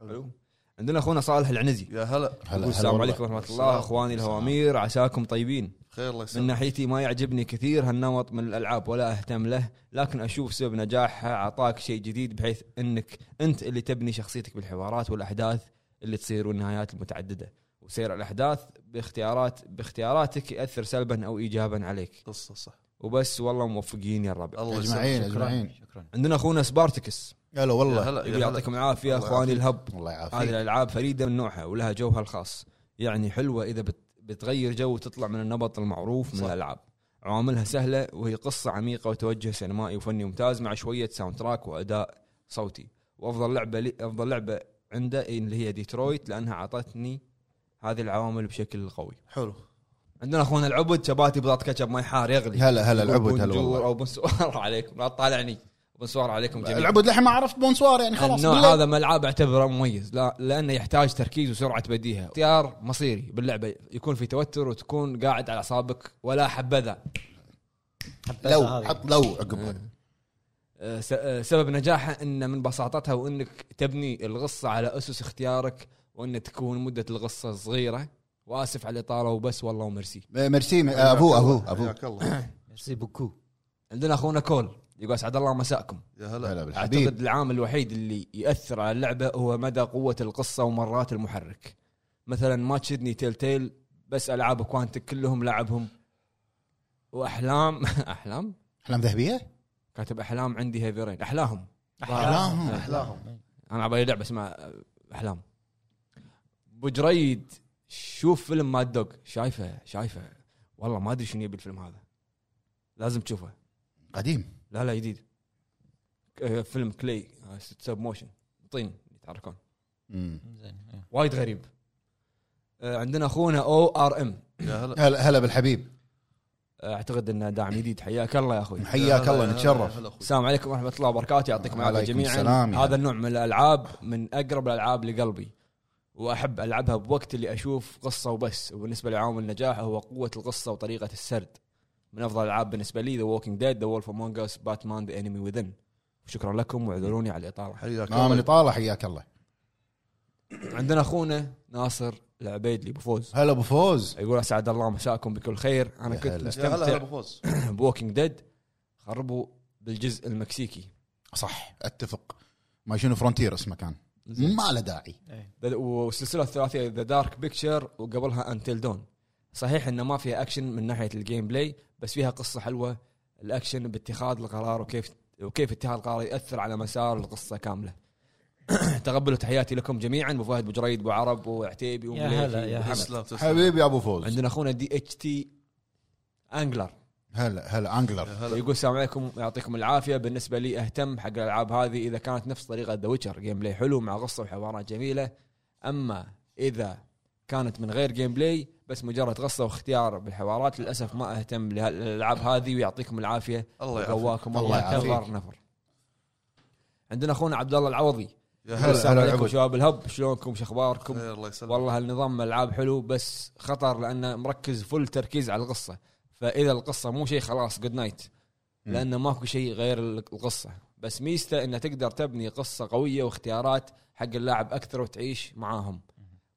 Speaker 1: حلو عندنا اخونا صالح العنزي
Speaker 2: يا هلا
Speaker 4: هلا
Speaker 1: يقول
Speaker 4: هلا
Speaker 1: السلام
Speaker 4: والله.
Speaker 1: عليكم ورحمه الله اخواني الهوامير عساكم طيبين
Speaker 2: خير الله
Speaker 1: من
Speaker 2: يسلمك
Speaker 1: ناحيتي ما يعجبني كثير هالنمط من الالعاب ولا اهتم له لكن اشوف سبب نجاحها اعطاك شيء جديد بحيث انك انت اللي تبني شخصيتك بالحوارات والاحداث اللي تصير والنهايات المتعدده وسير الاحداث باختيارات باختياراتك ياثر سلبا او ايجابا عليك
Speaker 2: قصه صح
Speaker 1: وبس والله موفقين يا الربع
Speaker 2: الله
Speaker 4: اجمعين
Speaker 2: يسلمك
Speaker 4: اجمعين
Speaker 3: شكرا
Speaker 1: عندنا اخونا سبارتكس
Speaker 4: هلا
Speaker 2: يا
Speaker 4: والله
Speaker 2: هلا
Speaker 1: يقول
Speaker 2: يا هلا.
Speaker 1: يعطيكم العافيه
Speaker 2: الله
Speaker 1: اخواني
Speaker 2: يعافيك.
Speaker 1: الهب
Speaker 4: الله
Speaker 1: هذه
Speaker 4: يعافيك
Speaker 1: الالعاب فريده من نوعها ولها جوها الخاص يعني حلوه اذا بت- بتغير جو وتطلع من النمط المعروف من
Speaker 2: صح.
Speaker 1: الالعاب عواملها سهله وهي قصه عميقه وتوجه سينمائي وفني ممتاز مع شويه ساوند تراك واداء صوتي وافضل لعبه لي افضل لعبه عنده اللي هي ديترويت لانها اعطتني هذه العوامل بشكل قوي
Speaker 2: حلو
Speaker 1: عندنا اخونا العبد شباتي بطاط كاتشب ماي حار يغلي
Speaker 4: هلا هلا العبد هلا
Speaker 1: بونجور
Speaker 4: والله
Speaker 1: او بنسوار عليكم لا تطالعني بنسوار عليكم جميعا
Speaker 4: العبد لحين ما عرفت بونسوار يعني خلاص
Speaker 1: النوع
Speaker 4: بالله.
Speaker 1: هذا من الالعاب اعتبره مميز لا لانه يحتاج تركيز وسرعه بديهه اختيار مصيري باللعبه يكون في توتر وتكون قاعد على اعصابك ولا حبذا
Speaker 4: لو حط لو عقبها
Speaker 1: أه، س- أه، سبب نجاحها انه من بساطتها وانك تبني القصه على اسس اختيارك وان تكون مده القصه صغيره واسف على الاطاله وبس والله وميرسي
Speaker 4: ميرسي ابوه ابوه ابوه
Speaker 2: حياك الله
Speaker 3: ميرسي بوكو
Speaker 1: عندنا اخونا كول يقول اسعد الله مساءكم
Speaker 2: يا هلا
Speaker 4: هلا بالحبيب
Speaker 1: اعتقد العامل الوحيد اللي ياثر على اللعبه هو مدى قوه القصه ومرات المحرك مثلا ما تشدني تيل تيل بس العاب كوانتك كلهم لعبهم واحلام احلام
Speaker 4: احلام ذهبيه؟
Speaker 1: كاتب احلام عندي هيفيرين احلاهم
Speaker 3: آه.
Speaker 4: احلاهم
Speaker 2: آه. احلاهم
Speaker 1: انا عبالي لعبه اسمها احلام بجريد شوف فيلم ماد دوغ شايفه شايفه والله ما ادري شنو يبي الفيلم هذا لازم تشوفه
Speaker 4: قديم
Speaker 1: لا لا جديد آه، فيلم كلي ستوب موشن طين يتحركون
Speaker 4: مم.
Speaker 3: زين إيه.
Speaker 1: وايد غريب آه، عندنا اخونا او ار ام
Speaker 2: يا هلا
Speaker 4: هلا هلا بالحبيب
Speaker 1: اعتقد انه آه، داعم جديد حياك الله يا اخوي
Speaker 4: حياك الله نتشرف
Speaker 1: السلام عليكم ورحمه الله وبركاته يعطيكم العافيه
Speaker 4: عليكم
Speaker 1: جميعا
Speaker 4: السلام يا
Speaker 1: هذا النوع من الالعاب من اقرب الالعاب لقلبي واحب العبها بوقت اللي اشوف قصه وبس وبالنسبه لعامل النجاح هو قوه القصه وطريقه السرد من افضل الالعاب بالنسبه لي ذا ووكينج ديد ذا وولف امونج اس باتمان ذا انمي وذن شكرا لكم واعذروني على الاطاله
Speaker 2: حياك
Speaker 4: ما من
Speaker 2: الله
Speaker 4: نعم، طالع حياك الله
Speaker 1: عندنا اخونا ناصر العبيد اللي بفوز
Speaker 4: هلا ابو فوز
Speaker 1: يقول اسعد الله مساكم بكل خير انا
Speaker 4: يا
Speaker 1: كنت
Speaker 4: هلا.
Speaker 2: يا هلا هلا
Speaker 1: مستمتع
Speaker 2: ابو فوز
Speaker 1: بوكينج ديد خربوا بالجزء المكسيكي
Speaker 4: صح اتفق ما شنو فرونتير اسمه كان ما له داعي
Speaker 1: ذا- والسلسله الثلاثيه ذا دارك بيكتشر وقبلها انتل دون صحيح انه ما فيها اكشن من ناحيه الجيم بلاي بس فيها قصه حلوه الاكشن باتخاذ القرار وكيف وكيف اتخاذ القرار ياثر على مسار القصه كامله تقبلوا تحياتي لكم جميعا ابو فهد ابو جريد ابو عرب وعتيبي
Speaker 3: يا هلا، يا هلا.
Speaker 2: تسلم تسلم
Speaker 4: حبيبي يا ابو فوز
Speaker 1: عندنا اخونا دي اتش تي انجلر
Speaker 4: هلا هلا
Speaker 2: يا
Speaker 4: انجلر
Speaker 2: هلا
Speaker 1: يقول السلام عليكم يعطيكم العافيه بالنسبه لي اهتم حق الالعاب هذه اذا كانت نفس طريقه ذا ويتشر جيم بلاي حلو مع قصه وحوارات جميله اما اذا كانت من غير جيم بلاي بس مجرد غصه واختيار بالحوارات للاسف ما اهتم للالعاب هذه ويعطيكم العافيه
Speaker 2: الله يعافيك
Speaker 1: قواكم
Speaker 4: الله
Speaker 1: الله
Speaker 4: يعافيك.
Speaker 1: يعافيك نفر عندنا اخونا عبد الله العوضي
Speaker 2: يا
Speaker 4: هلا
Speaker 2: هلا
Speaker 1: السلام عليكم
Speaker 4: العبد.
Speaker 1: شباب الهب شلونكم شو اخباركم
Speaker 2: إيه، الله يسلمك
Speaker 1: والله النظام العاب حلو بس خطر لانه مركز فل تركيز على القصه فاذا القصه مو شيء خلاص جود نايت
Speaker 4: مم.
Speaker 1: لانه ماكو شيء غير القصه بس ميزته انه تقدر تبني قصه قويه واختيارات حق اللاعب اكثر وتعيش معاهم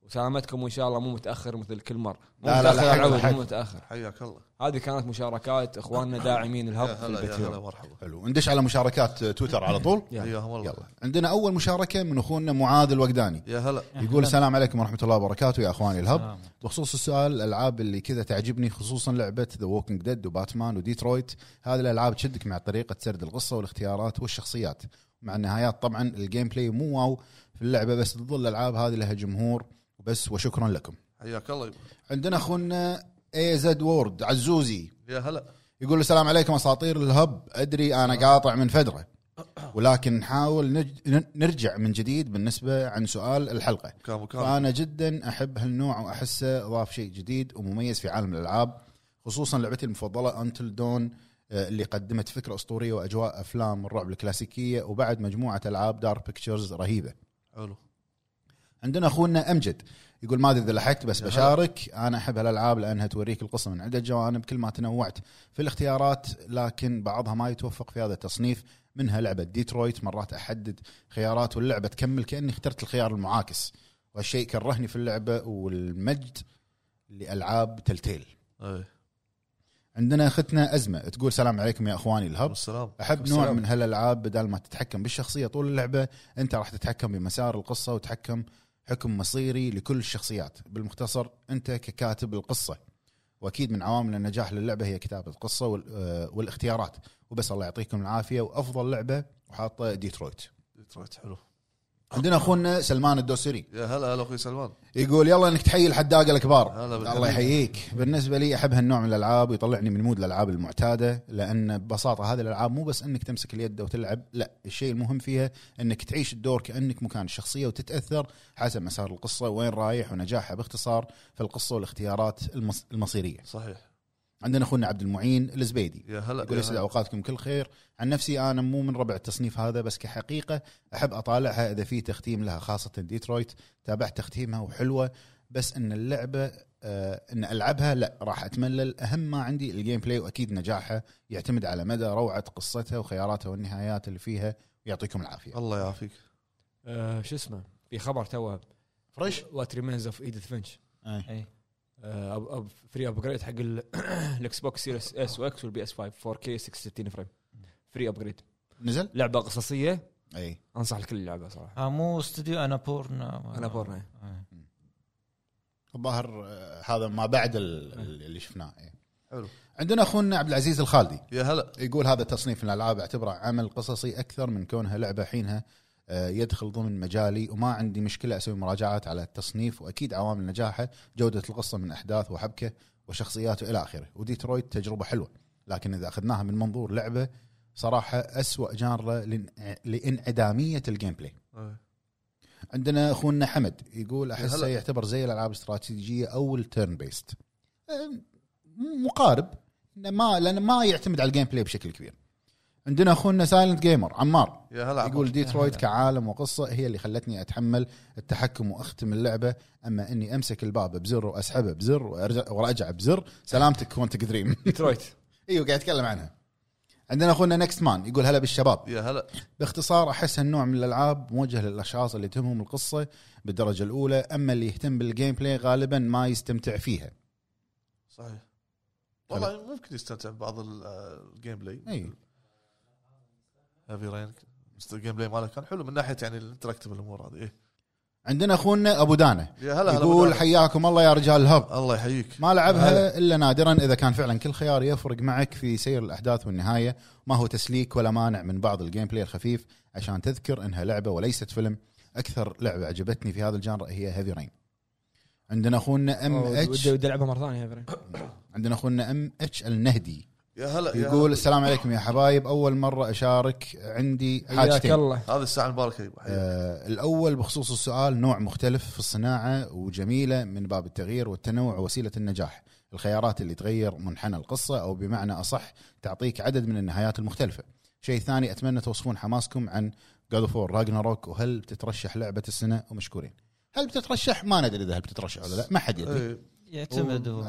Speaker 1: وسلامتكم وان شاء الله مو متاخر مثل كل مره مو
Speaker 4: لا، لا،
Speaker 1: متاخر
Speaker 4: لا،
Speaker 1: يا
Speaker 4: حق-
Speaker 1: عود،
Speaker 4: حق.
Speaker 1: مو متاخر
Speaker 2: حياك الله
Speaker 1: هذه كانت مشاركات اخواننا داعمين
Speaker 2: يا
Speaker 1: الهب في
Speaker 2: هلا يا هلا
Speaker 1: البتريون
Speaker 2: مرحبا
Speaker 4: حلو ندش على مشاركات تويتر على طول
Speaker 1: يلا.
Speaker 2: حياهم الله
Speaker 4: يلا عندنا اول مشاركه من اخونا معاذ الوجداني
Speaker 2: يا هلا
Speaker 4: يقول السلام عليكم ورحمه الله وبركاته يا اخواني الهب
Speaker 3: سلام.
Speaker 4: بخصوص السؤال الالعاب اللي كذا تعجبني خصوصا لعبه ذا ووكينج ديد وباتمان وديترويت هذه الالعاب تشدك مع طريقه سرد القصه والاختيارات والشخصيات مع النهايات طبعا الجيم بلاي مو واو في اللعبه بس تظل الالعاب هذه لها جمهور بس وشكرا لكم
Speaker 2: حياك الله يبا.
Speaker 4: عندنا اخونا اي زد وورد عزوزي
Speaker 2: يا هلا
Speaker 4: يقول السلام عليكم اساطير الهب ادري انا قاطع من فتره ولكن نحاول نج- نرجع من جديد بالنسبه عن سؤال الحلقه
Speaker 2: كامو كامو
Speaker 4: فانا جدا احب هالنوع واحسه ضاف شيء جديد ومميز في عالم الالعاب خصوصا لعبتي المفضله انتل دون آه، اللي قدمت فكره اسطوريه واجواء افلام الرعب الكلاسيكيه وبعد مجموعه العاب دارك بيكتشرز رهيبه
Speaker 2: حلو
Speaker 4: عندنا اخونا امجد يقول ما ادري اذا لحقت بس
Speaker 2: يا هلا.
Speaker 4: بشارك انا احب هالالعاب لانها توريك القصه من عده جوانب كل ما تنوعت في الاختيارات لكن بعضها ما يتوفق في هذا التصنيف منها لعبه ديترويت مرات احدد خيارات واللعبه تكمل كاني اخترت الخيار المعاكس وهالشيء كرهني في اللعبه والمجد لالعاب تلتيل
Speaker 2: اي
Speaker 4: عندنا اختنا ازمه تقول سلام عليكم يا اخواني الهب
Speaker 2: السلام
Speaker 4: احب
Speaker 1: السلام.
Speaker 4: نوع من هالالعاب بدل ما تتحكم بالشخصيه طول اللعبه انت راح تتحكم بمسار القصه وتحكم حكم مصيري لكل الشخصيات بالمختصر انت ككاتب القصه واكيد من عوامل النجاح للعبه هي كتابه القصه وال- آه، والاختيارات وبس الله يعطيكم العافيه وافضل لعبه وحاطه ديترويت
Speaker 2: ديترويت حلو
Speaker 4: عندنا اخونا سلمان الدوسري
Speaker 2: يا هلا هلا اخوي سلمان
Speaker 4: يقول يلا انك تحيي الحداقه الكبار
Speaker 2: هلا بالحبيب.
Speaker 4: الله يحييك بالنسبه لي احب هالنوع من الالعاب ويطلعني من مود الالعاب المعتاده لان ببساطه هذه الالعاب مو بس انك تمسك اليد وتلعب لا الشيء المهم فيها انك تعيش الدور كانك مكان الشخصيه وتتاثر حسب مسار القصه وين رايح ونجاحها باختصار في القصه والاختيارات المص- المصيريه
Speaker 2: صحيح
Speaker 4: عندنا اخونا عبد المعين الزبيدي
Speaker 2: يا هلا
Speaker 4: يقول
Speaker 2: يا
Speaker 4: يسعد
Speaker 2: هلا.
Speaker 4: اوقاتكم كل خير عن نفسي انا مو من ربع التصنيف هذا بس كحقيقه احب اطالعها اذا في تختيم لها خاصه ديترويت تابعت تختيمها وحلوه بس ان اللعبه آه ان العبها لا راح اتملل اهم ما عندي الجيم بلاي واكيد نجاحها يعتمد على مدى روعه قصتها وخياراتها والنهايات اللي فيها يعطيكم العافيه
Speaker 2: الله يعافيك
Speaker 1: آه، شو اسمه في خبر توه
Speaker 4: فريش
Speaker 1: وات ريمينز اوف ايديث فينش
Speaker 3: إي.
Speaker 1: آه، فري ابجريد حق الاكس بوكس سيريس اس واكس والبي اس 5 4 كي 60 فريم فري ابجريد
Speaker 4: نزل
Speaker 1: لعبه قصصيه
Speaker 4: اي
Speaker 1: انصح الكل يلعبها صراحه
Speaker 3: آه مو استوديو انابورنا
Speaker 1: انا بورنا
Speaker 3: آه.
Speaker 4: الظاهر آه، هذا ما بعد ال- ال- اللي شفناه إي.
Speaker 2: حلو
Speaker 4: عندنا اخونا عبد العزيز الخالدي
Speaker 2: يا هلا
Speaker 4: يقول هذا تصنيف الالعاب اعتبره عمل قصصي اكثر من كونها لعبه حينها آه، يدخل ضمن مجالي وما عندي مشكله اسوي مراجعات على التصنيف واكيد عوامل نجاحه جوده القصه من احداث وحبكه وشخصيات والى اخره وديترويت تجربه حلوه لكن اذا اخذناها من منظور لعبه صراحه اسوا جانرا لان- لانعداميه الجيم بلاي
Speaker 2: إي.
Speaker 4: عندنا اخونا حمد يقول احسه
Speaker 2: هلا.
Speaker 4: يعتبر زي الالعاب الاستراتيجيه او التيرن بيست مقارب إنه ما لان ما يعتمد على الجيم بلاي بشكل كبير عندنا اخونا سايلنت جيمر عمار
Speaker 2: يا هلا عمار.
Speaker 4: يقول ديترويت كعالم وقصه هي اللي خلتني اتحمل التحكم واختم اللعبه اما اني امسك الباب بزر واسحبه بزر وارجع وارجع بزر سلامتك كوانتك دريم
Speaker 1: ديترويت
Speaker 4: ايوه قاعد يتكلم عنها عندنا اخونا نكست مان يقول هلا بالشباب
Speaker 2: يا هلا
Speaker 4: باختصار احس هالنوع من الالعاب موجه للاشخاص اللي تهمهم القصه بالدرجه الاولى اما اللي يهتم بالجيم بلاي غالبا ما يستمتع فيها
Speaker 2: صحيح والله ممكن يستمتع ببعض ال- الجيم بلاي
Speaker 4: اي
Speaker 2: هافي رين الجيم بلاي ماله كان حلو من ناحيه يعني الانتراكتيف الامور هذه إيه.
Speaker 4: عندنا اخونا ابو دانا
Speaker 2: يا هلا هلا
Speaker 4: يقول
Speaker 2: بالله.
Speaker 4: حياكم الله يا رجال الهب
Speaker 2: الله يحييك
Speaker 4: ما لعبها الا نادرا اذا كان فعلا كل خيار يفرق معك في سير الاحداث والنهايه ما هو تسليك ولا مانع من بعض الجيم بلاي الخفيف عشان تذكر انها لعبه وليست فيلم اكثر لعبه عجبتني في هذا الجانر هي هيفي رين عندنا اخونا ام اتش
Speaker 1: ودي ودي العبها مره ثانيه يا فريم.
Speaker 4: عندنا اخونا ام اتش النهدي
Speaker 2: يا هلا يا
Speaker 4: يقول السلام عليكم يا حبايب اول مره اشارك عندي
Speaker 1: حياك
Speaker 4: حاجتين
Speaker 1: الله
Speaker 2: هذا الساعه المباركه يبا. حياك.
Speaker 4: آه الاول بخصوص السؤال نوع مختلف في الصناعه وجميله من باب التغيير والتنوع وسيله النجاح الخيارات اللي تغير منحنى القصه او بمعنى اصح تعطيك عدد من النهايات المختلفه شيء ثاني اتمنى توصفون حماسكم عن جاد اوف راجناروك وهل بتترشح لعبه السنه ومشكورين هل بتترشح ما ندري اذا هل بتترشح ولا لا ما حد يدري
Speaker 2: إيه.
Speaker 3: يعتمد هو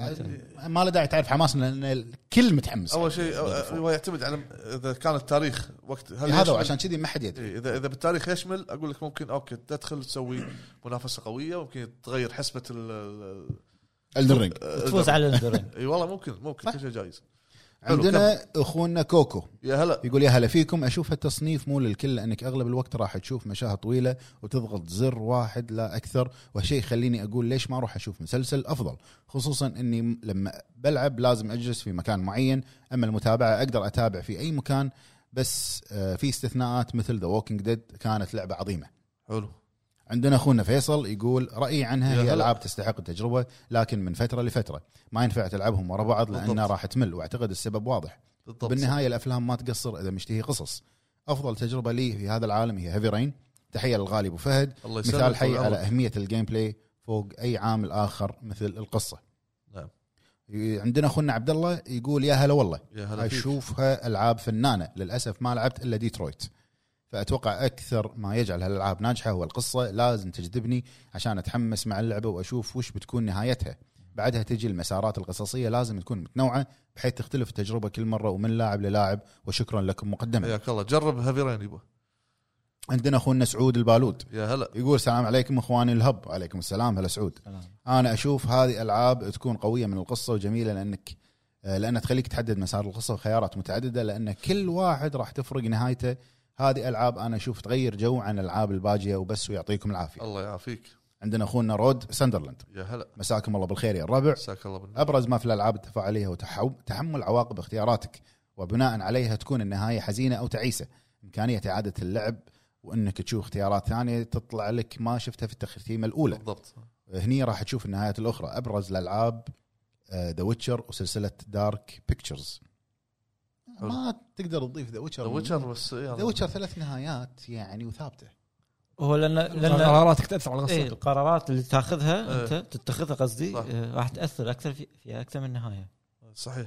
Speaker 4: ما له داعي تعرف حماسنا لان الكل متحمس
Speaker 2: اول شيء
Speaker 4: God of War.
Speaker 2: أو- هو يعتمد على اذا كان التاريخ وقت هل
Speaker 4: إيه، هذا
Speaker 2: يشمل-
Speaker 4: وعشان كذي ما حد يدري
Speaker 2: إيه، اذا اذا بالتاريخ يشمل اقول لك ممكن اوكي تدخل تسوي منافسه قويه ممكن تغير حسبه ال- ال
Speaker 4: الدرينج
Speaker 2: ال-
Speaker 3: تفوز على الدرين
Speaker 2: اي والله ممكن ممكن
Speaker 4: صح.
Speaker 2: كل شيء جايز حلو،
Speaker 4: عندنا اخونا كوكو
Speaker 2: يا هلا
Speaker 4: يقول يا هلا فيكم اشوف التصنيف مو للكل لانك اغلب الوقت راح تشوف مشاهد طويله وتضغط زر واحد لا اكثر وهالشيء يخليني اقول ليش ما اروح اشوف مسلسل افضل خصوصا اني م- لما بلعب لازم اجلس في مكان معين اما المتابعه اقدر اتابع في اي مكان بس آه، في استثناءات مثل ذا ووكينج ديد كانت لعبه عظيمه
Speaker 2: حلو
Speaker 4: عندنا اخونا فيصل يقول رايي عنها
Speaker 2: يا
Speaker 4: هي
Speaker 2: هلا.
Speaker 4: العاب تستحق التجربه لكن من فتره لفتره ما ينفع تلعبهم ورا بعض لانها
Speaker 2: بالضبط.
Speaker 4: راح تمل واعتقد السبب واضح
Speaker 2: بالضبط
Speaker 4: بالنهايه الافلام ما تقصر اذا مشتهي قصص افضل تجربه لي في هذا العالم هي هيفي رين تحيه للغالي ابو فهد
Speaker 2: الله يسلمك
Speaker 4: مثال حي
Speaker 2: طول
Speaker 4: على
Speaker 2: عمرك.
Speaker 4: اهميه الجيم بلاي فوق اي عامل اخر مثل القصه
Speaker 2: نعم.
Speaker 4: ي- عندنا اخونا عبد الله يقول يا هلا والله
Speaker 2: يا هلا فيك.
Speaker 4: اشوفها العاب فنانه للاسف ما لعبت الا ديترويت فاتوقع اكثر ما يجعل هالالعاب ناجحه هو القصه لازم تجذبني عشان اتحمس مع اللعبه واشوف وش بتكون نهايتها بعدها تجي المسارات القصصيه لازم تكون متنوعه بحيث تختلف التجربه كل مره ومن لاعب للاعب وشكرا لكم مقدما
Speaker 2: حياك الله جرب هافي رين يبا
Speaker 4: عندنا اخونا سعود البالود
Speaker 2: يا هلا
Speaker 4: يقول السلام عليكم اخواني الهب وعليكم السلام هلا سعود انا اشوف هذه العاب تكون قويه من القصه وجميله لانك آه، لانها تخليك تحدد مسار القصه وخيارات متعدده لان كل واحد راح تفرق نهايته هذه العاب انا اشوف تغير جو عن الالعاب الباجيه وبس ويعطيكم العافيه
Speaker 2: الله يعافيك
Speaker 4: عندنا اخونا رود سندرلاند
Speaker 2: يا هلا
Speaker 4: مساكم الله بالخير يا الربع
Speaker 2: مساك الله بالنور
Speaker 4: ابرز ما في الالعاب التفاعليه هو تحو- تحمل عواقب اختياراتك وبناء عليها تكون النهايه حزينه او تعيسه امكانيه اعاده اللعب وانك تشوف اختيارات ثانيه تطلع لك ما شفتها في التختيمه الاولى
Speaker 2: بالضبط
Speaker 4: هني راح تشوف النهايات الاخرى ابرز الالعاب ذا ويتشر وسلسله دارك بيكتشرز ما تقدر تضيف ذا
Speaker 2: ذا
Speaker 4: ويتشر
Speaker 2: ويتشر بس إيه،
Speaker 4: ذا ويتشر ثلاث نهايات يعني وثابته
Speaker 3: هو لان لان
Speaker 1: قراراتك تاثر على
Speaker 3: إيه
Speaker 1: القصه
Speaker 3: القرارات اللي تاخذها
Speaker 2: إيه.
Speaker 3: انت تتخذها قصدي
Speaker 2: صح.
Speaker 3: آه، راح تاثر اكثر في, في اكثر من نهايه
Speaker 2: صحيح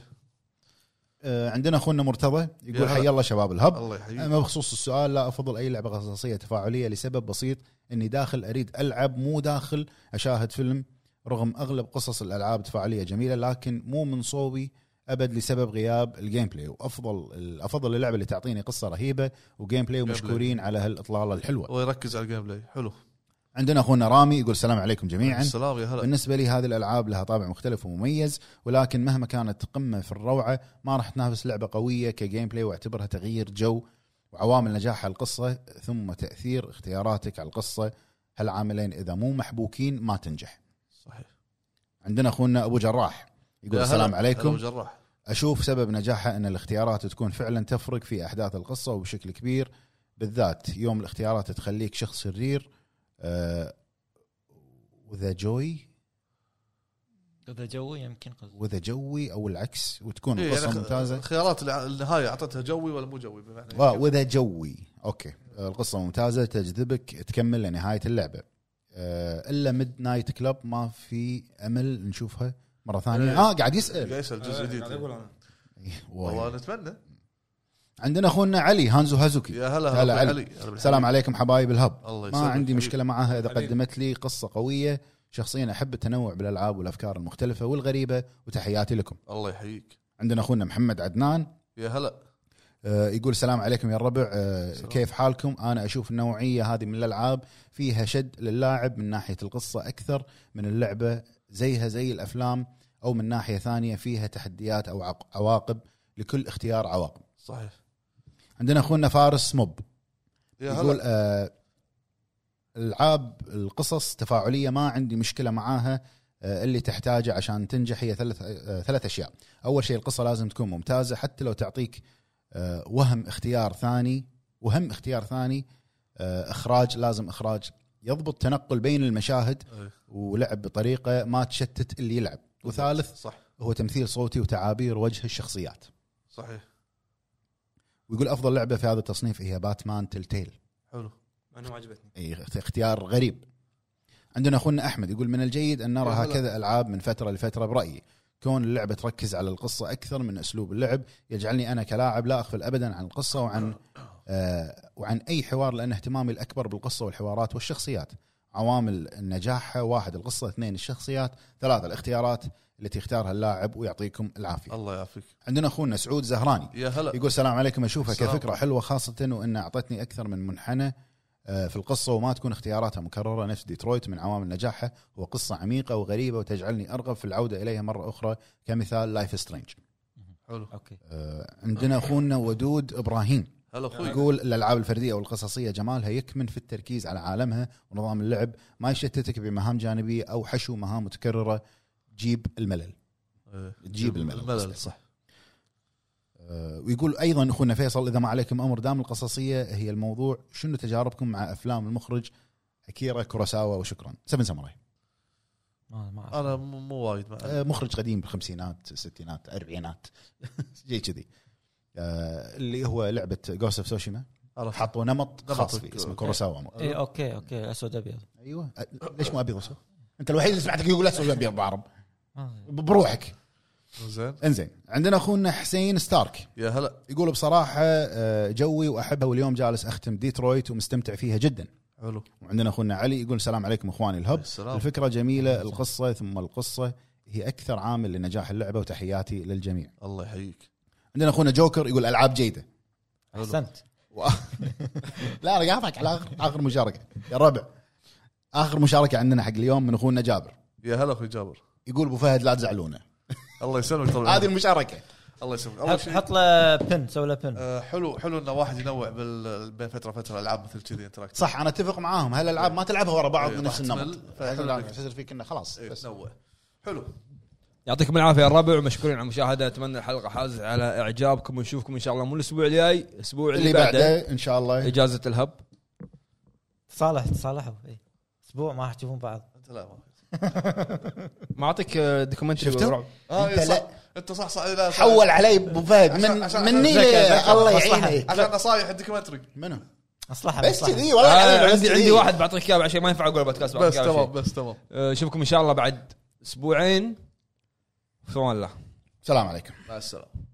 Speaker 4: آه، عندنا اخونا مرتضى
Speaker 2: يا
Speaker 4: يقول
Speaker 2: هلا.
Speaker 4: حي الله شباب الهب
Speaker 2: الله يحييك
Speaker 4: اما بخصوص السؤال لا افضل اي لعبه قصصيه تفاعليه لسبب بسيط اني داخل اريد العب مو داخل اشاهد فيلم رغم اغلب قصص الالعاب تفاعليه جميله لكن مو من صوبي ابد لسبب غياب الجيم بلاي وافضل افضل اللعبه اللي تعطيني قصه رهيبه وجيم بلاي ومشكورين على هالاطلاله الحلوه
Speaker 2: ويركز على الجيم بلاي حلو
Speaker 4: عندنا اخونا رامي يقول السلام عليكم جميعا
Speaker 2: السلام يا هلا
Speaker 4: بالنسبه لي هذه الالعاب لها طابع مختلف ومميز ولكن مهما كانت قمه في الروعه ما راح تنافس لعبه قويه كجيم بلاي واعتبرها تغيير جو وعوامل نجاحها القصه ثم تاثير اختياراتك على القصه هالعاملين اذا مو محبوكين ما تنجح
Speaker 2: صحيح
Speaker 4: عندنا اخونا ابو جراح يقول
Speaker 2: يا هلا.
Speaker 4: السلام
Speaker 2: هلا أبو
Speaker 4: عليكم
Speaker 2: جراح
Speaker 4: اشوف سبب نجاحها ان الاختيارات تكون فعلا تفرق في احداث القصه وبشكل كبير بالذات يوم الاختيارات تخليك شخص شرير آه وذا جوي
Speaker 3: اذا جوي يمكن قصدي
Speaker 4: وذا جوي او العكس وتكون
Speaker 2: إيه،
Speaker 4: القصه
Speaker 2: يعني خ-
Speaker 4: ممتازه
Speaker 2: خيارات الع- النهايه اعطتها جوي ولا مو جوي بمعنى يعني.
Speaker 4: آه، وذا جوي اوكي آه، القصه ممتازه تجذبك تكمل لنهايه اللعبه آه، الا ميد نايت كلاب ما في امل نشوفها مره
Speaker 2: إيه.
Speaker 4: ثانيه اه قاعد
Speaker 2: قاعد
Speaker 4: يسال
Speaker 2: يسال
Speaker 1: إيه،
Speaker 2: جزء
Speaker 1: يعني
Speaker 2: جديد والله
Speaker 4: وايد.
Speaker 2: نتمنى
Speaker 4: عندنا اخونا علي هانزو هازوكي
Speaker 2: يا هلا
Speaker 4: هلا
Speaker 2: هلا
Speaker 4: علي.
Speaker 2: علي هلا
Speaker 4: السلام عليكم حبايب الهب
Speaker 2: الله
Speaker 4: ما
Speaker 2: يسلمك
Speaker 4: عندي
Speaker 2: حبيبي.
Speaker 4: مشكله معها اذا
Speaker 1: حبيبي.
Speaker 4: قدمت لي قصه قويه شخصيا احب التنوع بالالعاب والافكار المختلفه والغريبه وتحياتي لكم
Speaker 2: الله يحييك
Speaker 4: عندنا اخونا محمد عدنان
Speaker 2: يا هلا
Speaker 4: آه، يقول السلام عليكم يا الربع آه،
Speaker 2: سلام.
Speaker 4: كيف حالكم انا اشوف النوعيه هذه من الالعاب فيها شد للاعب من ناحيه القصه اكثر من اللعبه زيها زي الافلام او من ناحيه ثانيه فيها تحديات او عق- عواقب لكل اختيار عواقب
Speaker 2: صحيح
Speaker 4: عندنا اخونا فارس موب
Speaker 2: يا
Speaker 4: يقول
Speaker 2: هلا
Speaker 4: آه، العاب القصص تفاعليه ما عندي مشكله معاها آه، اللي تحتاجه عشان تنجح هي ثلاث آه، ثلاث اشياء اول شيء القصه لازم تكون ممتازه حتى لو تعطيك آه، وهم اختيار ثاني وهم اختيار ثاني آه، اخراج لازم اخراج يضبط تنقل بين المشاهد
Speaker 2: إيه.
Speaker 4: ولعب بطريقه ما تشتت اللي يلعب وثالث
Speaker 2: صح
Speaker 4: هو تمثيل صوتي وتعابير وجه الشخصيات
Speaker 2: صحيح
Speaker 4: ويقول افضل لعبه في هذا التصنيف هي باتمان تلتيل
Speaker 2: حلو
Speaker 1: انا ما عجبتني
Speaker 4: اي اختيار غريب عندنا اخونا احمد يقول من الجيد ان نرى
Speaker 2: يا هلا.
Speaker 4: هكذا العاب من فتره لفتره برايي كون اللعبه تركز على القصه اكثر من اسلوب اللعب يجعلني انا كلاعب لا اغفل ابدا عن القصه وعن آه وعن اي حوار لان اهتمامي الاكبر بالقصه والحوارات والشخصيات عوامل النجاح واحد القصه اثنين الشخصيات ثلاثه الاختيارات التي يختارها اللاعب ويعطيكم العافيه
Speaker 2: الله يعافيك
Speaker 4: عندنا اخونا سعود زهراني
Speaker 2: يا هلا
Speaker 4: يقول السلام عليكم اشوفها
Speaker 2: السلام.
Speaker 4: كفكره حلوه خاصه وان اعطتني اكثر من منحنى آه، في القصه وما تكون اختياراتها مكرره نفس ديترويت من عوامل نجاحها هو قصه عميقه وغريبه وتجعلني ارغب في العوده اليها مره اخرى كمثال لايف سترينج
Speaker 2: حلو
Speaker 3: اوكي
Speaker 4: عندنا اخونا ودود ابراهيم
Speaker 2: هلا اخوي
Speaker 4: يقول الالعاب الفرديه والقصصيه جمالها يكمن في التركيز على عالمها ونظام اللعب ما يشتتك بمهام جانبيه او حشو مهام متكرره تجيب الملل
Speaker 2: إيه.
Speaker 4: تجيب الملل,
Speaker 2: الملل
Speaker 4: قصدي. آه، ويقول ايضا اخونا فيصل اذا ما عليكم امر دام القصصيه هي الموضوع شنو تجاربكم مع افلام المخرج اكيرا كوراساوا وشكرا سفن ساموراي
Speaker 3: ما ما أعرف.
Speaker 2: انا م- مو وايد مع
Speaker 4: آه، مخرج قديم بالخمسينات الستينات الاربعينات شيء كذي آه، اللي هو لعبه جوست اوف سوشيما
Speaker 2: عرفت.
Speaker 4: حطوا نمط خاص
Speaker 2: نمط.
Speaker 4: فيه اسمه كوراساوا مو-
Speaker 3: اي اوكي اوكي اسود ابيض
Speaker 4: ايوه آه، ليش مو ابيض واسود؟ انت الوحيد اللي سمعتك يقول اسود ابيض بعرب
Speaker 3: ما-
Speaker 4: بروحك
Speaker 2: زين
Speaker 4: انزين عندنا اخونا حسين ستارك
Speaker 2: يا هلا
Speaker 4: يقول بصراحه آه، جوي واحبها واليوم جالس اختم ديترويت ومستمتع فيها جدا
Speaker 2: حلو
Speaker 4: وعندنا اخونا علي يقول السلام عليكم اخواني الهب
Speaker 2: السلام
Speaker 4: الفكره جميله القصه ثم القصه هي اكثر عامل لنجاح اللعبه وتحياتي للجميع
Speaker 2: الله يحييك
Speaker 4: عندنا اخونا جوكر يقول العاب جيده
Speaker 3: احسنت
Speaker 4: و- لا انا قاطعك على اخر اخر مشاركه يا الربع اخر مشاركه عندنا حق اليوم من اخونا جابر
Speaker 2: يا هلا اخوي جابر
Speaker 4: يقول ابو فهد لا تزعلونه
Speaker 2: الله يسلمك طبعا
Speaker 4: هذه المشاركه
Speaker 2: الله يسلمك اول
Speaker 3: حط
Speaker 2: شيء
Speaker 3: حط له بن سوي له بن
Speaker 2: آه، حلو حلو ان واحد ينوع بال- بين فتره فتره العاب مثل كذي انتراكتيف
Speaker 4: صح انا اتفق معاهم هالالعاب ما تلعبها ورا بعض
Speaker 2: إيه،
Speaker 4: بنفس
Speaker 2: راح تمل،
Speaker 4: النمط
Speaker 2: فحلو إنك-
Speaker 4: تصير فيك انه خلاص
Speaker 2: إيه،
Speaker 4: بس
Speaker 2: تنوع حلو
Speaker 1: يعطيكم العافيه يا الربع ومشكورين على المشاهده اتمنى الحلقه حازت على اعجابكم ونشوفكم ان شاء الله مو الاسبوع الجاي الاسبوع
Speaker 4: اللي بعده ان شاء الله
Speaker 1: اجازه الهب
Speaker 3: تصالح تصالحوا إي. اسبوع ما راح تشوفون بعض
Speaker 2: انت لا ما
Speaker 1: ما اعطيك دوكيومنتري
Speaker 4: شفتوا؟
Speaker 1: ورعب.
Speaker 2: آه،
Speaker 4: أنت
Speaker 2: إيه، صح.
Speaker 4: لا.
Speaker 2: انت صح صح لا صح.
Speaker 4: حول علي ابو فهد
Speaker 2: عشان-
Speaker 4: من
Speaker 2: عشان-
Speaker 4: مني
Speaker 2: ذكر-
Speaker 4: ل-
Speaker 2: ذكر.
Speaker 4: الله
Speaker 3: مصلحة.
Speaker 4: يعينك
Speaker 2: عشان نصايح الدوكيومنتري
Speaker 4: منو
Speaker 3: اصلحها
Speaker 4: بس
Speaker 3: مصلحة.
Speaker 4: كذي والله
Speaker 1: آه
Speaker 4: العظيم
Speaker 1: عندي
Speaker 4: بس
Speaker 1: عندي
Speaker 4: كذي.
Speaker 1: واحد بعطيك اياه بعد شيء ما ينفع اقول بودكاست بعطيك
Speaker 2: بس
Speaker 1: إياه بعد شيء.
Speaker 2: تمام بس تمام
Speaker 1: آه، اشوفكم ان شاء الله بعد اسبوعين في امان الله
Speaker 4: السلام عليكم
Speaker 2: مع السلامه